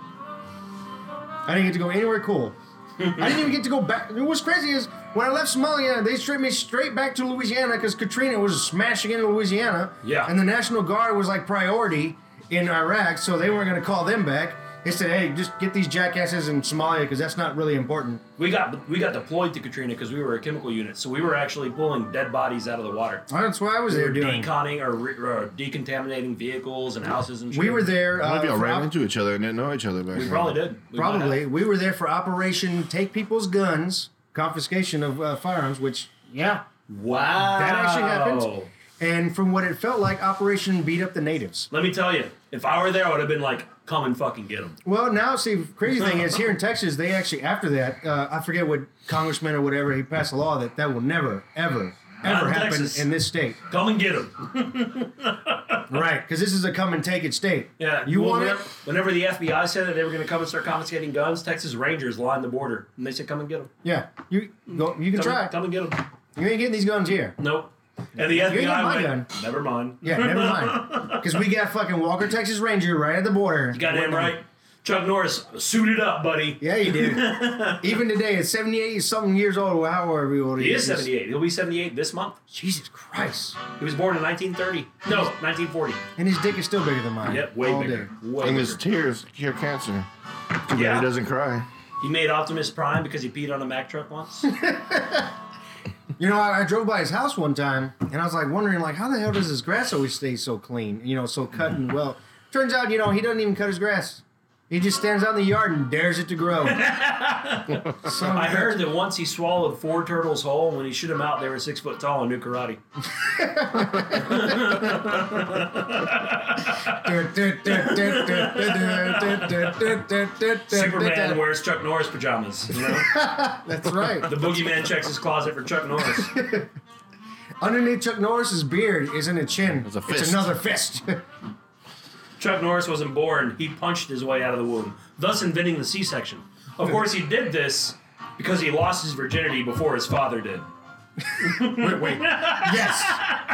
I didn't get to go anywhere cool. I didn't even get to go back. What's crazy is when I left Somalia, they straight me straight back to Louisiana because Katrina was smashing into Louisiana.
Yeah.
And the National Guard was like priority in Iraq, so they weren't going to call them back. They said, "Hey, just get these jackasses in Somalia because that's not really important."
We got we got deployed to Katrina because we were a chemical unit, so we were actually pulling dead bodies out of the water.
Well, that's what I was
We
there
were
doing.
deconning or, re, or decontaminating vehicles and houses and shit.
We were there.
What if
Uh,
y'all
for
ran
op-
into each other and didn't know each other back
We
then?
probably did. We might
probably
have.
we were there for Operation Take People's Guns, confiscation of uh, firearms, which yeah,
Wow.
that actually happened. And from what it felt like, Operation Beat Up the Natives.
Let me tell you, if I were there, I would have been like, "Come and fucking get them."
Well, now see, crazy thing is here in Texas, they actually after that, uh, I forget what congressman or whatever he passed a law that that will never, ever,
Not
ever
in
happen
Texas.
in this state,
Come and get them.
right? Because this is a come and take it state.
Yeah.
you
well,
want it?
whenever, Whenever the FBI said that they were going to come and start confiscating guns, Texas Rangers lined the border and they said, "Come and get them."
Yeah, you go. You can
Come,
try.
come and get them.
You ain't getting these guns here.
Nope. And the
ain't
FBI
got my
went,
gun.
"Never mind."
Yeah, never mind. Because we got fucking Walker, Texas Ranger right at the border.
Goddamn right. Chuck Norris suited up, buddy.
Yeah, you did. Even today, at seventy-eight something years old, or however old he,
He is
is
78. He'll be 78 this month.
Jesus Christ!
He was born in 1930. No, 1940.
And his dick is still bigger than mine.
Yep, way
all
bigger.
day.
Way
And his
bigger.
tears cure cancer. Too bad
Yeah.
he doesn't cry.
He made Optimus Prime because he peed on a Mack truck once.
You know, I, I drove by his house one time, and I was like wondering, like, how the hell does his grass always stay so clean? You know, so cut and well. Turns out, you know, he doesn't even cut his grass. He just stands out in the yard and dares it to grow. Son of a
I heard
bitch.
that once he swallowed four turtles whole, and when he shoot them out, they were six foot tall and knew karate. Superman wears Chuck Norris pajamas. You know?
That's right.
the boogeyman checks his closet for Chuck Norris.
Underneath Chuck Norris's beard isn't a chin.
a
It's
fist.
another fist.
Chuck Norris wasn't born, he punched his way out of the womb, thus inventing the C section. Of course, he did this because he lost his virginity before his father did.
yes.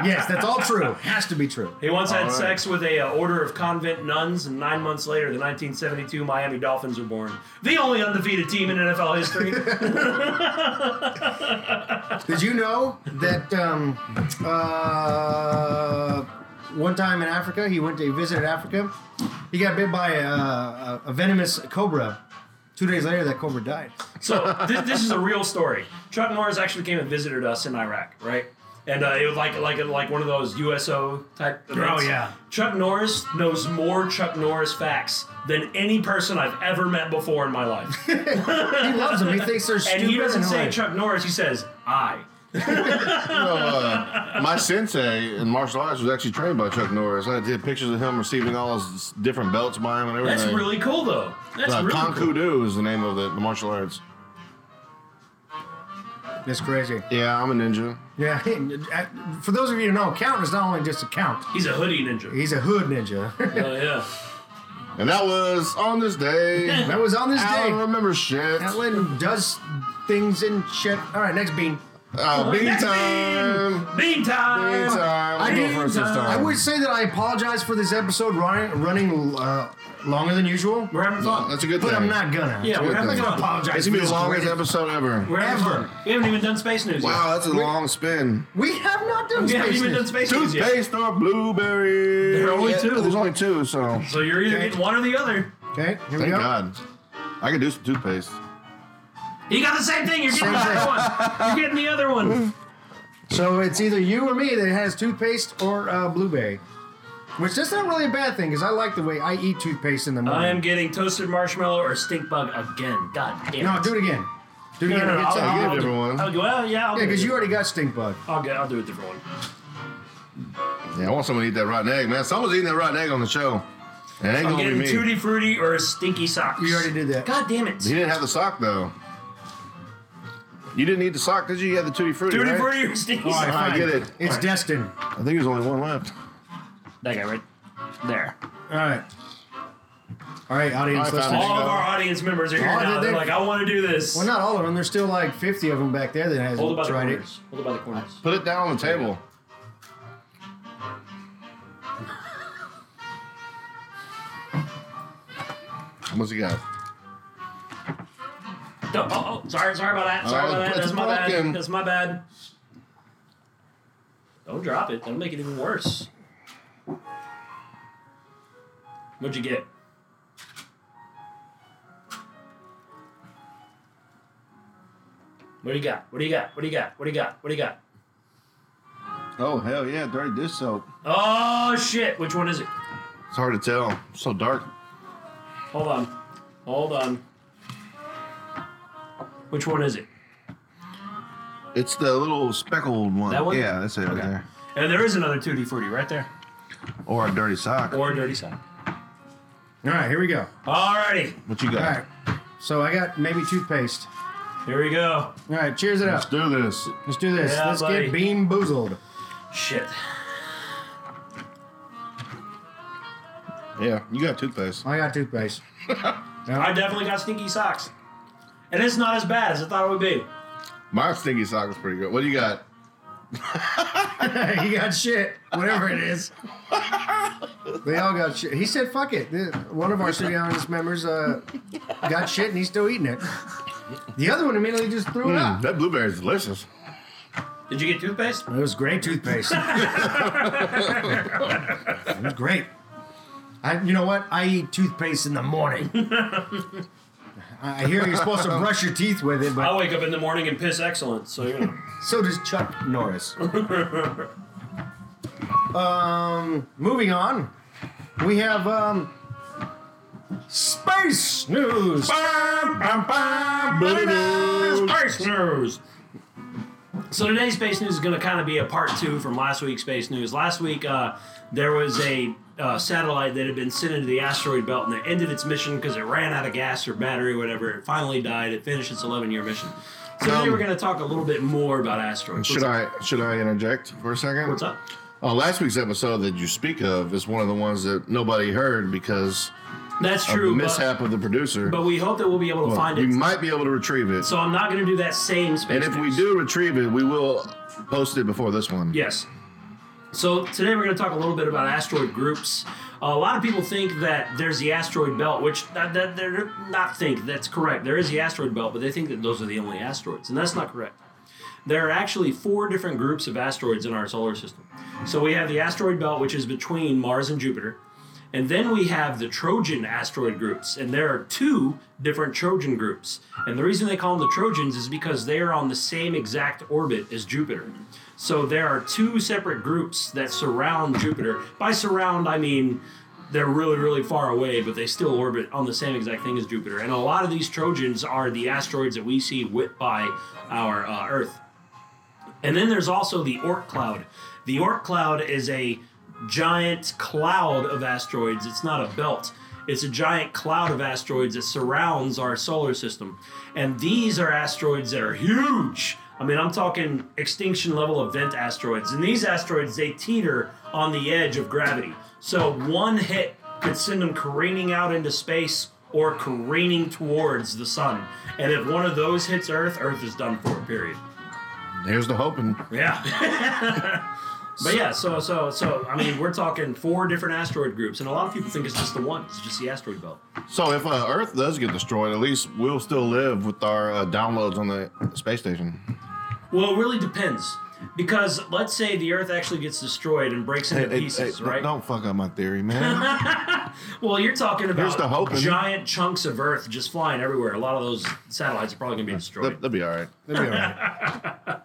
Yes, that's all true. Has to be true.
He once had
All right.
sex with a uh, order of convent nuns, and nine months later, the 1972 Miami Dolphins were born. The only undefeated team in NFL history.
Did you know that um, uh, one time in Africa, he went to he visited Africa. He got bit by a, a, a venomous cobra. Two days later, that cobra died.
So this, this is a real story. Chuck Norris actually came and visited us in Iraq, right? And uh, it was like like like one of those USO type. Events.
yeah.
Chuck Norris knows more Chuck Norris facts than any person I've ever met before in my life, and
He loves them. He thinks they're stupid.
he doesn't say
hilarious.
Chuck Norris. He says I.
Uh, my sensei in martial arts was actually trained by Chuck Norris. I did pictures of him receiving all his different belts by him and everything.
That's really cool though. That's
uh,
really
Kung
cool.
Do is the name of the, the martial arts.
That's crazy.
Yeah, I'm a ninja.
Yeah. For those of you who know, count is not only just a count.
He's a hoodie ninja.
He's a hood ninja.
Oh yeah.
And that was on this day. I
that was on this
don't
day.
remember shit.
Alan does things and shit. All right, next bean.
Oh, bean
Next
time.
Bean
Bean
time.
time. I
did-
go first this
I
time.
would say that I apologize for this episode running running uh, longer than usual.
We're having fun.
That's a good
But
thing.
I'm not gonna.
Yeah, we're
good
having
thing.
fun.
apologize.
It's gonna be
for this
the longest
great-
episode ever.
We're having
Ever.
fun. We haven't even done space news
Wow, that's a long spin.
We have not done
yet. We haven't
space.
even done
news.
space news yet.
Toothpaste or blueberry?
There are only
Yeah,
two.
There's only two, so
So you're either
Okay.
getting one or the other.
Okay, here we
thank
go.
God. I can do some toothpaste.
You got the same thing. You're getting the
Same
other one. You're getting the other one.
So it's either you or me that has toothpaste or uh, blueberry, which that's not really a bad thing because I like the way I eat toothpaste in the morning.
I am getting toasted marshmallow or stink bug again. God damn.
no,
it.
do it again. Do it
No,
again.
no, no,
It's-
I'll-
you
I'll-
get
I'll
a
do-
different one.
I'll go, Oh, well, yeah, I'll
yeah,
do
because
it.
you already got stink bug.
I'll get. I'll do a different one.
Yeah, I want someone to eat that rotten egg, man. Someone's eating that rotten egg on the show. It ain't
I'm
gonna be
getting
me.
tutti frutti or a stinky socks.
You already did that.
God damn it.
he didn't have the sock though. You didn't need the sock, did you? You had the tutti frutti.
Tutti
right?
frutti or stinky
All right,
socks.
I
fine.
get it.
It's
All right.
destined.
I think there's only one left.
That guy right there.
All right. All right, audience
All right,
listeners.
fine.
All of our audience members are here
Oh,
now.
did
They're
they-
like, I want to do this.
Well, not all of them. There's still like 50 of them back there that
Hold it
hasn't
by the
tried it.
corners. Hold it by the corners.
Put it down on the table. What's he got?
Oh, oh, oh, sorry, sorry about that. Sorry
Oh,
about that.
it's
That's my
broken.
bad. That's my bad. Don't drop it. That'll make it even worse. What'd you get? What do you got? What do you got? What do you got? What do you got? What do you got?
Oh hell yeah, dirty dish soap.
Oh shit! Which one is it?
It's hard to tell. It's so dark.
Hold on. Hold on. Which one is it?
It's the little speckled one.
That one?
Yeah, that's it right
Okay.
there.
And there is another 2D 40 right there.
Or a dirty sock.
Or a dirty sock.
All right, here we go.
Alrighty.
What you
All
got?
right. So I got maybe toothpaste.
Here we go.
All right, cheers it
Let's
up.
do this.
Let's do this.
Yeah,
Let's
buddy.
get bean boozled.
Shit.
Yeah, you got toothpaste.
I got toothpaste.
I definitely got stinky socks. And it's not as bad as I thought it would be.
My stinky sock is pretty good. What do you got?
he got shit, whatever it is. They all got shit. He said, "Fuck it." The- One of our studio audience members uh, got shit, and he's still eating it. The other one immediately just threw
Hmm.
it
Mm,
up.
that blueberry is delicious.
Did you get toothpaste?
It was great toothpaste. it was great. I, you know what? I eat toothpaste in the morning. I I hear you're supposed to brush your teeth with it,
I
but
wake up in the morning and piss excellent, so you know.
so does Chuck Norris. um, moving on, we have um, space news.
Ah, Space news. So today's space news is going to kind of be a part two from last week's space news. Last week, uh, there was a uh, satellite that had been sent into the asteroid belt and it ended its mission because it ran out of gas or battery, or whatever. It finally died. It finished its 11-year mission. So today
Um,
we're going to talk a little bit more about asteroids.
Should I should I interject for a second?
What's up?
Uh, last week's episode that you speak of is one of the ones that nobody heard because
That's
of
true.
the
but-
mishap of the producer.
But we hope that we'll be able to find
we
it.
might be able to retrieve it.
so I'm not going to do that same space.
and if we
news.
do retrieve it, we will post it before this one.
Yes. So today we're going to talk a little bit about asteroid groups. a lot of people think that there's the asteroid belt, which that, that they're not think that's correct. There is the asteroid belt, but they think that those are the only asteroids, and that's not correct. There are actually four different groups of asteroids in our solar system. So we have the asteroid belt, which is between Mars and Jupiter. And then we have the Trojan asteroid groups, and there are two different Trojan groups. And the reason they call them the Trojans is because they are on the same exact orbit as Jupiter. So there are two separate groups that surround Jupiter. By surround, I mean they're really, really far away, but they still orbit on the same exact thing as Jupiter. And a lot of these Trojans are the asteroids that we see whipped by our uh, Earth. And then there's also the Oort cloud. The Oort cloud is a giant cloud of asteroids. It's not a belt. It's a giant cloud of asteroids that surrounds our solar system. And these are asteroids that are huge. I mean, I'm talking extinction level event asteroids. And these asteroids, they teeter on the edge of gravity. So one hit could send them careening out into space or careening towards the sun. And if one of those hits Earth, Earth is done for, period.
Here's the hoping.
Yeah. but yeah, so so so I mean, we're talking four different asteroid groups, and a lot of people think it's just the one. It's just the asteroid belt.
So if uh, Earth does get destroyed, at least we'll still live with our uh, downloads on the space station.
Well, it really depends. Because let's say the Earth actually gets destroyed and breaks into
Hey,
pieces,
hey,
right?
Don't fuck up my theory, man.
Well, you're talking about
the hope, isn't it?
giant chunks of Earth just flying everywhere. A lot of those satellites are probably going to be destroyed.
That- That'll be all right.
That'd be all right.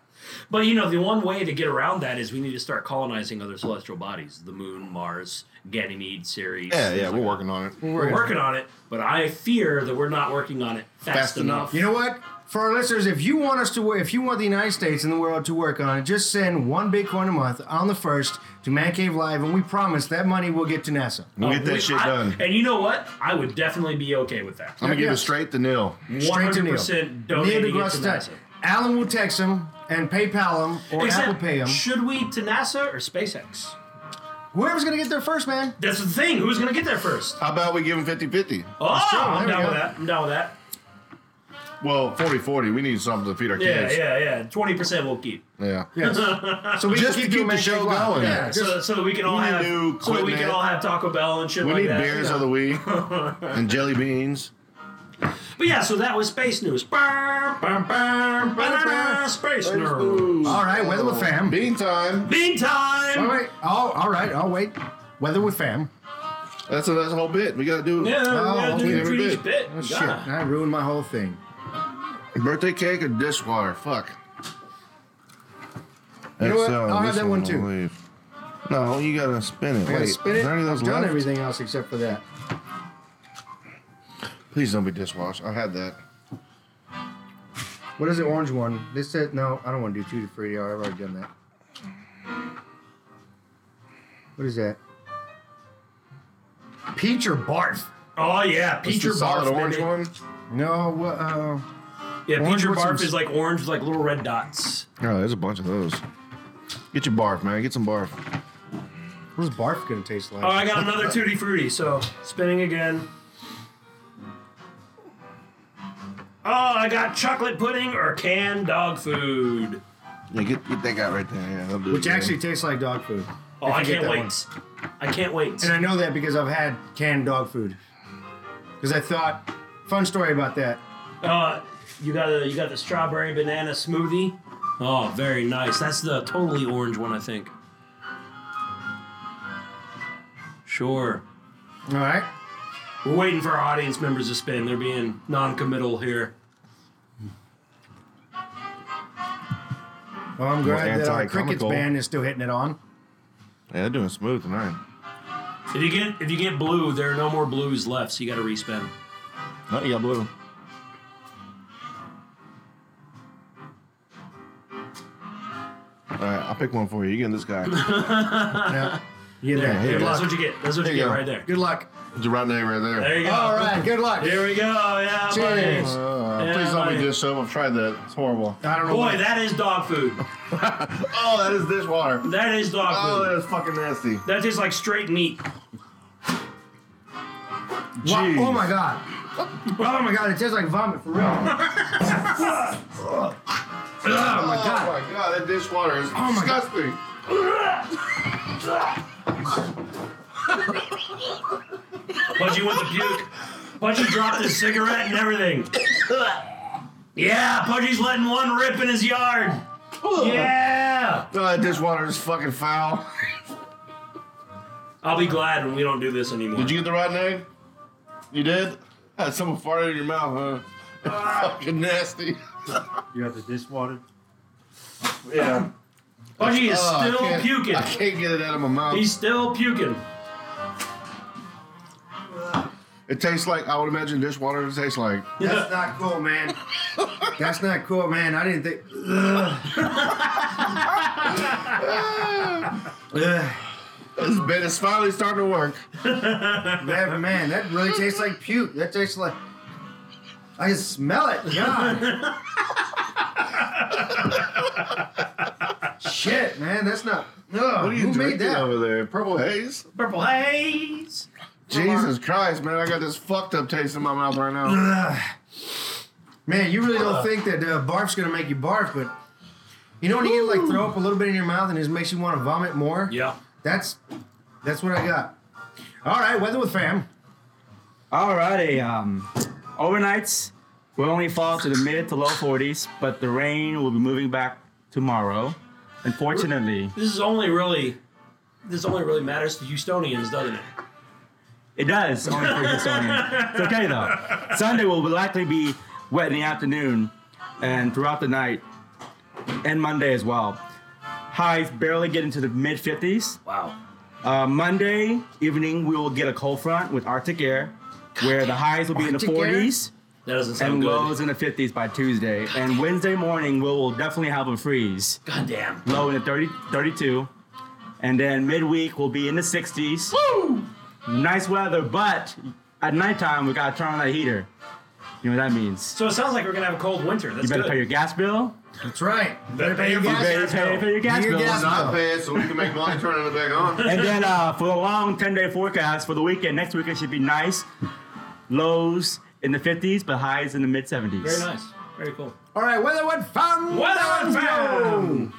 But you know, the one way to get around that is we need to start colonizing other celestial bodies: the Moon, Mars, Ganymede, Ceres.
Yeah, yeah,
things
we're
like
working on it.
that. We're working on it, but I fear that we're not working on it fast,
Fast
enough.
enough.
You know what? For our listeners, if you want us to, wo- if you want the United States and the world to work on it, just send one Bitcoin a month on the first to Man Cave Live, and we promise that money will get to NASA.
We'll get that
We-
shit
I-
done.
And you know what? I would definitely be okay with that.
I'm gonna give
Yeah.
it straight to Neil.
One
Straight to
hundred
Neil.
percent
Neil
donating it to
deGrasse
NASA.
Tyson. Alan will text him and PayPal him or Apple
Except,
Pay him.
should we to NASA or SpaceX?
Whoever's gonna get there first, man.
That's the thing. Who's going to get there first?
How about we give him 50 50?
Oh,
true. There
I'm
we
down
go.
with that. I'm down with that.
Well, 40 40. We need something to feed our
Yeah,
kids.
yeah, yeah. Twenty percent we'll keep.
Yeah.
Yes. So we
Just
can
to keep
doing
the
Man
show
Cave Live.
going.
Oh, Yeah. just-
so, so that we can all
we
have
do
so that we
Quitnet.
can all have Taco Bell and shit
We
like
need
that.
beers of the week and jelly beans.
But yeah, so that was space news. Bam, bam, bam, ba-da-da, Space news.
All right, weather with fam.
Bean time.
All
Meantime,
right. Oh, all right. I'll wait. Weather with fam.
That's a, that's a whole bit. We gotta do it.
yeah,
Oh,
we
we
gotta
never
do the
did.
bit.
Oh, Shit, I ruined my whole thing.
Birthday cake or dishwater? Fuck.
You know
That's,
what?
uh,
I'll have
this
that one too.
I'll leave. No, you gotta spin
I
it.
gotta
Wait,
spin
is
it.
there any of those
I've done
left?
everything else except for that.
Please don't be dishwashed. I had that.
What is the orange one? This said no. I don't want to do two to three. I've already done that. What is that? Peach or barf?
Oh yeah,
What's
peach
the
or barf.
solid orange
baby.
one.
No. wha- Uh,
Yeah,
Orange
peach or
with some
barf is like orange with like little red dots.
Oh, there's a bunch of those. Get your barf, man. Get some barf.
what is barf gonna taste like?
Oh, I got another tutti frutti. So spinning again. Oh, I got chocolate pudding or canned dog food.
Yeah, get, get that guy right there. Yeah, he'll do it,
Which
man.
actually tastes like dog food.
Oh,
If
I
you get
can't
that
wait.
one.
I can't wait.
And I know that because I've had canned dog food. Because I thought, fun story about that.
Uh, you got a, you got the strawberry banana smoothie. Oh, very nice. That's the totally orange one, I think. Sure.
All right.
We're waiting for our audience members to spin. They're being non-committal here.
Well, I'm
More
glad that our crickets
anti-comical.
band is still hitting it on.
Yeah, they're doing smooth tonight.
If you get if you get blue, there are no more blues left, so you got to respin.
No, you got blue. All right, I'll pick one for you. You getting this guy?
Yeah. You
There,
there.
here
there,
you
that's
go.
what you get. That's what you,
There you
get
go.
right there.
Good luck.
It's right there, right there.
There you go.
All right. Good luck.
Here we go. Oh, Yeah.
Cheers.
buddy.
Uh,
Yeah,
please don't
buddy.
be dish soap. I've tried that. It's horrible.
I don't know.
Boy,
what-
that is dog food.
Oh, that is dishwater.
That is dog
Oh,
food.
that is fucking nasty.
That tastes like straight meat.
Wow,
Jeez.
oh my god. Oh my god, it tastes like vomit for real. oh my god. Oh
Oh my god, that dishwater is
my God.
disgusting.
Budgie went to puke. Budgie dropped his cigarette and everything. Yeah, Pudgy's letting one rip in his yard. Yeah.
Oh, that dishwater is fucking foul.
I'll be glad when we don't do this anymore.
Did you get the rotten egg? You did? Ah, someone farted in your mouth, huh?
Ah.
fucking nasty.
You have the dishwater.
Yeah.
Pudgy is
Oh, I
still
can't-
puking.
I can't get it out of my mouth.
He's still puking.
It tastes like I would imagine dishwater to taste like.
That's not cool, man. That's not cool, man. I didn't think. Ugh.
This bed is finally starting to work.
Ugh. That, man, that really tastes like puke. That tastes like. I can smell it. God. Shit, man, that's not. Ugh,
What are you
who made
drinking
that?
over there? Purple haze?
Purple haze.
Jesus Christ, man! I got this fucked up taste in my mouth right now.
Ugh. Man, you really don't think that uh, barf's gonna make you barf, but you know when you get like throw up a little bit in your mouth and it just makes you want to vomit more.
Yeah.
That's that's what I got. All right, weather with fam.
Alrighty, um, overnights will only fall to the mid to low 40s, but the rain will be moving back tomorrow. Unfortunately,
This is only really, this only really matters to Houstonians, doesn't it?
it does. Only for Houstonians. It's okay though. Sunday will likely be wet in the afternoon and throughout the night, and Monday as well. Highs barely get into the mid 50s.
Wow.
Uh, Monday evening, we will get a cold front with Arctic air, where the highs will be in the
Arctic air?
40s.
That doesn't sound
and
good.
lows in the 50s by Tuesday. And Wednesday morning, we will definitely have a freeze.
God damn.
Low in the 30, 32. And then midweek, we'll be in the 60s. Nice weather, but at nighttime, we got to turn on that heater. You know what that means.
So it sounds like we're gonna have a cold winter. That's
You better
good.
pay your gas bill.
That's right.
Better pay your
gas
fucking
Better
gas
pay
bill.
for your gas
Your
bill.
gas-
Not bad, so we can make money turning it back on.
And then uh, for the long 10 day forecast for the weekend, next weekend should be nice. Lows in the 50s, but highs in the mid 70s.
Very nice. Very cool.
All right, Weatherwood Fam.
Weatherwood Fam!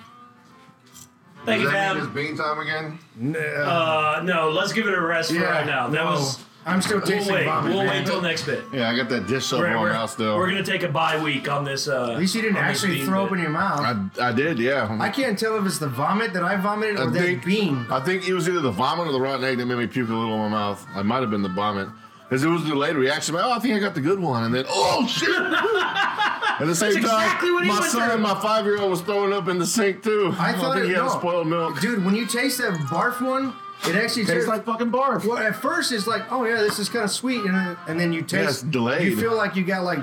Thank you,
Does that mean
Fab.
it's bean time again?
No.
Uh, no, let's give it a rest for right now. That
no.
was.
I'm still tasting
We'll wait.
vomit.
we'll
man.
wait till next bit.
Yeah, I got that dish soap
We're,
on
we're-
now still.
we're gonna take a bye week on this. Uh,
At least you didn't
on this
actually
bean
throw
bit.
up in your mouth. I,
I, I did, yeah.
can't tell if it's the vomit that I vomited or
I
that
think-
bean.
I think it was either the vomit or the rotten egg that made me puke a little in my mouth. I might have been the vomit. Because it was a delayed reaction. Like, oh, I think I got the good one. And then, oh, shit. At the same
That's
time,
exactly what he
my
went
son,
through.
my five year old, was throwing up in the sink, too.
I thought
think
it
he had
no.
spoiled milk.
Dude, when you taste that barf one, it actually
Tastes
tastes
like fucking barf.
Well, at first it's like, oh yeah, this is kind of sweet, and then, and then you taste.
it's delayed.
You feel like you got like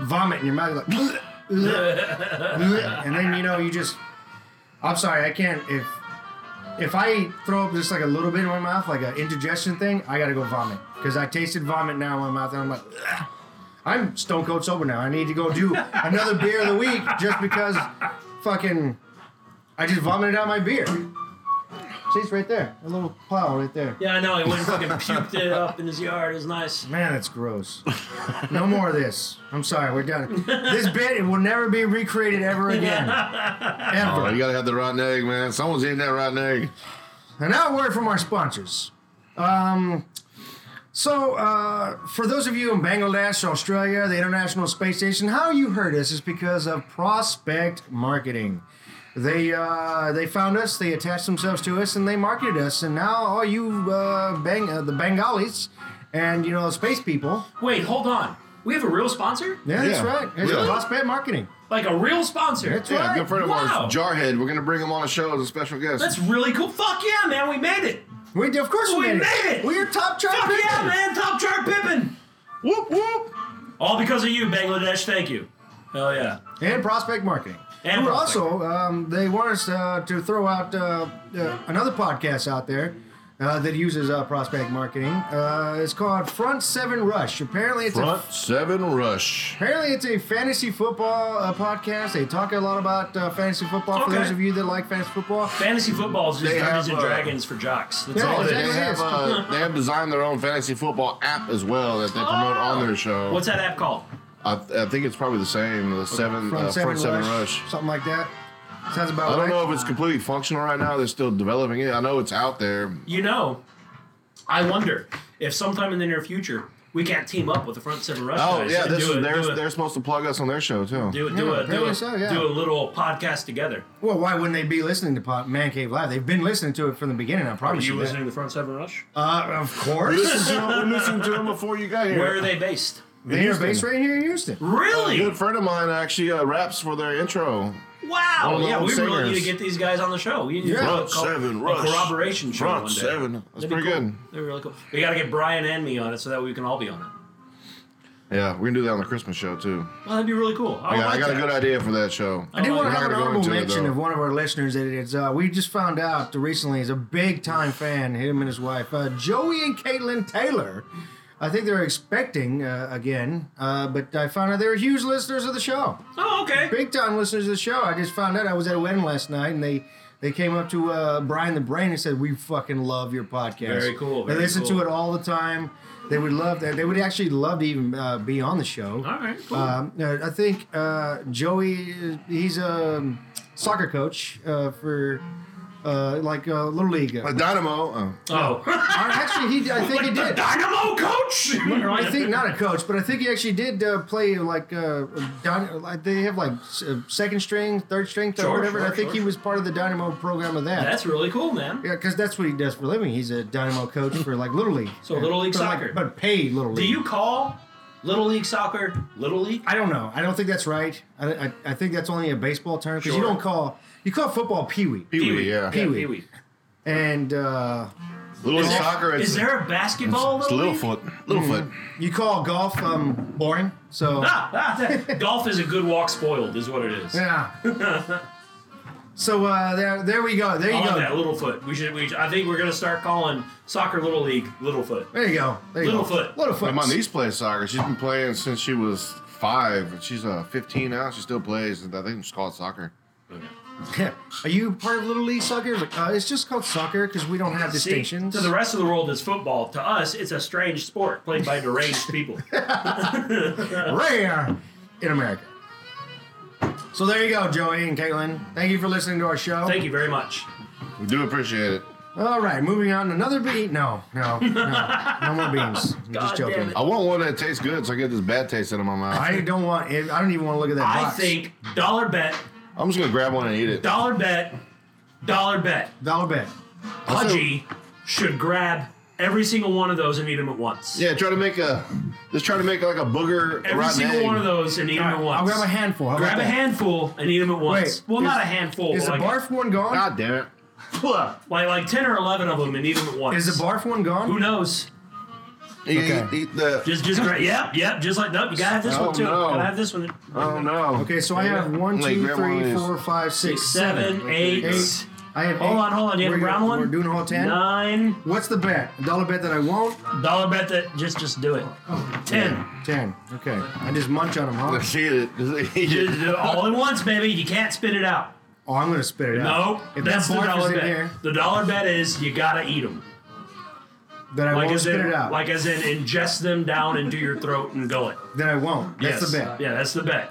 vomit in your mouth, you're like, and then you know you just. I'm sorry, I can't. If if I throw up just like a little bit in my mouth, like an indigestion thing, I gotta go vomit because I tasted vomit now in my mouth, and I'm like. "Ugh." I'm stone cold sober now. I need to go do another beer of the week just because fucking I just vomited out my beer. See, it's right there. A little plow right there.
Yeah, I know. He went and fucking puked it up in his yard. It was nice.
Man, that's gross. No more of this. I'm sorry, we're done. This bit it will never be recreated ever again.
Oh, you
Ever.
gotta have the rotten egg, man. Someone's eating that rotten egg.
And now a word from our sponsors. Um, so, uh, for those of you in Bangladesh, Australia, the International Space Station, how you heard us is because of prospect marketing. They uh, they found us, they attached themselves to us, and they marketed us. And now all you uh, bang uh, the Bengalis and you know space people.
Wait, hold on. We have a real sponsor?
Yeah, that's
Yeah.
right. It's
Really?
prospect marketing.
Like a real sponsor?
That's
Yeah,
right.
a good friend of
Wow.
ours, Jarhead. We're gonna bring him on a show as a special guest.
That's really cool. Fuck yeah, man. We made it.
We did- of course we,
We
made,
made it!
We're top chart.
Fuck
picking.
yeah, man. Top chart Pippin.
whoop, whoop.
All because of you, Bangladesh. Thank you. Hell yeah.
And prospect marketing.
And
Who
prospect.
also um, they want us uh, to throw out uh, uh, another podcast out there. Uh, that uses uh, prospect marketing. Uh, it's called Front Seven Rush. Apparently, it's a
Front seven rush.
Apparently, it's a fantasy football uh, podcast. They talk a lot about uh, fantasy football for
Okay.
those of you that like fantasy football.
Fantasy football is just
They
Dungeons
have,
and
uh,
Dragons for jocks. That's
Yeah,
all it
They
exactly.
is.
have uh, they have designed their own fantasy football app as well that they promote on their show.
What's that app called?
I, I think it's probably the same. The seven
Front,
uh,
seven,
front seven
rush,
rush.
something like that. Sounds about
I don't
right.
know if it's completely functional right now. They're still developing it. I know it's out there.
You know, I wonder if sometime in the near future we can't team up with the front seven rush
Oh
guys
yeah,
and
this
do a,
is they're,
do a,
they're supposed to plug us on their show too.
do a,
Yeah,
do, a, do,
apparently
a,
so, yeah.
do a little podcast together.
Well, why wouldn't they be listening to Po- Man Cave Live? They've been listening to it from the beginning. I
Are
promise
you
you. that.
listening to the front seven rush?
Uh, of
This
course.
is we listened to them before you got here.
Where are they based?
They are based right here in Houston.
A
Really?
good friend of mine actually uh, raps for their intro.
Wow.
All the
Yeah,
old
we really need to
singers.
get these guys on the show. We need
Yeah.
to
Front
Oh, call-
seven,
a
Rush.
corroboration show
Front
one day.
seven. That's
That'd
pretty
be cool.
good.
They're really cool. We got to get Brian and me on it so that we can all be on it.
Yeah, we're gonna do that on the Christmas show too.
Well, that'd be really cool.
I
I,
got,
like
I got a
that.
good idea for that show.
I do
Oh,
want to
we're not
have an
gonna go
honorable
into it,
mention
though.
of one of our listeners that it's, uh, we just found out recently is a big time fan, him and his wife, uh, Joey and Caitlin Taylor. I think they're expecting uh, again, uh, but I found out they're huge listeners of the show.
Oh, okay.
Big time listeners of the show. I just found out I was at a wedding last night and they. They came up to uh, Brian the Brain and said, "We fucking love your podcast.
Very cool,
they
very
listen
cool.
to it all the time. They would love that. They would actually love to even uh, be on the show.
All right. Cool.
Um, uh, I think uh, Joey, uh, he's a soccer coach uh, for uh, like uh, Little League.
Like Dynamo. Oh.
Oh,
Uh, actually, he I think he
the
did.
Dynamo coach.
Or I think not a coach, but I think he actually did uh, play like uh, Dyn- like, they have like s- uh, second string, third string, third,
Sure,
whatever.
sure,
I think
sure.
he was part of the Dynamo program of that.
That's really cool, man.
yeah, because that's what he does for a living. He's a Dynamo coach for like Little League.
So, Little League
But, like,
soccer.
but paid Little League.
Do you call Little League soccer Little League?
I don't know. I don't think that's right. I, I, I think that's only a baseball term because you
Sure.
don't call you call football pee wee
Pee Wee, yeah.
Pee- Pee-wee.
Pee-wee.
and uh,
Little
Is there-
soccer. It's,
is there a basketball?
it's
Little League?
Littlefoot.
Hmm.
Littlefoot.
you call golf um, boring. So
Ah, ah, golf is a good walk spoiled, is what it is.
yeah. so uh, there there we go. There you
I love
go.
that Littlefoot. We should. We, should- I think we're gonna start calling soccer Little League Littlefoot.
There you go. There you
Littlefoot.
Go. Littlefoot.
Like my niece plays soccer. She's been playing since she was five. She's uh, 15 now. She still plays. and I think it's called soccer.
Are you part of Little League soccer? Like, uh, it's just called soccer because we don't have
See,
distinctions.
to the rest of the world, it's football. To us, it's a strange sport played by deranged people.
Rare in America. So there you go, Joey and Caitlin. Thank you for listening to our show.
Thank you very much.
We do appreciate it.
All right, moving on. Another beat. No, no, no, no more beans. I'm just
God
joking.
damn it.
I want one that tastes good, so I get this bad taste out of my mouth.
I don't want. It, I don't even want to look at that
I
box.
think dollar bet,
I'm just gonna grab one and eat it.
dollar bet, dollar bet.
dollar bet.
Pudgy should grab every single one of those and eat them at once.
Yeah, try to make a. Just try to make like a booger.
Every
rotten
single
egg.
one of those and eat them at once.
I'll grab a handful. How
Grab
about
a
that?
handful and eat them at once. well,
is-
not a handful.
Is
but
the
like,
barf one gone?
God damn it!
like like ten or eleven of them and eat them at once.
Is the barf one
Who
gone?
knows?
Eat,
Okay.
eat, eat the.
Just just grab. Yep, yep. Just like nope. You gotta have this
Oh,
one too.
no.
Gotta have this one.
oh no.
Okay, so I have one,
Like,
two,
grab one of
three,
these.
four, five, six,
Six, seven, eight.
eight. I have.
Hold
eight.
on, hold on. Do you have a
We're-
brown one?
We're doing all ten.
Nine.
What's the bet? A dollar bet that I won't.
Dollar bet that just just do it.
Oh,
Ten.
Ten. Okay. I just munch on them, huh?
Just eat it. Just eat
Just
it.
do it all at once, baby. You can't spit it out.
Oh, I'm gonna spit it out.
No,
If
that's
that
the
barf is
dollar
in
bet.
here,
The dollar bet is you gotta eat them.
then I
Like
won't
as
spit
in,
it out.
like as in, ingest them down into your throat and go it.
then I won't. That's
yes.
the bet.
Yeah, that's the bet.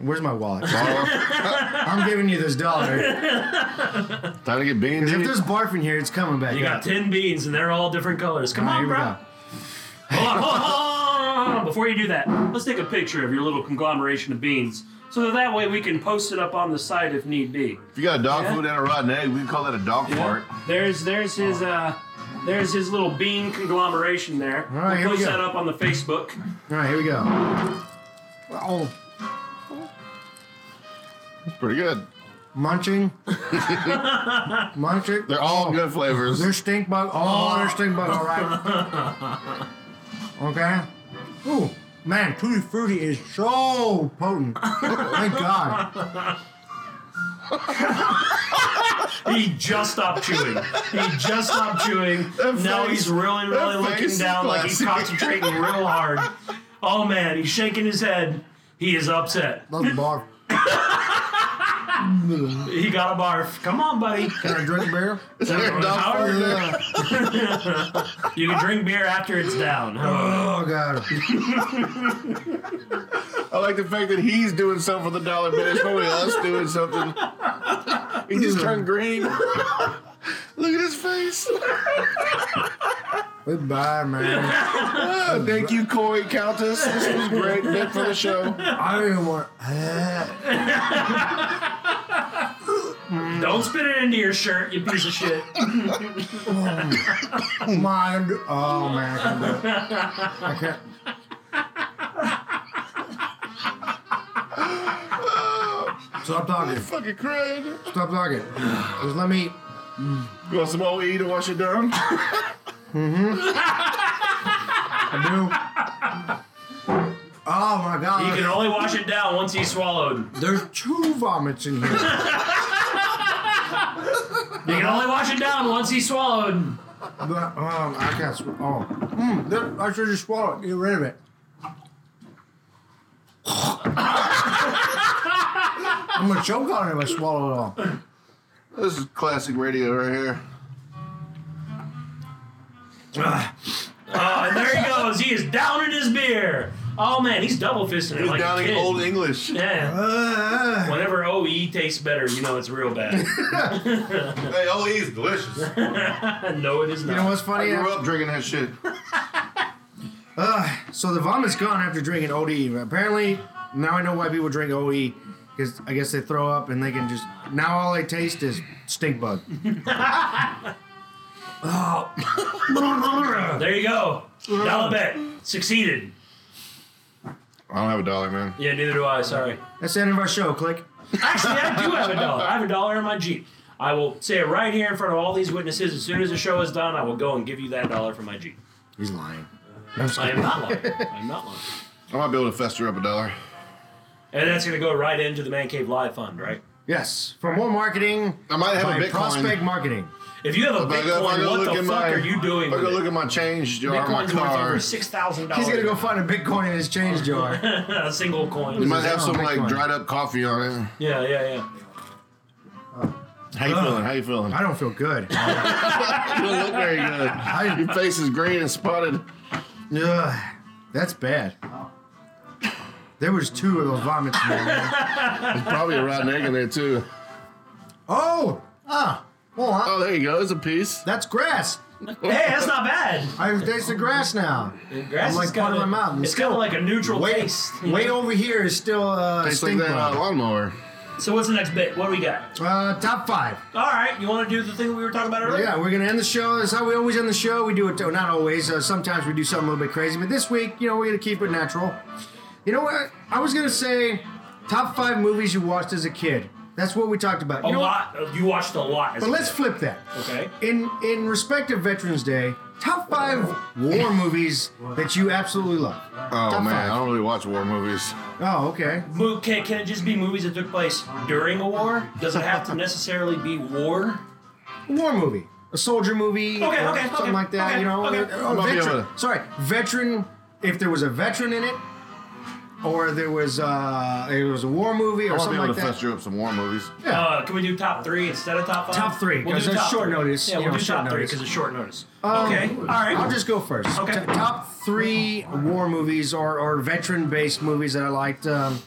Where's my wallet?
Oh,
I'm giving you this dollar.
time to get beans.
If
in it.
there's barf in here, it's coming back.
You got
up.
ten beans and they're all different colors. Come
All right,
on,
here we
bro.
go.
Hold on, hold on, hold on, hold on. Before you do that, let's take a picture of your little conglomeration of beans, so that, that way we can post it up on the site if need be.
If you got a dog
Yeah.
food and a rotten egg, we can call that a dog fart.
There's there's his uh there's his little bean conglomeration there.
right, here
we'll
we
post
go.
that up on the Facebook.
All right, here we go. Oh,
It's pretty good.
munching, munching.
They're all good flavors.
There's stink bug. Oh, there's stink bug. All right. Okay. Ooh, man, tutti frutti is so potent. Thank God.
He just stopped chewing. He just stopped chewing.
That
now
face-
he's really,
that
really
face
looking
is
down like he's
classic.
concentrating real hard. Oh man, he's shaking his head. He is upset.
Love the bar.
He got a barf. Come on, buddy.
Can I drink beer?
They're dog
Howard,
food.
Yeah.
You can drink beer after it's down. huh?
Oh God.
I like the fact that he's doing something for the dollar bill. There's nobody else doing something. He just turned green. Look at his face.
Goodbye, man.
Oh, thank you, Corey Countess. This was great. Nick for the show.
I don't even want.
Don't spit it into your shirt, you piece of shit.
My, oh man, I can't do it. I can't. Stop talking.
Fucking crying.
Stop talking. Just let me.
You want some OE to wash it down?
I do. Oh my
You can
god.
only wash it down once he's swallowed.
There's two vomits in here.
You can only wash it down once he's swallowed.
But, um, I can't. Sw- oh. Mm, that- I should just swallow it. Get rid of it. I'm gonna choke on it if I swallow it all.
This is classic radio right here.
Uh, Oh, and there he goes. He is down in his beer. Oh man, he's double fisting it
He's
like a
downing
kid.
old English.
yeah.
Uh,
Whenever OE tastes better, you know it's real bad.
Hey, oh, he's delicious. I
no, it is
you
not.
know what's funny?
grew up drinking that shit.
So the vomit's gone after drinking OE. Apparently, now I know why people drink OE because I guess they throw up and they can just now all they taste is stink bug. oh,
There you go. Dollar bet. Succeeded.
I don't have a dollar, man.
Yeah, neither do I. Sorry.
that's the end of our show. Click.
Actually, I do have a dollar. I have a dollar in my Jeep. I will say it right here in front of all these witnesses. As soon as the show is done, I will go and give you that dollar from my Jeep.
He's lying. I'm just
I am
kidding.
not lying. I am not lying.
I might be able to fester up a dollar.
And that's going to go right into the Man Cave Live Fund, right?
Yes, for more marketing.
I might have a
by
Bitcoin.
prospect marketing.
If you have a
If I go- if I
Bitcoin,
go
what the
look
fuck
in my-
are you doing?
If I
With
go look
it?
at my change jar, in my
Bitcoin's worth over
car.
six thousand
He's gonna
dollars.
go find a Bitcoin in his change jar.
a single
You
coin.
might have some like
Bitcoin.
dried up coffee on it.
Yeah, yeah, yeah.
How you feeling? How you feeling?
I don't feel good.
You don't look very good. Your face is green and spotted.
Ugh, that's bad. There was two of those vomits. in there, man.
There's probably a rotten egg in there too.
Oh, ah, well, huh?
Oh, there you go. It's a piece.
that's grass.
Hey, that's not bad.
I taste the grass now.
Grass
I'm
is
like part
kinda-
of my mouth.
It's kind of like a neutral
Way,
taste.
way over here is still uh,
Tastes like
stink
that uh,
bug.
lawnmower.
So what's the next bit? What do we got?
Uh, top five.
All right, you want to do the thing we were talking about
Well,
earlier?
yeah, we're gonna end the show. That's how we always end the show. We do it. Not always. Uh, sometimes we do something a little bit crazy, but this week, you know, we're gonna keep it natural. You know what? I was gonna say top five movies you watched as a kid. That's what we talked about.
A
you know what?
lot. uh, You watched a lot. As
But
a
let's
kid.
flip that.
Okay.
In in respect of Veterans Day, top five war movies that you absolutely love.
Oh
Top
man,
five.
I don't really watch war movies.
Oh, okay.
Mo- can, can it just be movies that took place during a war? Does it have to necessarily be war?
war movie, a soldier movie,
Okay,
or
okay,
something
okay,
like that.
okay,
you know,
okay.
a- a
I'm not being
veteran.
able to-
Sorry, veteran. If there was a veteran in it, or there was uh, it was a war movie
I
or
want to
something
be able
like
to
that.
fester up some war movies.
Yeah.
Uh, can we do top three instead of top five?
Top three,
We'll
'cause
do
that's
top
short
three.
notice,
Yeah,
you
we'll
know,
do
short
top three
notice.
because it's short notice.
Um,
okay, all right.
I'll just go first.
Okay.
T- top three war movies or, or veteran based movies that I liked. Um,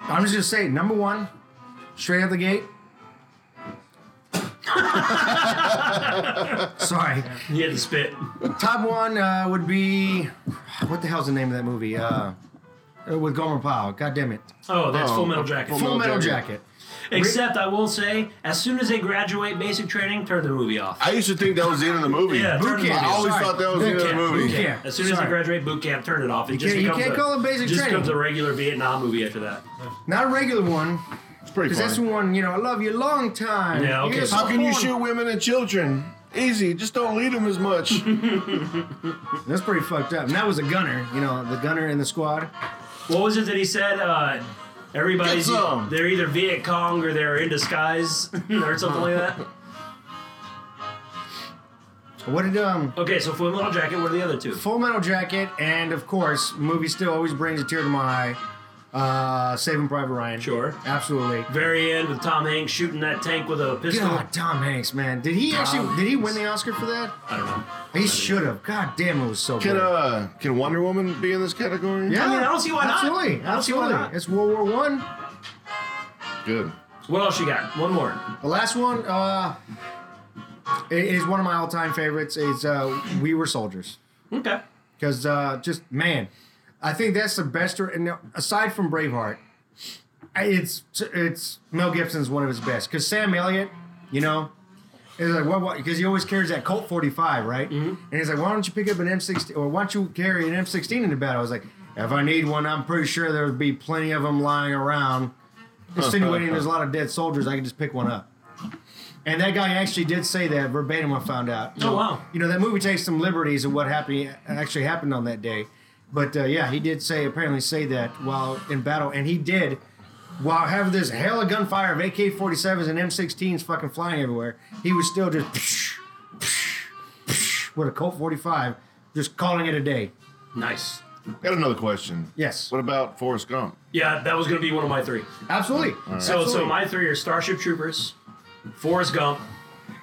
I'm just gonna say number one, straight out the gate. Sorry.
You had to spit.
Top one uh, would be what the hell's the name of that movie? Uh, uh, with Gomer Pyle. God damn it.
Oh, that's
Oh,
Full Metal Jacket.
Full
Full
Metal
Metal
Jacket.
Jacket.
Except I will say, as soon as they graduate basic training, turn the movie off.
I used to think that was the end of the movie.
Yeah,
Boot
turn it
camp.
I
off.
always
Sorry.
thought that was
Boot
the end of the
camp.
movie.
Boot camp.
As soon as
Sorry.
they graduate boot camp, turn it off. It just
can't- you
becomes
can't
a,
call it basic
just
training.
becomes a regular Vietnam movie after that.
Not a regular one,
It's pretty
because that's the
funny.
one you know. I love you long time.
Yeah, okay.
You're
How
How
so
can you
horny.
shoot women and children? Easy, just don't lead them as much.
That's pretty fucked up. And that was a gunner, you know, the gunner in the squad.
What was it that he said? Uh, everybody's
Get some.
they're either Viet Cong or they're in disguise or something like that.
What did um
Okay, so Full Metal Jacket. What are the other two?
Full Metal Jacket and of course movie still always brings a tear to my eye. Uh, Saving Private Ryan.
Sure.
Absolutely.
Very end with Tom Hanks shooting that tank with a pistol.
God, Tom Hanks, man, did he actually did he win the Oscar for that?
I don't know.
He should have. God damn, it was so
Can
good.
uh can Wonder Woman be in this category?
Yeah,
I mean, I don't see why not.
absolutely,
I don't see why
Absolutely,
not.
It's World War One.
Good.
What else you got? One more.
The last one uh, i- is one of my all-time favorites. Is uh, We Were Soldiers
Okay.
because uh, just man, I think that's the best. And aside from Braveheart, I- it's it's Mel Gibson's one of his best because Sam Elliott, you know. Is like what? Because he always carries that Colt 45, right? And he's like, "Why don't you pick up an M16, or why don't you carry an M16 in the battle?" I was like, "If I need one, I'm pretty sure there would be plenty of them lying around." insinuating there's a lot of dead soldiers. I can just pick one up. And that guy actually did say that verbatim. I found out.
Oh, wow.
You know that movie takes some liberties of what happened actually happened on that day, but uh, yeah, he did say apparently say that while in battle, and he did while having this hell of gunfire of AK-47s and M16s fucking flying everywhere. He was still just with a Colt 45, just calling it a day.
Nice.
Got another question.
Yes,
What about Forrest Gump?
Yeah, that was gonna be one of my three.
absolutely.
So, so
Absolutely.
my three are Starship Troopers, Forrest Gump,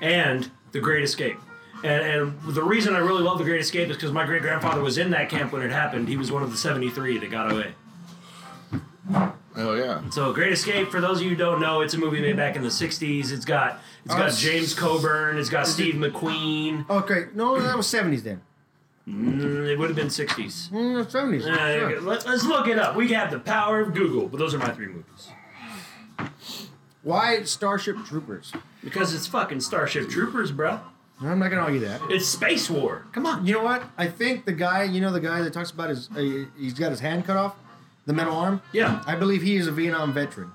and The Great Escape. And, and the reason I really love The Great Escape is because my great grandfather was in that camp when it happened. He was one of the 73 that got away.
Hell yeah.
So, Great Escape, for those of you who don't know, it's a movie made back in the 60s. It's got it's
Oh,
got
s-
James Coburn, it's got Steve McQueen.
Okay, no, that was 70s then.
Mm, it would have been 60s.
Mm, that's 70s.
Uh,
sure.
let, us look it up. We have the power of Google, but those are my three movies.
Why Starship Troopers?
Because it's fucking Starship Troopers, bro.
I'm not gonna argue that.
It's Space War. Come on.
You know what? I think the guy, you know, the guy that talks about his, uh, he's got his hand cut off, the metal arm.
Yeah.
I believe he is a Vietnam veteran.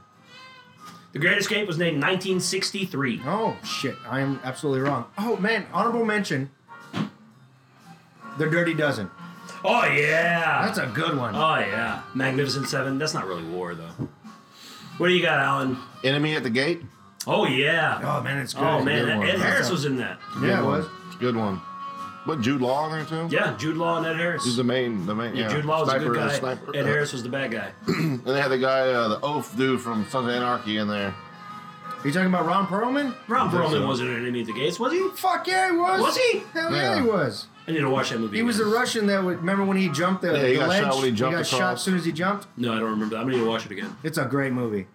The Great Escape was named 1963.
Oh shit, I am absolutely wrong. Oh man, honorable mention. The Dirty Dozen.
Oh, yeah.
That's a good one.
Oh yeah, Magnificent Seven. That's not really war though. What do you got, Alan?
Enemy at the Gate?
Oh yeah.
oh man, it's good.
Oh man,
good one.
Ed Harris was in that.
yeah, it
Good one.
was.
Good one. But Jude Law in there too?
Yeah, Jude Law and Ed Harris.
He's the main, the main. Yeah,
Jude Law was a good
Sniper, uh,
guy.
Sniper.
Ed Harris was the bad guy.
And they had the guy, uh, the oaf dude from Sons of Anarchy in there.
Are you talking about Ron Perlman?
Ron Perlman
so.
wasn't in Enemy of the Gates, was he?
Fuck yeah, he was.
Was he?
Hell yeah,
Yeah.
he was.
I need to watch that movie.
He was the
again.
Russian that would remember when he jumped the,
Yeah, he
the
got
ledge.
shot when he jumped
got shot as
across.
soon as he jumped.
No, I don't remember that. I'm gonna need to watch it again.
It's a great movie.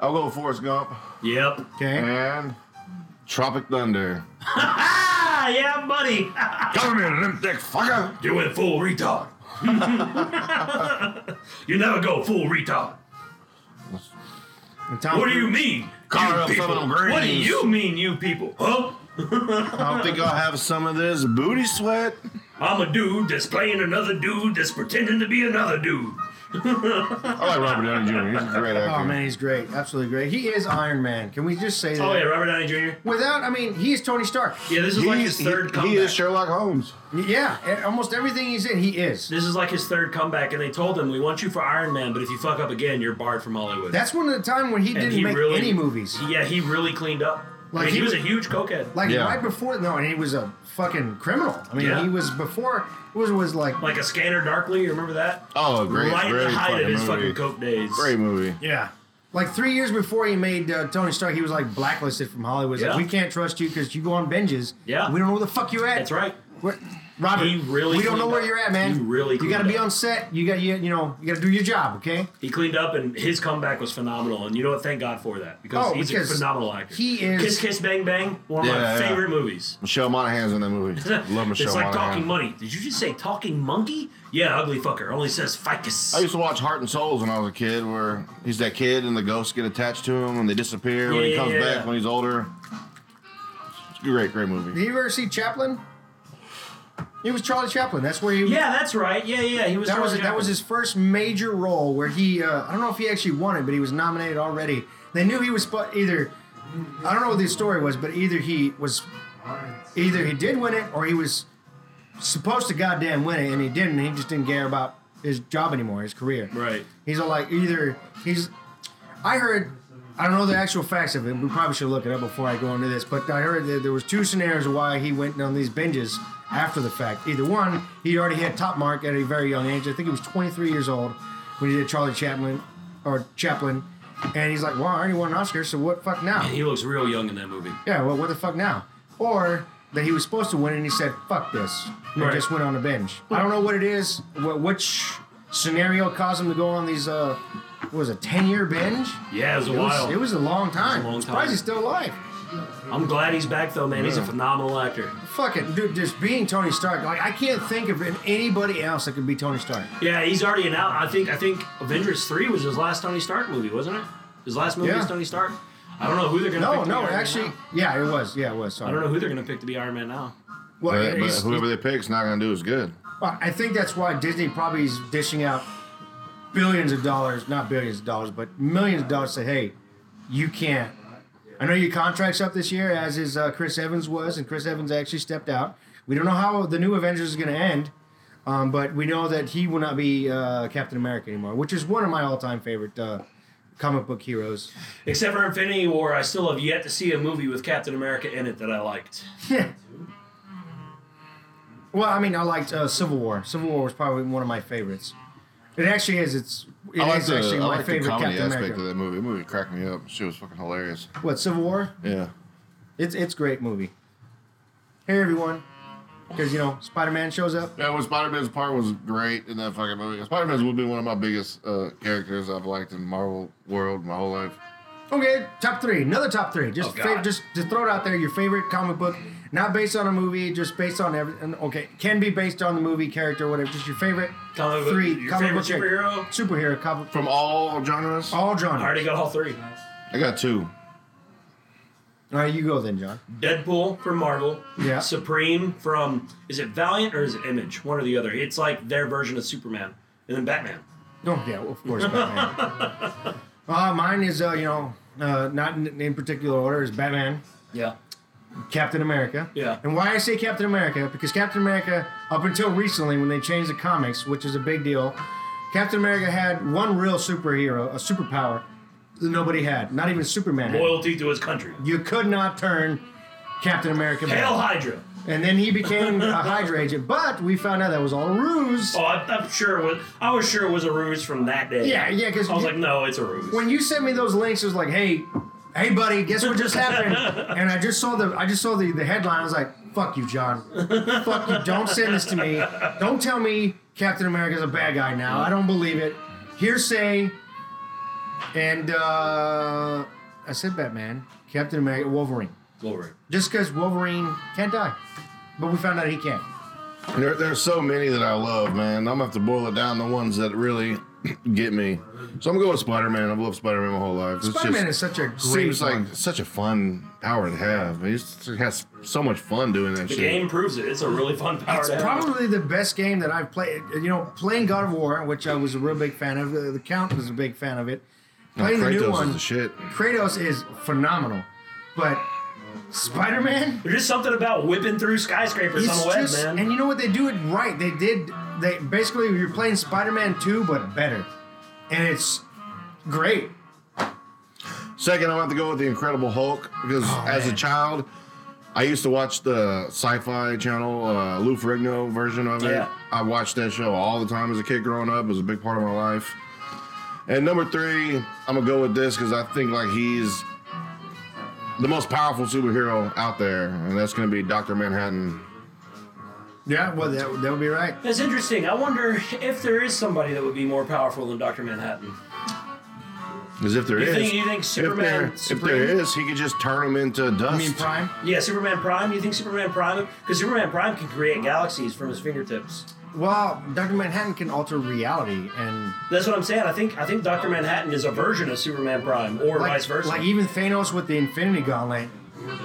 I'll go Forrest Gump
Yep.
Okay.
and Tropic Thunder.
Ah, yeah, buddy.
Come here, limp dick fucker.
You went full retard. you never go full retard.
And Tom
What do you mean?
Carve
you
up some
people?
of them greens.
What do you mean, you people? Huh?
I think I'll have some of this booty sweat.
I'm a dude that's playing another dude that's pretending to be another dude.
I like Robert Downey Jr. He's a great actor.
Oh man, he's great. Absolutely great. He is Iron Man. Can we just say that?
Oh yeah, Robert Downey Jr.
Without, I mean, he is Tony Stark.
Yeah, this is like his
He's-
third
he,
comeback.
he is Sherlock Holmes.
Yeah, eh, almost everything he's in, he is.
this is like his third comeback, and they told him, "We want you for Iron Man, but if you fuck up again, you're barred from Hollywood."
That's one of the time when he
And
didn't make any movies.
he- yeah, he really cleaned up.
Like,
I mean,
he
he was a
was-
huge cokehead. Like,
Like
Yeah.
right before, no, and he was a fucking criminal. I mean,
Yeah.
he was before was was like
a Scanner Darkly, you remember that?
Oh, great,
right at
great
the height
fucking
of his
movie.
fucking coke days.
Great movie.
yeah, like three years before he made uh, Tony Stark, he was like blacklisted from Hollywood. It's Like,
Yeah.
we can't trust you because you go on binges.
Yeah.
we don't know where the fuck you're at.
That's right.
We're- Robert,
He really
we don't know
cleaned
where
up.
you're at, man.
He really
you got to
cleaned
be
up.
on set. You got to, you know, you got to do your job, okay?
He cleaned up, and his comeback was phenomenal. And you know what? Thank God for that because
Oh,
he's
because
a phenomenal actor.
he is-
Kiss Kiss Bang Bang, one of my
Yeah, yeah.
favorite movies.
Michelle Monaghan's in that movie. Love Michelle
it's like
Monaghan.
talking money. Did you just say talking monkey? Yeah, ugly fucker. Only says ficus.
I used to watch Heart and Souls when I was a kid, where he's that kid and the ghosts get attached to him and they disappear when he
Yeah,
comes
yeah, yeah.
back when he's older. It's a great, great movie.
Did you ever see Chaplin? He was Charlie Chaplin. That's where he.
yeah, that's right. Yeah, yeah. He was.
That was
Charlie
that was his first major role where he. Uh, I don't know if he actually won it, but he was nominated already. They knew he was spo- either. I don't know what the story was, but either he was, either he did win it or he was supposed to goddamn win it, and he didn't. He just didn't care about his job anymore, his career.
Chaplin. Right.
He's all like either he's. I heard. I don't know the actual facts of it. We probably should look it up before I go into this. But I heard that there was two scenarios why he went on these binges after the fact. Either one, he already had top mark at a very young age. I think he was 23 years old when he did Charlie Chaplin, or Chaplin, and he's like, "Well, I already won an Oscar, so what? Fuck now."
And he looks real young in that movie.
Yeah, well, what the fuck now? Or that he was supposed to win and he said, fuck this. And
Right.
just went on a binge. I don't know what it is, what, which scenario caused him to go on these, uh, what was it, 10 year binge?
Yeah, it was a
It
while.
was, it was a long time.
long
I'm surprised
time.
he's still alive.
I'm glad he's back though, man. He's a phenomenal actor.
Fuck it, dude, just being Tony Stark, like, I can't think of anybody else that could be Tony Stark.
Yeah, he's already an out. I think. I think Avengers Three was his last Tony Stark movie, wasn't it? His last movie
Yeah.
was Tony Stark. I don't know who they're gonna.
No,
pick to be
no,
Iron Man
actually,
now.
yeah, it was. Yeah, it was. Sorry.
I don't know who they're gonna pick to be Iron Man now.
Well,
But, but
he's-
whoever they pick's not gonna do is good.
Well, I think that's why Disney probably is dishing out billions of dollars, not billions of dollars, but millions of dollars to, hey, you can't. I know your contract's up this year, as is uh, Chris Evans was, and Chris Evans actually stepped out. We don't know how the new Avengers is going to end, um, but we know that he will not be uh, Captain America anymore, which is one of my all time favorite uh, comic book heroes.
Except for Infinity War, I still have yet to see a movie with Captain America in it that I liked.
well, I mean, I liked uh, Civil War. Civil War was probably one of my favorites. It actually is. It's it
I like
is
the,
actually
I
my
like the
favorite
comedy
Captain
aspect
America.
of that movie. The movie cracked me up. She was fucking hilarious.
What Civil War?
Yeah.
It's it's great movie. hey everyone, because you know Spider Man shows up.
Yeah, well, Spider Man's part was great in that fucking movie. Spider Man's would be one of my biggest uh, characters I've liked in Marvel world my whole life.
Okay, top three. Another top three. Just
Oh,
fa-
God.
just just throw it out there. Your favorite comic book, not based on a movie, just based on everything. Okay, can be based on the movie character, whatever. Just your favorite
Comic book-
three
your
comic
favorite
book character.
superhero?
superhero comic.
From all genres,
All
I
genres.
already got all three.
I got two.
All right, you go then, John.
Deadpool from Marvel.
Yeah.
Supreme from is it Valiant or is it Image? One or the other. It's like their version of Superman. And then Batman.
Oh yeah, well, of course. Batman. uh, mine is uh, you know uh, not in, in particular order is Batman,
Yeah.
Captain America.
Yeah.
And why I say Captain America because Captain America up until recently when they changed the comics, which is a big deal, Captain America had one real superhero, a superpower that nobody had, not even Superman. Had.
Loyalty to his country.
You could not turn Captain America back.
Hail Hydra.
And then he became a Hydra agent, but we found out that was all a ruse.
Oh, I, I'm sure it was. I was sure it was a ruse from that day.
Yeah, yeah, because
I was like, no, it's a ruse.
when you sent me those links, it was like, hey, hey, buddy, guess what just happened? and I just saw the I just saw the, the headline. I was like, fuck you, John. fuck you. Don't send this to me. Don't tell me Captain America's a bad guy now. I don't believe it. Hearsay. And uh, I said Batman, Captain America, Wolverine.
Wolverine.
Just because Wolverine can't die, but we found out he can.
There, there's so many that I love, man. I'm gonna have to boil it down to ones that really get me. So I'm gonna go with Spider Man. I've loved Spider Man my whole life. It's just-
Spider Man is such a great.
seems
one.
like such a fun power to have. He just has so much fun doing that
The
shit.
game proves it. It's a really fun power.
It's
to have.
probably the best game that I've played. You know, playing God of War, which I was a real big fan of. The, the Count was a big fan of it.
Oh,
Playing the
Kratos
new
is
one,
the shit.
Kratos is phenomenal, but Spider Man,
There's just something about whipping through skyscrapers on
it's
the web,
just.
man.
And you know what? They do it right. They did. They basically you're playing Spider Man two, but better, and it's great.
Second, I'm gonna have to go with the Incredible Hulk because
Oh,
as a child, I used to watch the Sci-Fi Channel uh, Lou Ferrigno version of it.
Yeah.
I watched that show all the time as a kid growing up. It was a big part of my life. And number three, I'm gonna go with this because I think like he's the most powerful superhero out there, and that's gonna be Doctor Manhattan.
Yeah, well, that, that would be right.
That's interesting. I wonder if there is somebody that would be more powerful than Doctor Manhattan.
Because if there
You
is,
think- you think
if
Superman
there, if there
Supreme-
is, he could just turn him into dust.
I mean, Prime.
Yeah, Superman Prime. You think Superman Prime? Because Superman Prime can create galaxies from his fingertips.
Well, Doctor Manhattan can alter reality and
That's what I'm saying. I think I think Doctor Manhattan is a version of Superman Prime, or
like,
vice versa.
Like even Thanos with the Infinity Gauntlet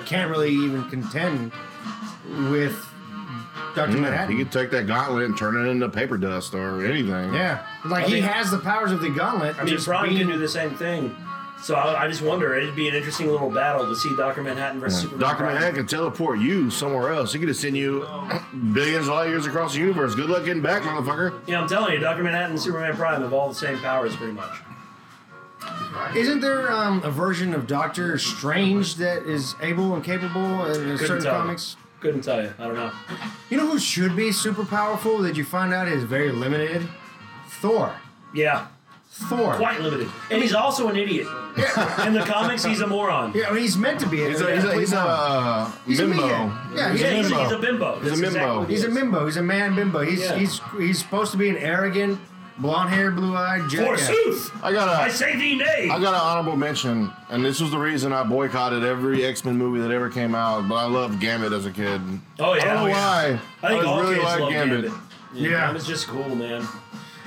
can't really even contend with Doctor
Yeah,
Manhattan.
he could take that gauntlet and turn it into paper dust or anything.
yeah, like
I
he
mean-
has the powers of the Gauntlet.
I mean,
just
Prime
being-
can do the same thing. So I, I just wonder. It'd be an interesting little battle to see Doctor Manhattan versus Superman.
Doctor
Prime.
Manhattan could teleport you somewhere else. He could have sent you billions of light years across the universe. Good luck getting back, motherfucker.
Yeah, I'm telling you, Doctor Manhattan and Superman Prime have all the same powers, pretty much.
Isn't there um, a version of Doctor Strange that is able and capable in certain
tell you.
comics?
Couldn't tell you. I don't know.
You know who should be super powerful that you find out is very limited? Thor.
Yeah,
Thor.
quite limited. And he's also an idiot. In the comics, he's a moron.
Yeah, I mean, he's meant to be.
He's a, he's a, he's a uh,
He's a
mimbo.
maniac. Yeah,
Yeah, he's,
bimbo.
a, he's a bimbo.
He's a
That's
bimbo.
exactly what he
He's a
is.
bimbo. He's a man bimbo. He's
Yeah.
he's he's supposed to be an arrogant, blonde haired, blue eyed jackass.
Forsooth,
I got
I
a,
say Oh, thee nay.
I got an honorable mention, and this was the reason I boycotted every X Men movie that ever came out. But I loved Gambit as a kid.
oh yeah.
I don't know
oh, yeah.
why.
I think
just
all
really
kids
like
love Gambit. Yeah,
Yeah.
Gambit's just cool, man.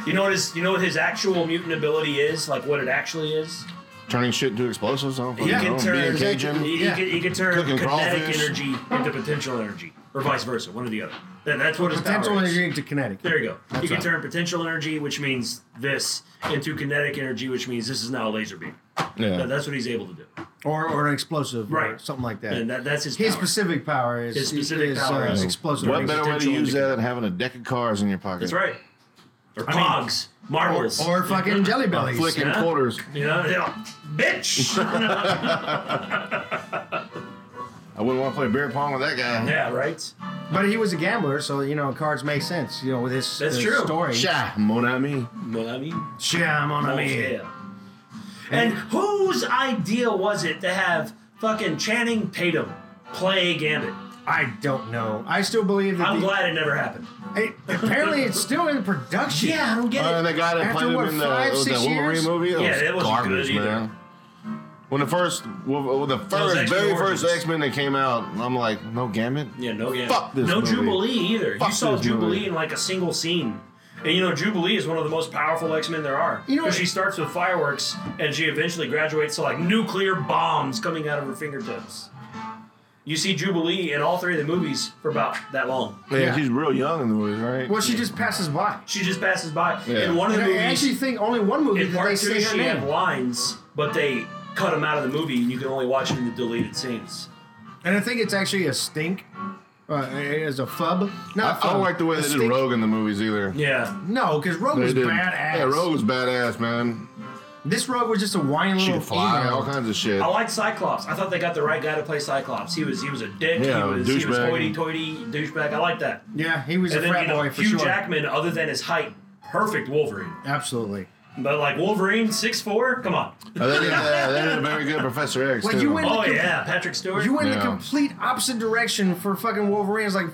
You know what his you know what his actual mutant ability is, like what it actually is.
Turning shit into explosives. I don't fucking
He
know.
can turn
Being Cajun.
He, he
Yeah.
can, he can turn
Cooking
kinetic
crawfish.
energy into potential energy, or vice versa, one or the other. That, that's what his
Potential
power is.
energy to kinetic.
There you go.
That's
you can
right.
turn potential energy, which means this, into kinetic energy, which means this is now a laser beam.
Yeah.
That- that's what he's able to do,
Or or an explosive. Or
Right.
something like that.
and that, that's his.
His
power.
specific power is,
His specific
is,
power
uh,
is-
explosive.
What
energy.
better way to
potential
use
indicator.
that than having a deck of cards in your pocket?
That's right. Or
mean-
cogs, marbles,
Or fucking jelly bellies.
Flicking
Yeah.
quarters.
you know, yeah. bitch.
I wouldn't want to play beer pong with that guy.
yeah, right.
But he was a gambler, so you know cards make sense. You know with his,
That's
his
true.
story.
Sha, mon ami.
Well, I mean.
Yeah, mon ami.
Yeah. And whose idea was it to have fucking Channing Tatum play Gambit?
I don't know. I still believe that.
I'm
the-
glad it never happened.
it- apparently, it's still in production.
Yeah, I don't get
Uh,
it.
and the guy that
After,
played
what,
him in the,
five,
it was
six
that Wolverine
years?
movie, it
Yeah,
was
it wasn't
garbage,
good either.
man. When the first, well, the first,
X-Men
very first
Origins.
X Men that came out, I'm like, no Gambit.
Yeah, no yeah.
Fuck this
No
movie.
Jubilee either.
Fuck
you saw
this
Jubilee
movie.
in like a single scene. And you know, Jubilee is one of the most powerful X Men there are.
You know
Because
what-
she starts with fireworks and she eventually graduates to like nuclear bombs coming out of her fingertips. You see Jubilee in all three of the movies for about that long.
Yeah,
Yeah.
she's real young in the movies, right?
Well, she just passes by.
She just passes by.
Yeah.
In one of
And
the
I
movies,
actually think only one movie
in
that they
part two,
say her
she had
name.
lines, but they cut them out of the movie, and you can only watch them in the deleted scenes.
And I think it's actually a stink. Uh, as a fub.
I,
Not
I don't
fub,
like the way
a
they did
stink.
Rogue in the movies either.
Yeah.
No, because Rogue
They
was
didn't.
badass.
Yeah, Rogue was badass, man.
This Rogue was just a whiny
She
little
could fly,
female.
all kinds of shit.
I liked Cyclops. I thought they got the right guy to play Cyclops. He was he was a dick.
Yeah,
he was he was
douchebag.
hoity-toity douchebag. I like that.
Yeah, he was
and
a
then
frat
you know,
boy for
Hugh
sure.
Jackman, other than his height, perfect Wolverine.
Absolutely.
But like Wolverine, six four, come on.
Uh, they, did, uh, they did a very good Professor X.
Well,
too.
you went-
Oh
Look at-
yeah, Patrick Stewart.
You went the
Yeah.
complete opposite direction for fucking Wolverine. It's like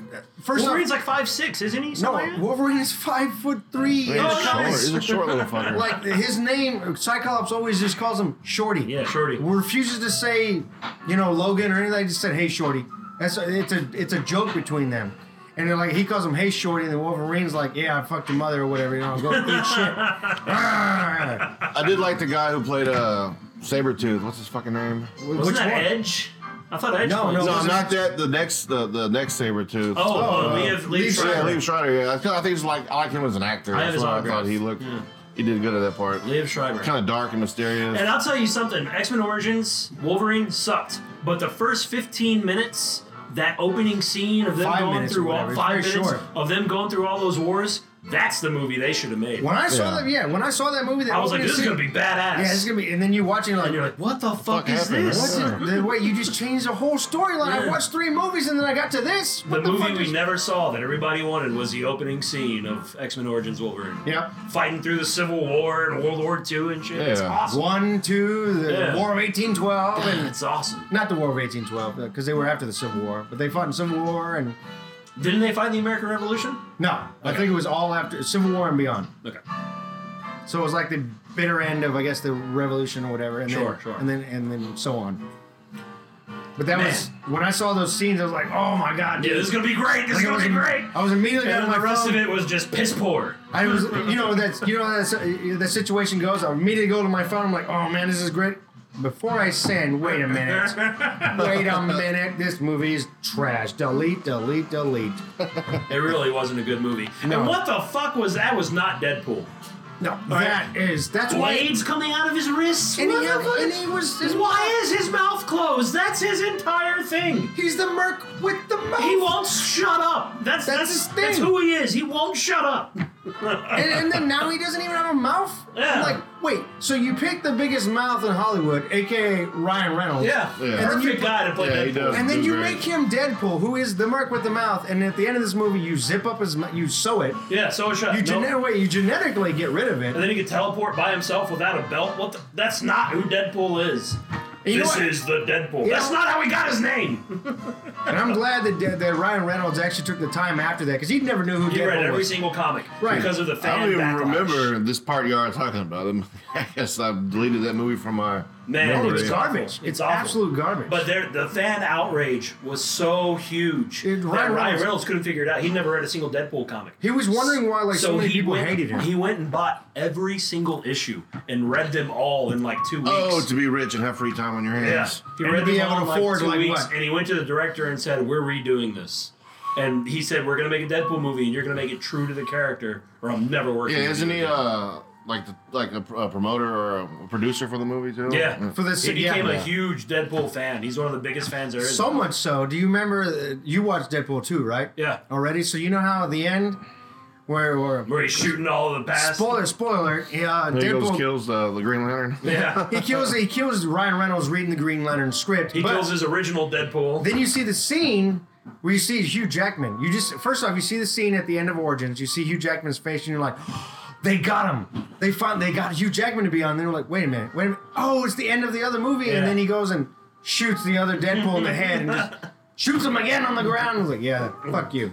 first
Wolverine's
off,
like five six, isn't he? Something
no,
like that?
Wolverine is five foot three.
He's,
in the
no,
short.
comics.
He's a short little fucker.
Like his name, Cyclops always just calls him Shorty.
Yeah, Shorty.
Refuses to say, you know, Logan or anything. Just said, "Hey, Shorty." That's it's a it's a joke between them. And they're like, he calls him "Hey, Shorty," and then Wolverine's like, "Yeah, I fucked your mother or whatever." You know, go eat shit. Ah.
I did like the guy who played uh, Sabretooth. What's his fucking name?
Which
Wasn't that
one?
Edge? I thought Edge.
No,
played-
no.
No,
was it-
not that. The next, the, the next Sabretooth.
Oh, uh,
uh,
Liev, Liev
Liev
Yeah,
Schreiber.
Liam Schreider. Yeah, I think- I think he's like I like him as an actor.
I have
That's
his
why I
autograph.
thought he looked. He did good at that part.
Liev Schreiber.
Kind of dark and mysterious.
And I'll tell you something X Men Origins, Wolverine sucked. But the first 15 minutes, that opening scene of them
Five
going
minutes or
through
whatever,
all
it's
five
very
minutes
short.
of them going through all those wars, that's the movie they should have made.
When I saw
Yeah.
that, yeah, when I saw that movie, that
I was like,
opening
this is
scene-
going to be badass.
Yeah, it's gonna be. And then you're watching like
and you're like, what the fuck,
fuck
is
happened?
this?
What
The way you just changed the whole storyline. I
Yeah.
watched three movies and then I got to this.
The
What the,
movie
fuck
we
is-
never saw that everybody wanted was the opening scene of X Men Origins Wolverine.
Yep.
Fighting through the Civil War and World War II and shit. It's
Yeah.
awesome.
One, two, the
Yeah.
War of 1812, and
It's awesome.
not the War of 1812 because they were after the Civil War, but they fought in Civil War and
Didn't they fight the American Revolution?
no, I
Okay.
think it was all after Civil War and beyond.
Okay.
So it was like the bitter end of I guess the Revolution or whatever, and
Sure,
then
sure.
and then and then so on. But that
Man.
was when I saw those scenes, I was like, oh my god,
Yeah,
dude.
this is going to be great. This
Like, I
is going
was
to be
im-
great.
I was immediately on
And then
my
the rest
phone.
of it was just piss poor.
I was, you know, that's you know that's uh, that situation goes. I immediately go to my phone. I'm like, oh man, this is great. Before I send, wait a minute, wait a minute. This movie is trash. Delete, delete, delete.
It really wasn't a good movie.
No.
And what the fuck was that? Was not Deadpool.
No, that is that's why.
Blades coming out of his wrists.
And he,
What the
had,
fuck?
and he was.
Why is his mouth closed? That's his entire thing.
he's the merc with the mouth?
He won't shut up. That's
That's
that's
his thing.
That's who he is. He won't shut up.
and, and then now he doesn't even have a mouth.
Yeah.
I'm like, wait. So you pick the biggest mouth in Hollywood, aka Ryan Reynolds.
Yeah.
And then you
Perfect guy to play
Yeah, he
Deadpool.
does.
And then
Dude,
you
right.
make him Deadpool, who is the merc with the mouth. And at the end of this movie, you zip up his, mou- you sew it,
Yeah, so shut.
You,
Nope.
gene- wait, you genetically get rid of
And
it.
then he could teleport by himself without a belt. What? The, that's not who Deadpool is.
You know
this
what?
is the Deadpool.
You
That's
know-
not how he got his name.
And I'm glad that, that Ryan Reynolds actually took the time after that because he never knew who
He read
Deadpool
every
was.
single comic
Right.
because of the fan
I don't even
backlash.
remember this part you are talking about. I guess I deleted that movie from my
Man,
memory.
it's garbage. It's,
It's awful.
absolute garbage.
But there, the fan outrage was so huge
It-
that
Ryan
Ryan
Reynolds-
Reynolds, couldn't figure it out. He never read a single Deadpool comic.
he was wondering why like so, many people
went,
hated him.
He went and bought every single issue and read them all in like two weeks.
oh, to be rich and have free time on your
yeah,
hands.
he
And
read
to be
them
able
all
to
in like
afford,
two
like,
weeks,
what?
and he went to the director and said, "We're redoing this." And he said, "We're gonna make a Deadpool movie, and you're gonna make it true to the character, or I'm never working."
Yeah,
with
isn't
you
he
again."
uh like the, like a, a promoter or a producer for the movie too?
yeah,
For this-
he became
yeah.
a huge Deadpool fan. He's one of the biggest fans there is.
so much so, do you remember? uh, You watched Deadpool 2, right?
Yeah.
Already? So you know how at the end, where, where
where he's shooting all of the past.
spoiler, spoiler, yeah,
There he
Deadpool.
goes, kills uh, the Green Lantern.
Yeah,
he kills he kills Ryan Reynolds reading the Green Lantern script.
he
but
kills his original Deadpool.
Then you see the scene where you see Hugh Jackman. You just first off, you see the scene at the end of Origins. You see Hugh Jackman's face, and you're like, "They got him! They found they got Hugh Jackman to be on." They're like, "Wait a minute! Wait a minute! Oh, it's the end of the other movie!"
Yeah.
And then he goes and shoots the other Deadpool in the head, and just, shoots him again on the ground. I was like, yeah, fuck you.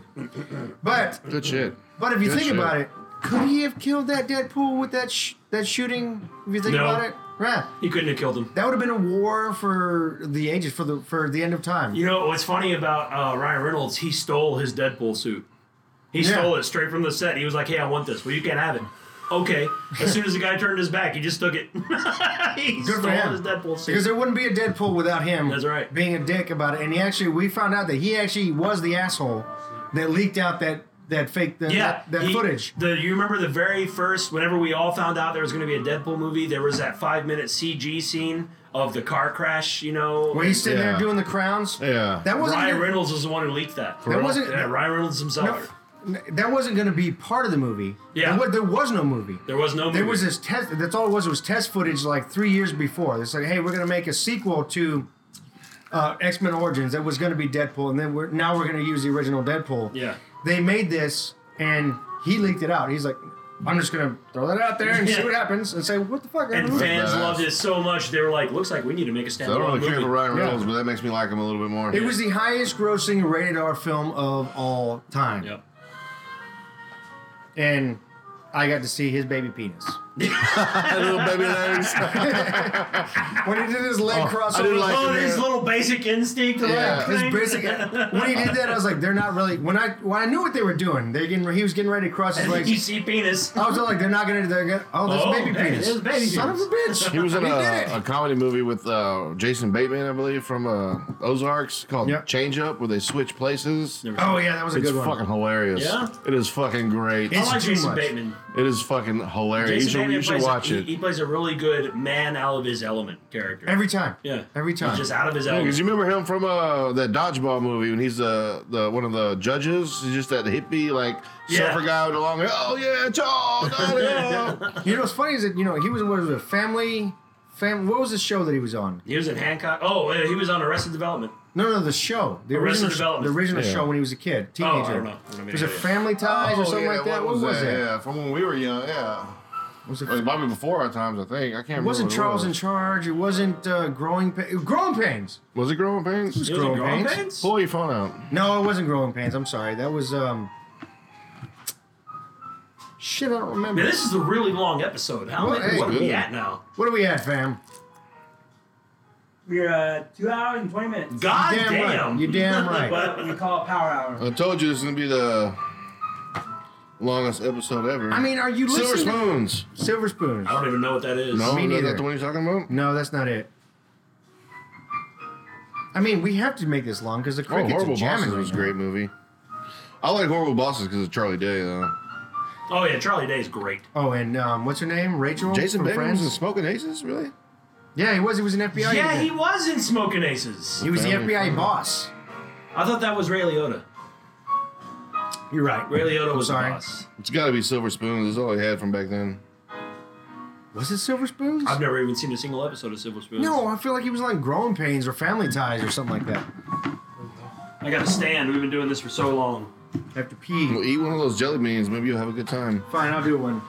But
Good shit.
but if you
Good
think
shit.
about it, could he have killed that Deadpool with that sh- that shooting? If you think
No.
about it, yeah,
He couldn't have killed him.
that would have been a war for the ages, for the for the end of time.
You know what's funny about uh, Ryan Reynolds? He stole his Deadpool suit. He
Yeah.
stole it straight from the set. He was like, "Hey, I want this." Well, you can't have it. Okay. As soon as the guy turned his back, he just took it. he
Good
stole
for him.
his Deadpool suit.
Because there wouldn't be a Deadpool without him.
That's right.
Being a dick about it, and he actually, we found out that he actually was the asshole that leaked out that that fake that,
Yeah,
that, that
he-
footage.
The you remember the very first whenever we all found out there was going to be a Deadpool movie, there was that five minute CG scene of the car crash. You know,
Where he's sitting
Yeah.
there doing the crowns.
Yeah.
That wasn't.
Ryan
even-
Reynolds was the one who leaked that.
That wasn't-
yeah, Ryan Reynolds himself.
that wasn't going to be part of the movie.
Yeah.
There wa- there was no movie.
There was no. Movie.
There was this test. That's all it was. It was test footage like three years before. They said, "Hey, we're going to make a sequel to uh, X Men Origins that was going to be Deadpool, and then we're now we're going to use the original Deadpool."
Yeah.
They made this, and he leaked it out. He's like, "I'm just going to throw that out there and see
Yeah.
what happens," and say, "What the fuck?"
And
happened?"
fans
badass.
loved it so much they were like, "Looks like we need to make a
I don't
standalone
really care
movie."
for Ryan
Yeah.
Reynolds, but that makes me like him a little bit more.
it was the highest grossing rated R film of all time,
Yep.
and I got to see his baby penis
little baby legs.
when he did his leg crossover.
I didn't like
Oh,
Yeah.
his little basic instinct.
Yeah.
Yeah.
His basic. When he did that, I was like, they're not really. When I when I knew what they were doing, they getting he was getting ready to cross his
you
legs.
see penis.
I was like, they're not gonna. They're gonna oh, that's
Oh,
baby
there it
penis.
is, baby
Son
penis.
of a bitch.
He was in
He did
a,
it.
a comedy movie with uh, Jason Bateman, I believe, from uh, Ozarks called
Yep.
Change Up, where they switch places.
Never-
Oh yeah, that was a
It's
good one.
fucking hilarious.
Yeah?
It is fucking great.
I
It's-
like
too
Jason
much.
Bateman.
it is fucking hilarious.
Jason
You should,
Bateman
you should
plays E
watch
a,
it.
He, he plays a really good man out of his element character.
Every time.
yeah,
Every time.
He's just out of his
Because
element.
you remember him from uh, that dodgeball movie when he's the the one of the judges. He's just that hippie like
Yeah.
surfer guy with the long hair. Oh yeah, it's all Donnie."
You know what's funny is that you know he was what was it family. Fam, what was the show that he was on?
He was in Hancock. Oh, uh, he was on Arrested Development.
No, no, the show. The
Arrested
original,
Development.
The original
Yeah.
show when he was a kid,
Oh,
teenager.
I don't know. I don't know.
Was it Family Ties or something
Oh, yeah,
like that? What was, that?
Yeah, from when we were young. Yeah,
Was it,
like probably before our times. I think I
it
can't. remember
wasn't
what it
Charles
was.
in Charge. It wasn't uh, Growing Pains. Growing Pains.
Was it Growing Pains?
He was in
Growing
Growing
Pains?
Pains?
Pull your phone out.
No, it wasn't growing pains. I'm sorry. That was um. Shit, I don't
Man,
remember.
this is a really long episode. How
Well,
many,
hey,
what are
good.
we at now?
What are we at, fam?
We're uh, two hours and 20 minutes.
God
Damn,
damn.
right. You damn right.
But we call it Power Hour.
I told you this is gonna be the longest episode ever.
I mean, are you
Silver
listening?
Spoons.
to- Silver spoon.
I don't even know what that is.
No,
Me
is
neither.
that the one you're talking about?
No, that's not it. I mean, we have to make this long because the
Oh,
crickets are
Horrible
jamming.
Bosses was a
right
great movie. I like Horrible Bosses because of Charlie Day though.
Oh yeah, Charlie Day's great.
now. Oh, and um, what's her name? Rachel.
Jason
from
Bateman was in
Friends.
Smoking Aces, really?
Yeah, he was. He was an FBI.
Yeah,
agent.
he was in Smoking Aces.
He was the
Family
FBI
friend.
boss.
I thought that was Ray Liotta.
You're right.
Ray Liotta was the
sorry.
boss.
It's got to be Silver Spoons. That's all he had from back then.
Was it Silver Spoons?
I've never even seen a single episode of Silver Spoons.
no, I feel like he was like Growing Pains or Family Ties or something like that.
I got to stand. We've been doing this for so long.
I have to pee.
Well, eat one of those jelly beans. Maybe you'll have a good time.
Fine, I'll do one.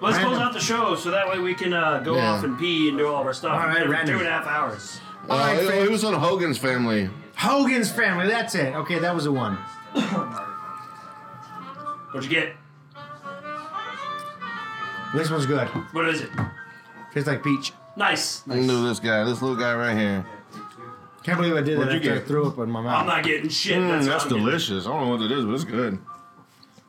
Let's
Random.
close out the show so that way we can uh, go
Yeah.
off and pee and do all of our stuff.
All right,
We've been
random.
here for Two and a half hours.
All
Uh,
right,
it-
fam.
it was on Hogan's Family.
Hogan's family. That's it. Okay, that was the one.
What'd you get?
This one's good.
What is it?
Tastes like peach.
Nice.
I knew this guy. This little guy right here.
Can't believe I did
What'd
that.
you
after I
get?
threw up in my mouth.
I'm not getting shit.
Mm,
that's
that's
what I'm getting.
delicious. I don't know what it is, but it's good.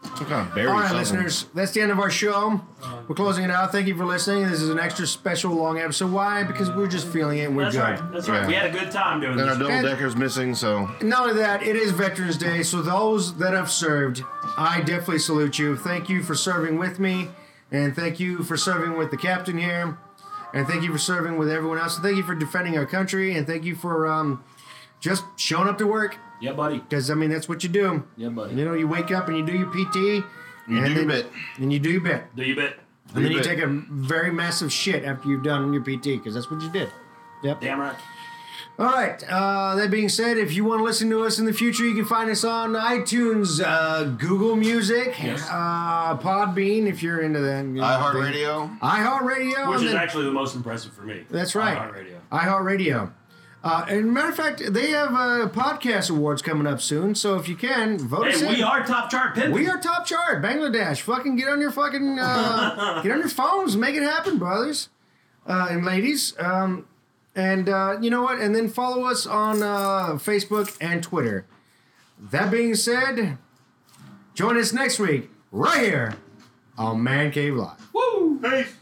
Some kind of berry
All right,
something.
listeners, that's the end of our show. We're closing it out. Thank you for listening. This is an extra special long episode. Why? Because we're just feeling it and we're
That's
good.
right. That's right.
Yeah.
We had a good time doing
And
this.
our double decker's missing, so
Not only that, it is Veterans Day, so those that have served, I definitely salute you. Thank you for serving with me, and thank you for serving with the captain here, and thank you for serving with everyone else. And thank you for defending our country, and thank you for um, just showing up to work.
Yeah, buddy.
Because I mean, that's what you do.
Yeah, buddy.
You know, you wake up and you do your PT,
you
And
do
then-
your bit.
and you do your bit,
Do you bet?
and then you
bit.
take a very massive shit after you've done your PT, because that's what you did. Yep.
Damn right.
All right. Uh, that being said, if you want to listen to us in the future, you can find us on iTunes, uh, Google Music,
Yes.
uh, Podbean, if you're into that. You know,
iHeartRadio.
thing. iHeartRadio.
Which
and
is
then-
actually the most impressive for me.
That's Oh, right.
On radio.
iHeartRadio. Uh, and matter of fact, they have uh, podcast awards coming up soon. So if you can vote us
Hey,
in.
we are top chart pimping.
We are top chart, Bangladesh. Fucking get on your fucking uh, get on your phones, make it happen, brothers uh, and ladies. Um, and uh, you know what? And then follow us on uh, Facebook and Twitter. That being said, join us next week right here on Man Cave Live.
Peace.